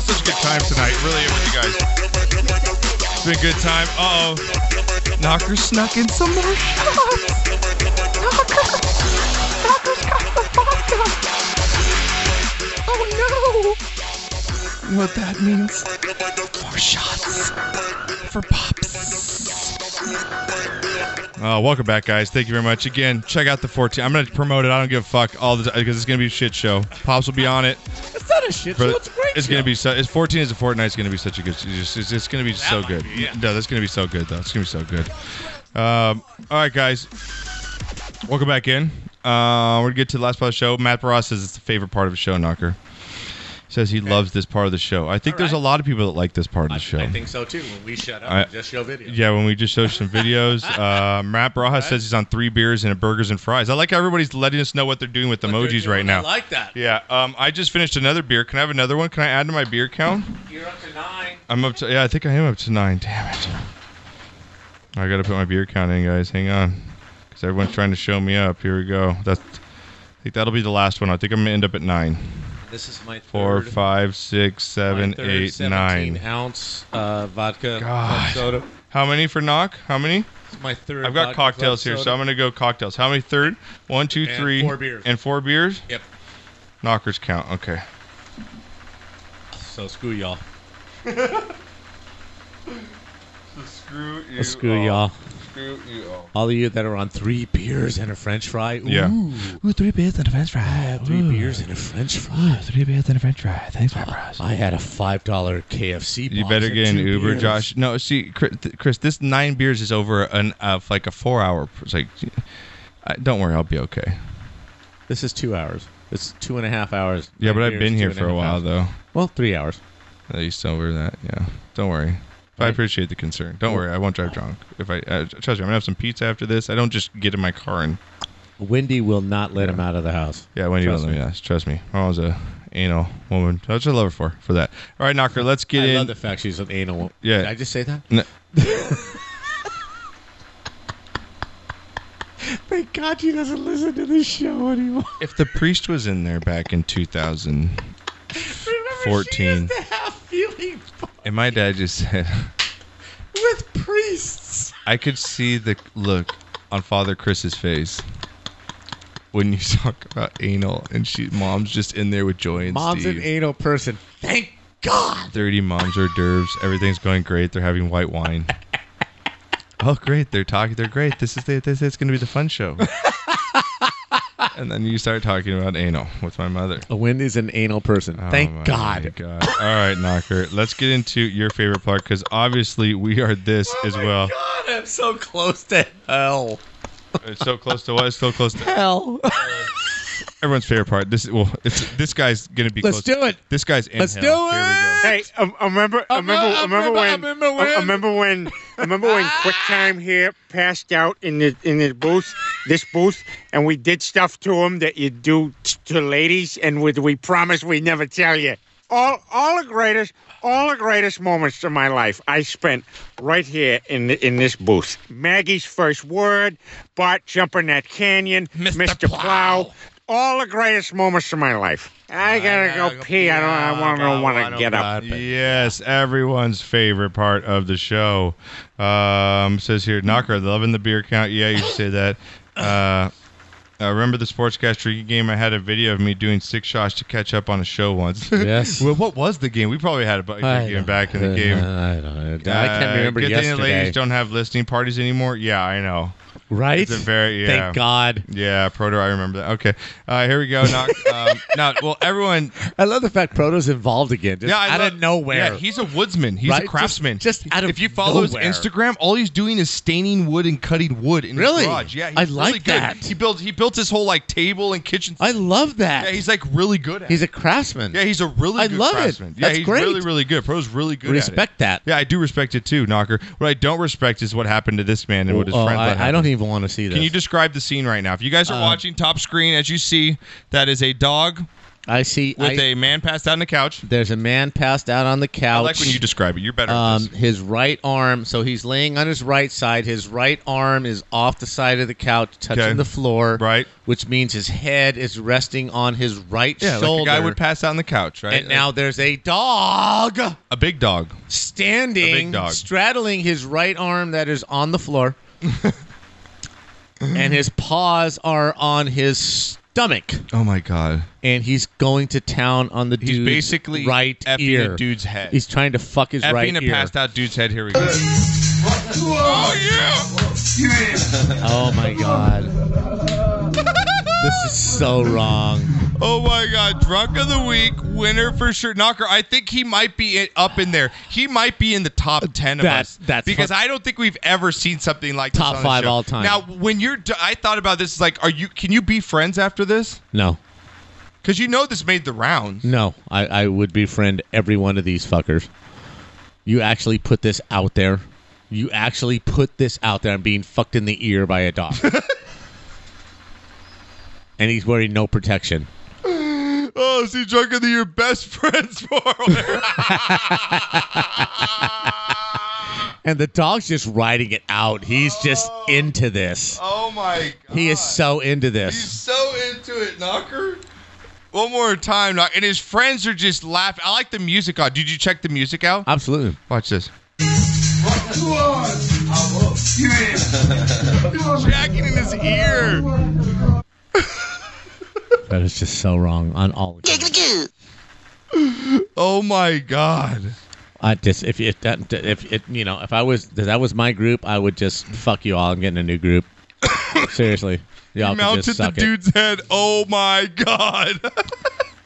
such a good time tonight. Really, with you guys. It's been a good time. Uh oh. Knocker snuck in some more shots.
Oh
You know what that means? More shots for pops. Uh, welcome back, guys. Thank you very much. Again, check out the 14. I'm going to promote it. I don't give a fuck all the time because it's going to be a shit show. Pops will be on it.
It's not a shit
For-
show. It's a great
It's
show.
gonna be so. It's 14 is a Fortnite. It's gonna be such a good. It's, just- it's, it's gonna be so good. No, that's gonna be so good though. It's gonna be so good. Um, all right, guys, welcome back in. Uh, we're gonna get to the last part of the show. Matt Barras says it's the favorite part of the show. Knocker says he loves this part of the show. I think there's a lot of people that like this part of the show.
I think so too. When we shut up,
I-
and just show video.
Yeah, when we just showed some videos. uh, Matt Barajas says he's on three beers and a burgers and fries. I like how everybody's letting us know what they're doing with emojis right now.
I like that.
Yeah. Um, I just finished another beer. Can I have another one? Can I add to my beer count?
You're up to nine.
I'm up to. Yeah, I think I am up to nine. Damn it. I gotta put my beer count in, guys. Hang on, because everyone's trying to show me up. Here we go. That's. I think that'll be the last one. I think I'm gonna end up at nine.
This is my
Four,
third-
five, six, seven,
my third
eight,
17
nine.
ounce uh, vodka club
God.
soda.
How many for knock? How many?
It's my third.
I've
vodka
got
club
cocktails here, so
soda.
I'm gonna go cocktails. How many? Third, one, two,
And
three,
four beers.
and four beers.
Yep.
Knockers count. Okay.
So screw y'all.
screw
Well, screw y'all.
Screw you all.
All of you that are on three beers and a French fry. Ooh,
Yeah.
Ooh, three beers and a French fry.
three
beers and a French fry. three beers and a French fry. Thanks, my bros. I had a five dollar KFC.
You
box
better
and
get an
two
Uber,
beers.
Josh. No, see, Chris, th- Chris, this nine beers is over an uh, f- like a four hour. It's like, I, don't worry, I'll be okay.
This is two hours. It's two and a half hours.
Yeah, but
Nine
I've
beers,
been
two
here
and
for a
half
while
hours.
though.
Well, three hours.
At least over that. Yeah, don't worry. I appreciate the concern. Don't worry, I won't drive drunk. If I uh, trust me, I'm gonna have some pizza after this. I don't just get in my car and
Wendy will not let him out of the house.
Yeah, Wendy
Trust
will
me.
let me ask. Trust me. My mom's a anal woman. That's what I love her for for that. All right, Knocker, let's get
I
in.
love the fact she's an anal. woman.
Yeah.
Did I just say that?
No.
Thank God she doesn't listen to this show anymore.
if the priest was in there back in 2014,
Feeling
and my dad just said,
with priests.
I could see the look on Father Chris's face when you talk about anal, and she mom's just in there with joy and
Mom's
Steve.
an anal person. Thank God.
Thirty moms hors d'oeuvres. Everything's going great. They're having white wine. Oh, great! They're talking. They're great. This is the, this. It's going to be the fun show. and then you start talking about anal with my mother.
Wendy's an anal person.
Oh my
Thank God.
God. All right, Knocker. Let's get into your favorite part because obviously we are this as well.
Oh God, I'm so close to hell.
It's so close to what? It's so close to
Hell.
everyone's favorite part. This well, it's this guy's gonna be.
Let's
close.
do it.
This guy's in
Let's
hell.
do
Here we go.
Hey, I, I remember, I remember, I remember,
remember- I
when,
remember
uh,
I- I
when-
remember when, I remember when QuickTime here passed out in the in the booth, this booth, and we did stuff to him that you do t- to ladies, and we, we promised we never tell you. All, all the greatest, all the greatest moments of my life I spent right here in the, in this booth. Maggie's first word, Bart jumping that canyon, Mr. Plow. all the greatest moments of my life. I gotta, go, pee. I don't. I want to want to get up.
Yes, everyone's favorite part of the show. Um, says here, Knocker, loving the beer count. Yeah, you should say that. Uh, I remember the sportscast drinking game. I had a video of me doing six shots to catch up on a show once.
Yes.
well, what was the game? We probably had a bu-
I
drinking
don't-
back in the
uh,
game. Uh,
I don't know. I can't remember
Good thing the
yesterday.
ladies don't have listening parties anymore. Yeah, I know.
Right?
It's a very
Thank
yeah.
God.
Yeah, Proto, I remember that. Okay, uh, here we go. Knock. um, now, well, everyone.
I love the fact Proto's involved again. Just
Yeah, I
out
love-
of nowhere.
yeah, he's a woodsman. He's
Right?
a
Just-
craftsman.
Just, out of
if you follow
nowhere.
his Instagram, all he's doing is staining wood and cutting wood in
Really?
his garage. Yeah, he's
I
really
like
good.
that.
He built he built his whole like table and kitchen.
I love that.
Yeah, he's like really good at.
He's
it.
a craftsman.
yeah, he's a really
I
good
love it.
craftsman. Yeah,
That's
he's
great.
really really good. Pro's really good.
Respect
that. Yeah, I do respect it too, Knocker. What I don't respect is what happened to this man and what his
Oh,
friends. let
I, I
happen.
don't even want to see this.
Can you describe the scene right now? If you guys are
Uh,
watching top screen, as you see, that is a dog
I see.
With
I-
a man passed out on the couch.
There's a man passed out on the couch.
I like when you describe it. You're better. at
Um, his right arm. So he's laying on his right side. His right arm is off the side of the couch, touching
Okay.
the floor.
Right.
Which means his head is resting on his right
this. Yeah,
shoulder.
like a guy would pass out on the couch, right?
And now there's a dog
a big dog.
standing,
A big dog.
straddling his right arm that is on the floor, and his paws are on his stomach.
Oh my god!
And he's going to town on the dude's
basically
right
effing a
ear.
dude's head.
He's trying to fuck his
Effing
right
a
ear.
passed out dude's head. Here we go.
Oh yeah!
Oh my god. this is so wrong.
Oh my God! Drunk of the week winner for sure. Knocker, I think he might be i- up in there. He might be in the top ten of
That-
us.
that's
because
fun-
I don't think we've ever seen something like
Top
this on
five
the show.
all time.
Now, when you're, d- I thought about this. Like, are you? Can you be friends after this?
No.
Because you know this made the rounds.
No, I, I would befriend every one of these fuckers. You actually put this out there. You actually put this out there. I'm being fucked in the ear by a dog. and he's wearing no protection.
Oh, see, drunk of the year best friends for.
And the dog's just riding it out. He's just into this.
oh my
He is so into
He's
this.
so into it, Knocker. One more time, Knocker. And his friends are just laughing. I like the music out. Did you check the music out?
Absolutely.
Watch this.
Jacking in his ear.
That is just so wrong on all.
Oh my god.
I just if if that if it you know if I was if that was my group I would just fuck you all. I'm getting a new group. Seriously, y'all
he
can
mounted
just
the
suck it.
dude's head. Oh my god.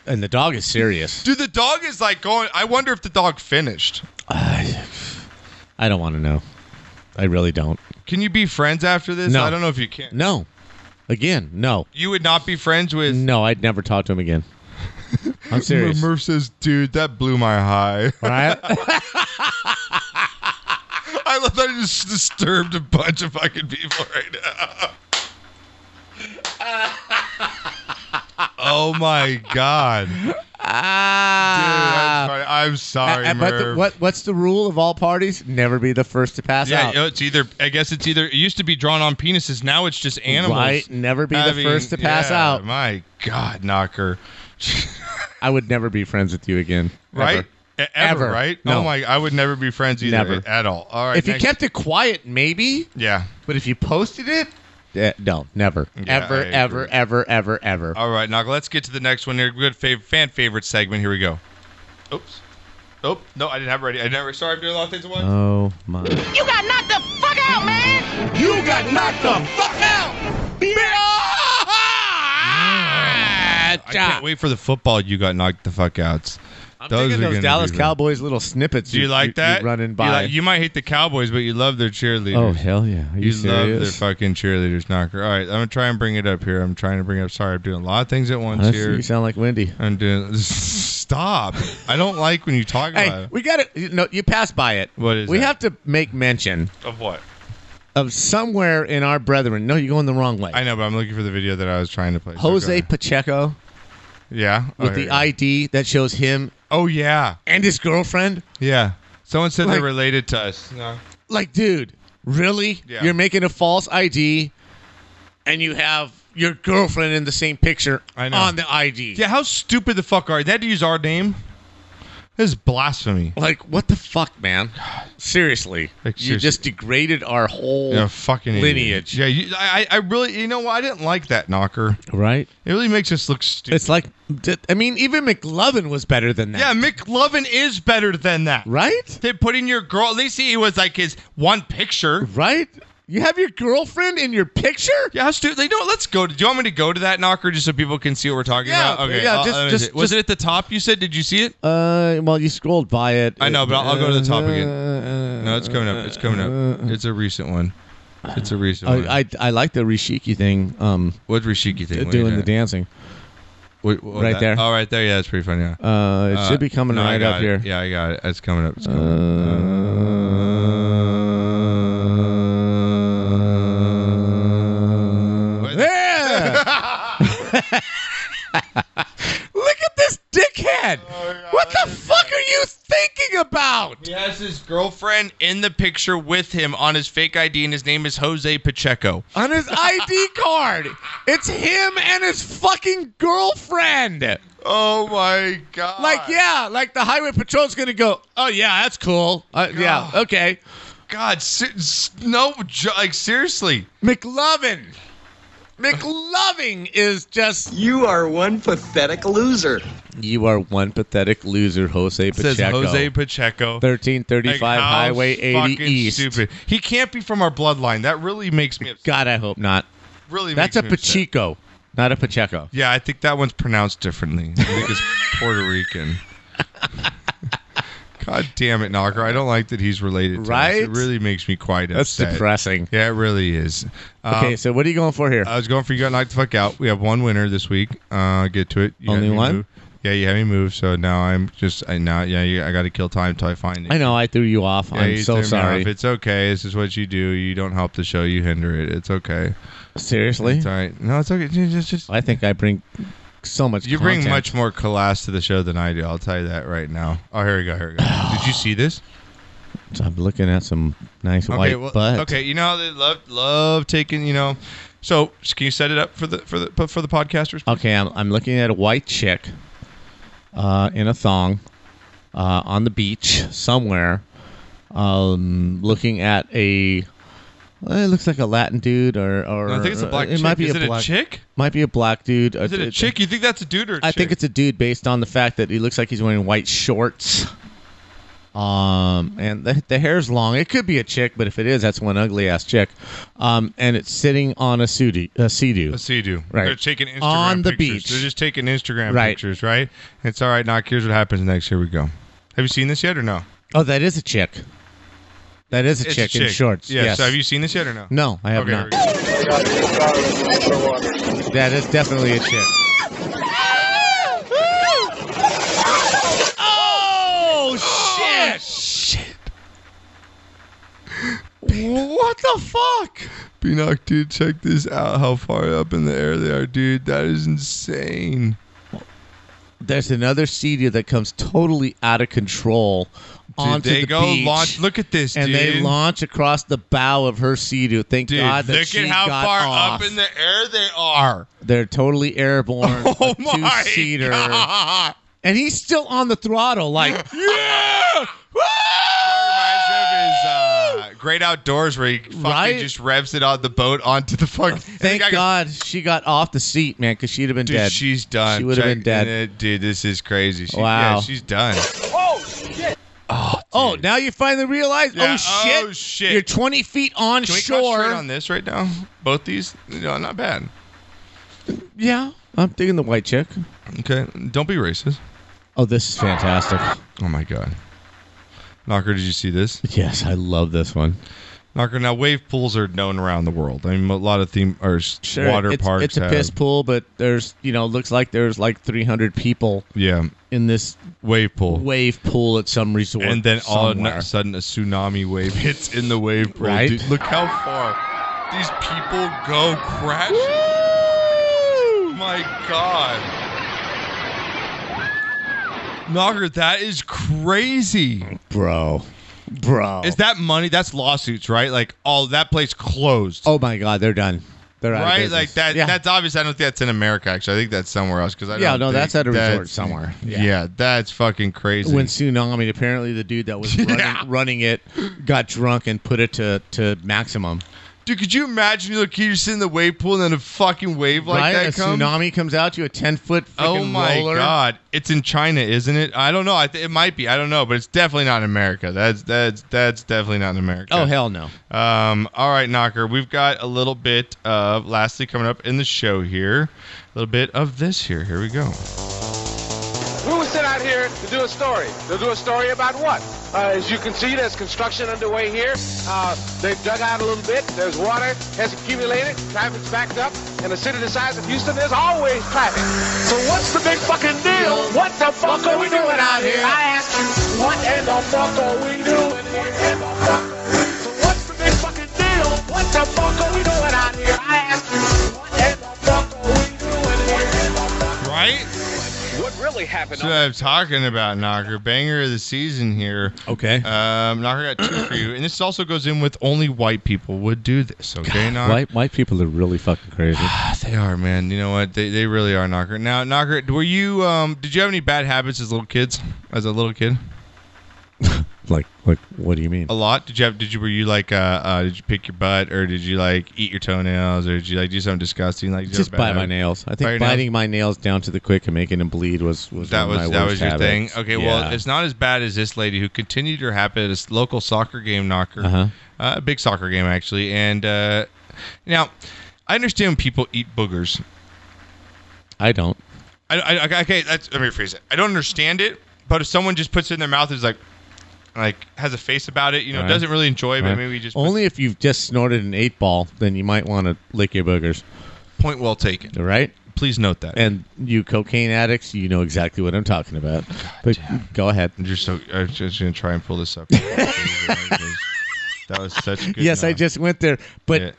And the dog is serious.
Dude, the dog is like going. I wonder if the dog finished.
I don't want to know. I really don't.
Can you be friends after this?
No.
I don't know if you can.
No. Again, no.
You would not be friends with.
No, I'd never talk to him again. I'm serious.
Murph says, dude, that blew my high.
Right?
I love that I just disturbed a bunch of fucking people right now. oh my god. Ah. Dude, I'm sorry. I'm sorry,
Uh, but the,
Merv.
what what's the rule of all parties? Never be the first to pass
yeah,
out.
you know, it's either. I guess it's either. It used to be drawn on penises. Now it's just animals.
Right? Never be the
having-
first to pass
yeah,
out.
My God, knocker.
I would never be friends with you again.
Right?
Ever.
E- Ever,
Ever.
right?
No.
Oh my! I would never be friends either
Never.
at all. All right.
if
next-
you kept it quiet, maybe.
Yeah.
But if you posted it, eh, no, never,
Yeah, I
ever,
agree.
ever, ever, ever, ever.
All right, knocker. Let's get to the next one here. Good fav- fan favorite segment. Here we go. Oops. Oh no, I didn't have it ready. I never. Sorry, I'm doing a lot of things at once.
Oh my!
You got knocked the fuck out, man. You got knocked the fuck out.
I can't wait for the football. You got knocked the fuck outs.
I'm thinking
are
those
gonna
Dallas
be rough.
Cowboys little snippets.
Do you like that?
running
You
by?
like- You, might hate the Cowboys, but you love their cheerleaders.
oh hell yeah! Are you,
you love their
serious?
fucking cheerleaders, knocker. All right, I'm gonna try and bring it up here. I'm trying to bring it up. Sorry, I'm doing a lot of things at once
Honestly,
here.
you sound like Wendy.
I'm doing. Stop! I don't like when you talk about
Hey,
it.
we got to no. You passed by it.
What is
we
that?
have to make mention
Of what?
of somewhere in our brethren. No, you're going the wrong way.
I know, but I'm looking for the video that I was trying to play. So
Jose
go
Pacheco
ahead. yeah.
with
Oh,
the
here.
ID that shows him
Oh yeah.
and his girlfriend.
Yeah. Someone said
Like-
they're related to us. No.
Like, dude, really?
Yeah.
You're making a false ID, and you have your girlfriend in the same picture
I know.
on the ID.
Yeah, how stupid the fuck are they? They had to use our name? This is blasphemy.
Like, what the fuck, man? Seriously.
Like,
You just degraded our whole
Yeah, fucking idiot.
lineage.
Yeah, you, I, I really, you know what? I didn't like that knocker.
Right?
It really makes us look stupid.
It's like, d- I mean, even McLovin was better than that.
yeah, McLovin is better than that.
Right?
They put in your girl. At least he was like his one picture.
Right? You have your girlfriend in your picture?
Yeah, how stupid. You know what? Let's go. To, do you want me to go to that knocker just so people can see what we're talking
Yeah,
about? Okay.
yeah,
I'll-
just-
let me
just-
see. was
just-
it at the top? You said? Did you see it?
Uh, well, you scrolled by it.
I know, but I'll, I'll go to the top again.
Uh,
No, it's coming up. It's coming up. It's a recent one. It's a recent one.
I, I, I like the Rishiki thing. Um,
What Rishiki thing? What are you
doing the dancing.
What- what-
right
that-
there.
Oh, right there. Yeah, that's pretty funny. Yeah.
Uh, it should be coming
no, I
right
got
up
it.
here.
Yeah, I got it. It's coming up. It's coming
Yeah. Uh,
up.
Look at
Oh, girlfriend in the picture with him on his fake ID, and his name is Jose Pacheco.
on his ID card. It's him and his fucking girlfriend.
Oh my god!
Like yeah, like the highway patrol's gonna go. Oh yeah, that's cool. Uh, yeah, okay.
God, no, like seriously,
McLovin. McLovin is just.
You are one pathetic loser.
You are one pathetic loser, Jose Pacheco.
Says Jose Pacheco.
Thirteen thirty-five
Like, how
Highway eighty
fucking
East.
Stupid. He can't be from our bloodline. That really makes me. Upset.
God, I hope not.
Really,
That's a
makes me upset.
Pacheco, not a Pacheco.
Yeah, I think that one's pronounced differently. I think it's Puerto Rican. God damn it, Knocker. I don't like that he's related to us.
Right?
It really makes me quite
That's
upset.
depressing.
Yeah, it really is. Um,
okay, so what are you going for here?
I was going for you got knocked the fuck out. We have one winner this week. Uh, get to it. You
Only
had me
one?
move. Yeah, you had me move, so now I'm just I now yeah you, I got to kill time till I find it.
I know I threw you off.
Yeah,
I'm
you
so
threw me
sorry.
off. It's okay. This is what you do. You don't help the show. You hinder it. It's okay.
Seriously?
It's all right. No, it's okay. Just, just, just
I think I bring so much.
you bring
content.
much more class to the show than I do. I'll tell you that right now. Oh, here we go. Here we go. Did you see this?
I'm looking at some nice
Okay,
white
well,
butt.
okay. You know they love love taking. You know, so can you set it up for the for the for the podcasters?
Okay, I'm, I'm looking at a white chick uh, in a thong uh, on the beach somewhere, um, looking at a. well, It looks like a Latin dude, or, or
No, I think it's a black
It might
chick.
be
Is
a
it a
black,
chick?
Might be a black dude.
Is it a chick? You think that's a dude or? I
I think it's a dude based on the fact that he looks like he's wearing white shorts. Um, and the, the hair's long. It could be a chick, but if it is, that's one ugly ass chick. Um, and it's sitting on a sudu, a sudu,
a sudu,
right?
They're taking Instagram
on the
pictures.
beach.
They're just taking Instagram
Right.
pictures, right? It's all right. Knock. Here's what happens next. Here we go. Have you seen this yet or no?
Oh, that is a chick. That is a,
It's
chick, in shorts.
Yeah.
yes.
So have you seen this yet or no?
No, I have
Okay,
not.
here we go.
That is definitely a chick.
Oh,
shit!
shit!
What the fuck?
Beanock, dude, check this out. How far up in the air they are, dude. That is insane.
There's another CD that comes totally out of control
Dude,
onto
they
the
go
beach,
launch- look at this,
and they
dude.
launch across the bow of her Sea-Doo. Thank
Dude,
God that
look
she
at how
got
far
off.
up in the air they are.
They're totally airborne.
Oh my
two-seater.
God.
And he's still on the throttle, like
yeah. Uh, great outdoors where he fucking
Right?
just revs it on the boat onto the fucking.
Thank God she got off the seat, man, because she'd have been
Dude,
dead.
she's done.
She would have
Check-
been dead.
uh, Dude, this is crazy. She,
Wow.
Yeah, she's done.
Oh, now you finally realize.
Yeah,
oh shit!
oh, shit.
You're 20 feet on
Can we
shore.
concentrate on this right now? Both these? No, not bad.
yeah, I'm digging the white chick.
Okay, don't be racist.
Oh, this is fantastic.
Oh my god. Knocker, did you see this?
Yes, I love this one.
Knocker, now wave pools are known around the world. I mean, a lot of theme or s-
Sure,
water
it's,
parks.
It's a
have-
piss pool, but there's you know looks like there's like 300 people
Yeah,
in this
wave pool.
wave pool at some resort.
and then all of
somewhere.
a sudden, a tsunami wave hits in the wave pool.
Right?
Dude, look how far these people go crashing. My God. Knocker, that is crazy.
bro, bro.
Is that money? That's lawsuits, right? Like, oh, that place closed.
oh my god, they're done. They're out of
right?
business.
Like that.
Yeah.
That's obvious. I don't think that's in America. Actually, I think that's somewhere else. Because I
Yeah,
don't
no,
think
that's at a resort
that's-
somewhere.
Yeah. that's fucking crazy.
When tsunami, apparently the dude that was running, running it got drunk and put it to, to maximum.
Dude, could you imagine? You look, you're just in the wave pool, and then a fucking wave like
right?
that
a
comes.
tsunami comes out, you a ten foot.
Oh my god! It's in China, isn't it? I don't know. I th- it might be. I don't know, but it's definitely not in America. That's that's that's definitely not in America.
Oh hell no!
Um, all right, Knocker. We've got a little bit of lastly coming up in the show here. A little bit of this here. Here we go.
We were sent out here to do a story. To do a story about what? Uh, as you can see, there's construction underway here. Uh, they've dug out a little bit. There's water has accumulated. Traffic's backed up. In a city the size of Houston, there's always traffic. So what's the big fucking deal? What the fuck are we doing out here? I ask you, what in the fuck are we doing here? In the fuck? So what's the big fucking deal? What the fuck are we doing out here? I ask you, what in the fuck are we doing here? In the fuck?
Right?
What really happened?
That's what I'm talking about, Knocker. Banger of the season here. Okay.
Uh,
Um, Knocker got two for you, and this also goes in with only white people would do this. Okay, Knocker.
White white people are really fucking crazy.
They are, man. You know what? They, they really are, Knocker. Now, Knocker, were you um? Did you have any bad habits as little kids? As a little kid,
like like what do you mean?
a lot. Did you have? Did you were you like uh, uh did you pick your butt or did you like eat your toenails or did you like do something disgusting like did you
Just
have a bad
bite my
habit?
nails. I
Bite
think
your nails?
biting my nails down to the quick and making them bleed was was
that
one
was
of my
that
worst
was your
habits.
thing. Okay,
Yeah.
well, it's not as bad as this lady who continued her habit at this local soccer game knocker,
Uh-huh.
uh a big soccer game actually. And uh, now, I understand people eat boogers.
I don't.
I, I okay, okay, that's, let me rephrase it. I don't understand it, but if someone just puts it in their mouth, is like, like has a face about it, you know,
Right.
doesn't really enjoy, but
Right.
maybe just
only if you've just snorted an eight ball, then you might want to lick your boogers.
Point well taken.
Right.
Please note that.
And you cocaine addicts, you know exactly what I'm talking about. But go ahead.
You're so. I'm just gonna try and pull this up. that was such. Good
yes, I
knock.
just went there, but
Yeah,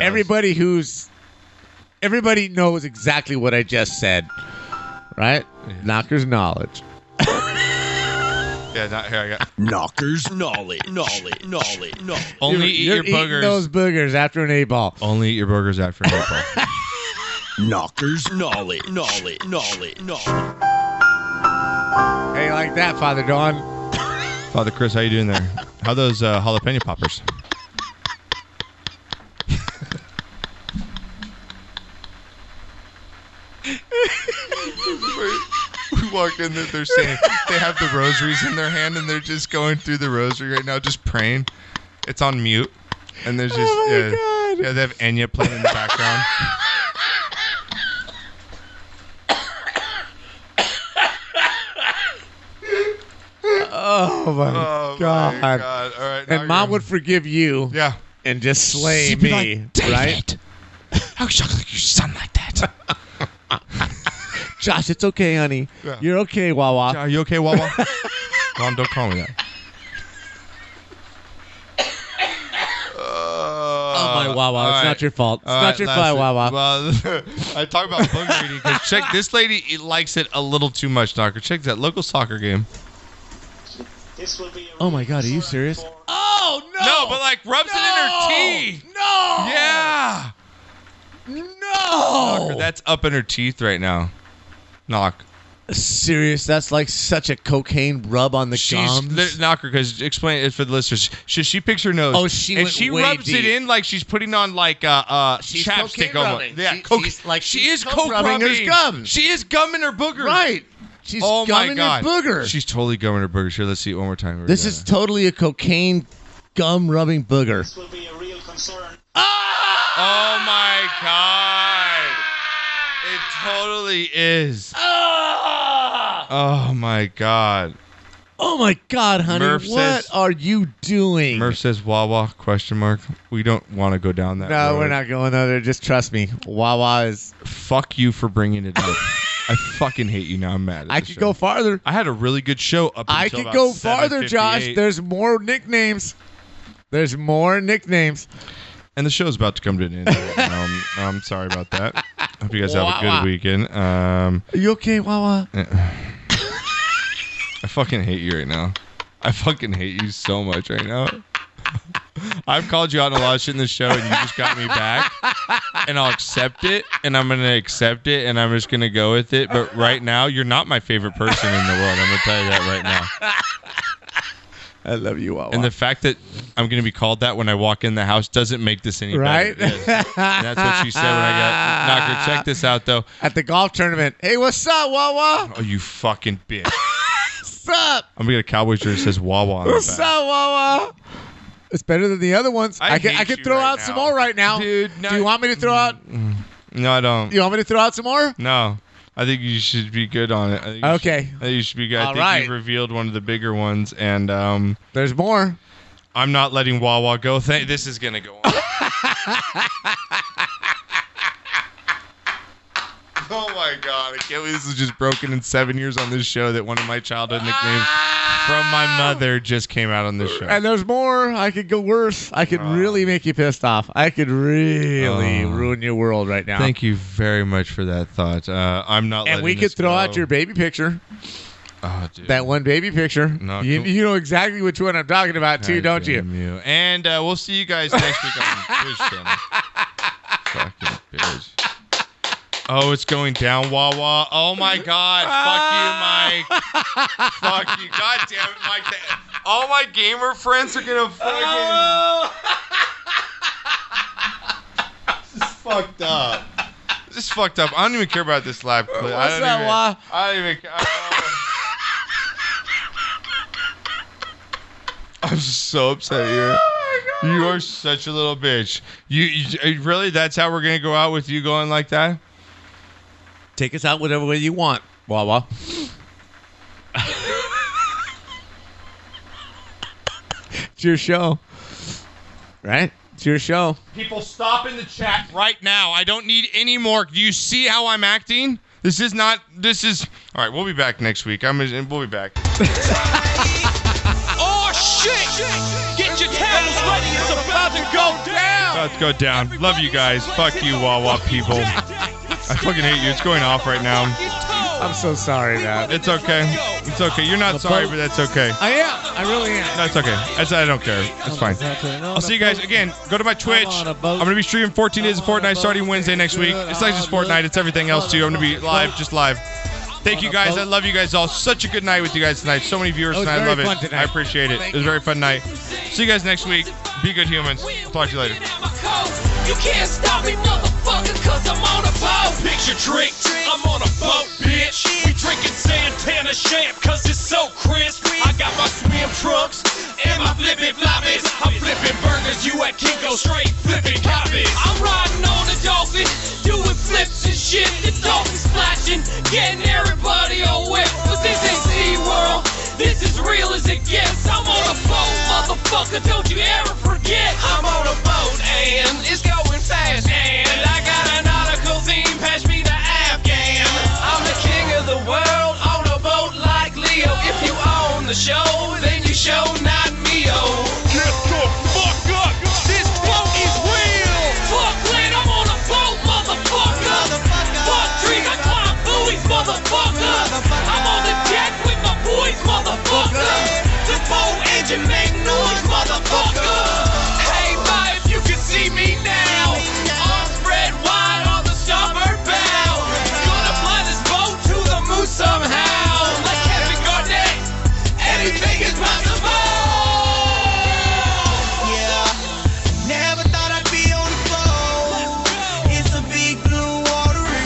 everybody who's everybody knows exactly what I just said, right? Knocker's knowledge.
Yeah, not here. I got
Knockers
Knowledge, knowledge, knowledge, knowledge.
Only eat
you're
your
eating
boogers.
Those boogers after an eight ball.
Only eat your boogers after an eight ball.
Knockers knowledge, knowledge, knowledge, knowledge.
Hey, like that, Father Don.
Father Chris, how you doing there? How those uh, jalapeno poppers? we walked in there. They're saying they have the rosaries in their hand and they're just going through the rosary right now, just praying. It's on mute, and there's just uh, yeah, they have Enya playing in the background.
Oh my,
Oh, my
god.
God. All right, now
and mom
you're-
would forgive you.
Yeah.
And just slay
She'd be
me,
like, "Damn
right?
it.
How you talk like your son like that? Josh, it's okay, honey.
Yeah.
You're okay, Wawa.
Are you okay, Wawa? Mom, don't call me that. Uh,
oh my Wawa,
all
it's
right.
not your fault. It's
All
not
right,
your fault, Wawa.
Well, I talk about booger eating 'cause check this lady it likes it a little too much, Knocker. Check that local soccer game.
This would be
oh my god, are you serious?
Oh no! No, but
like rubs
it in her tea. No.
Yeah.
No.
Knocker, that's up in her teeth right now. Knock.
Serious? That's like such a cocaine rub on the
She's
gums.
li- knocker because explain it for the listeners. She, she picks her nose.
Oh, she
and
went
she
way
rubs it
deep.
in like she's putting on like uh uh
She's
chapstick
cocaine
almost.
rubbing.
Yeah,
She-
coke-
she's like-
she
she's
is
coke
coke
rubbing her gums.
She is gumming her booger.
Right. She's
oh my
gumming her
god,
booger.
She's totally gumming her booger. Sure, let's see it one more time.
this is totally a cocaine gum rubbing booger.
Oh my god! It totally is.
Ah!
Oh my god!
Oh my god, honey,
Murph
what
says-
are you doing?
Murph says Wawa question mark. We don't want to go down that.
no,
road.
we're not going there. Just trust me. Wawa is.
Fuck you for bringing it up. I fucking hate you now. I'm mad. At
I
the
could
show.
go farther.
I had a really good show up.
I
until
could
about
go farther,
7:58.
Josh. There's more nicknames. There's more nicknames.
And the show's about to come to an end. um, I'm sorry about that. Hope you guys have a
Wawa.
good weekend. Um,
Are you okay, Wawa?
I fucking hate you right now. I fucking hate you so much right now. I've called you out on a lot of shit in the show, and you just got me back. And I'll accept it, and I'm gonna accept it, and I'm just gonna go with it. But right now, you're not my favorite person in the world. I'm gonna tell you that right now.
I love you, Wawa.
And the fact that I'm gonna be called that when I walk in the house doesn't make this any
Right?
better. Yes. And that's what she said when I got knocker. Check this out though.
At the golf tournament. Hey, what's up, Wawa?
Oh, you fucking bitch!
What's up?
I'm gonna get a cowboy shirt that says Wawa. On the back.
What's up, Wawa? It's better than the other ones.
I
I, can
hate
I could
you
throw
right
out some more right now. Dude, Do you want me to throw out?
No, I don't.
You want me to throw out some more?
No. I think you should be good on it. I think you
Okay.
should- I think you should be good. I
All
think
right.
you've revealed one of the bigger ones, and um,
there's more.
I'm not letting Wawa go. Th- this is gonna go on. Oh my god, I can't believe this is just broken in seven years on this show that one of my childhood nicknames from my mother just came out on this show.
And there's more. I could go worse. I could really make you pissed off. I could really
Oh.
ruin your world right now.
Thank you very much for that thought. Uh, I'm not.
And
letting
we could
this
throw
go.
out your baby picture.
Oh, dude.
That one baby picture.
No,
you,
cool.
you know exactly which one I'm talking about too,
God
don't you?
damn you. And uh, we'll see you guys next week on Twitch channel. Fucking bitch. Oh, it's going down, Wawa. Oh my God. Fuck you, Mike. Fuck you. God damn it, Mike. That- All my gamer friends are gonna fucking. this is fucked up. This is fucked up. I don't even care about this live clip. I
What's
don't
that,
even,
Wa?
I don't even. I- I'm so upset here.
Oh
You are such a little bitch. You, you really? That's how we're gonna go out with you going like that?
Take us out whatever way you want, Wawa. it's your show, right? It's your show.
People, stop in the chat right now. I don't need any more. Do you see how I'm acting? This is not. This is. All right, we'll be back next week. I'm. We'll be back.
Oh shit! Get your towels ready. It's about to go down.
Let's go down. Love you guys. Fuck you, Wawa people. I fucking hate you. It's going off right now. I'm
so sorry, man.
It's okay. It's okay. You're not sorry, but that's okay.
I am. I really am.
That's okay. That's, I don't care. That's fine. I'll see you guys again. Go to my Twitch. I'm gonna be streaming 14 days of Fortnite starting Wednesday next week. It's not just Fortnite. It's everything else too. I'm gonna be live, just live. Thank you guys. I love you guys all. Such a good night with you guys tonight. So many viewers
That was
tonight. I
very
love
fun
it.
tonight.
I appreciate it. It was a very fun night. See you guys next week. Be good humans. Talk to you later.
You can't stop me, motherfucker, cause I'm on a boat. Picture trick, I'm on a boat, bitch. We drinking Santana champ, cause it's so crisp. I got my swim trunks and my flippin' floppies. I'm flipping burgers, you at Kinko straight flipping copies. I'm riding on a dolphin, doing flips and shit. The dolphin splashing, getting everybody all wet. Cause this ain't SeaWorld, this is real as it gets. I'm on a boat, motherfucker, don't you ever forget. I'm on a boat and it's going fast. And I got a nautical theme, pass me the Afghan. I'm the king of the world on a boat like Leo. If you own the show, then you show not me. Get the fuck up. This boat is real. Fuck land, I'm on a boat, motherfucker. Fuck trees, I climb buoys, motherfucker. I'm on the deck with my boys, motherfucker. The boat engine make noise, motherfucker. Hey, Ma, if you can see me now, arms spread wide on the starboard bow. Gonna fly this boat to the moon somehow. Like Kevin Garnett, anything is possible.
Never thought I'd be on the phone. It's a big blue watery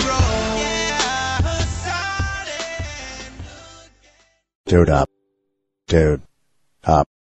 road.
Dude up. Dude up.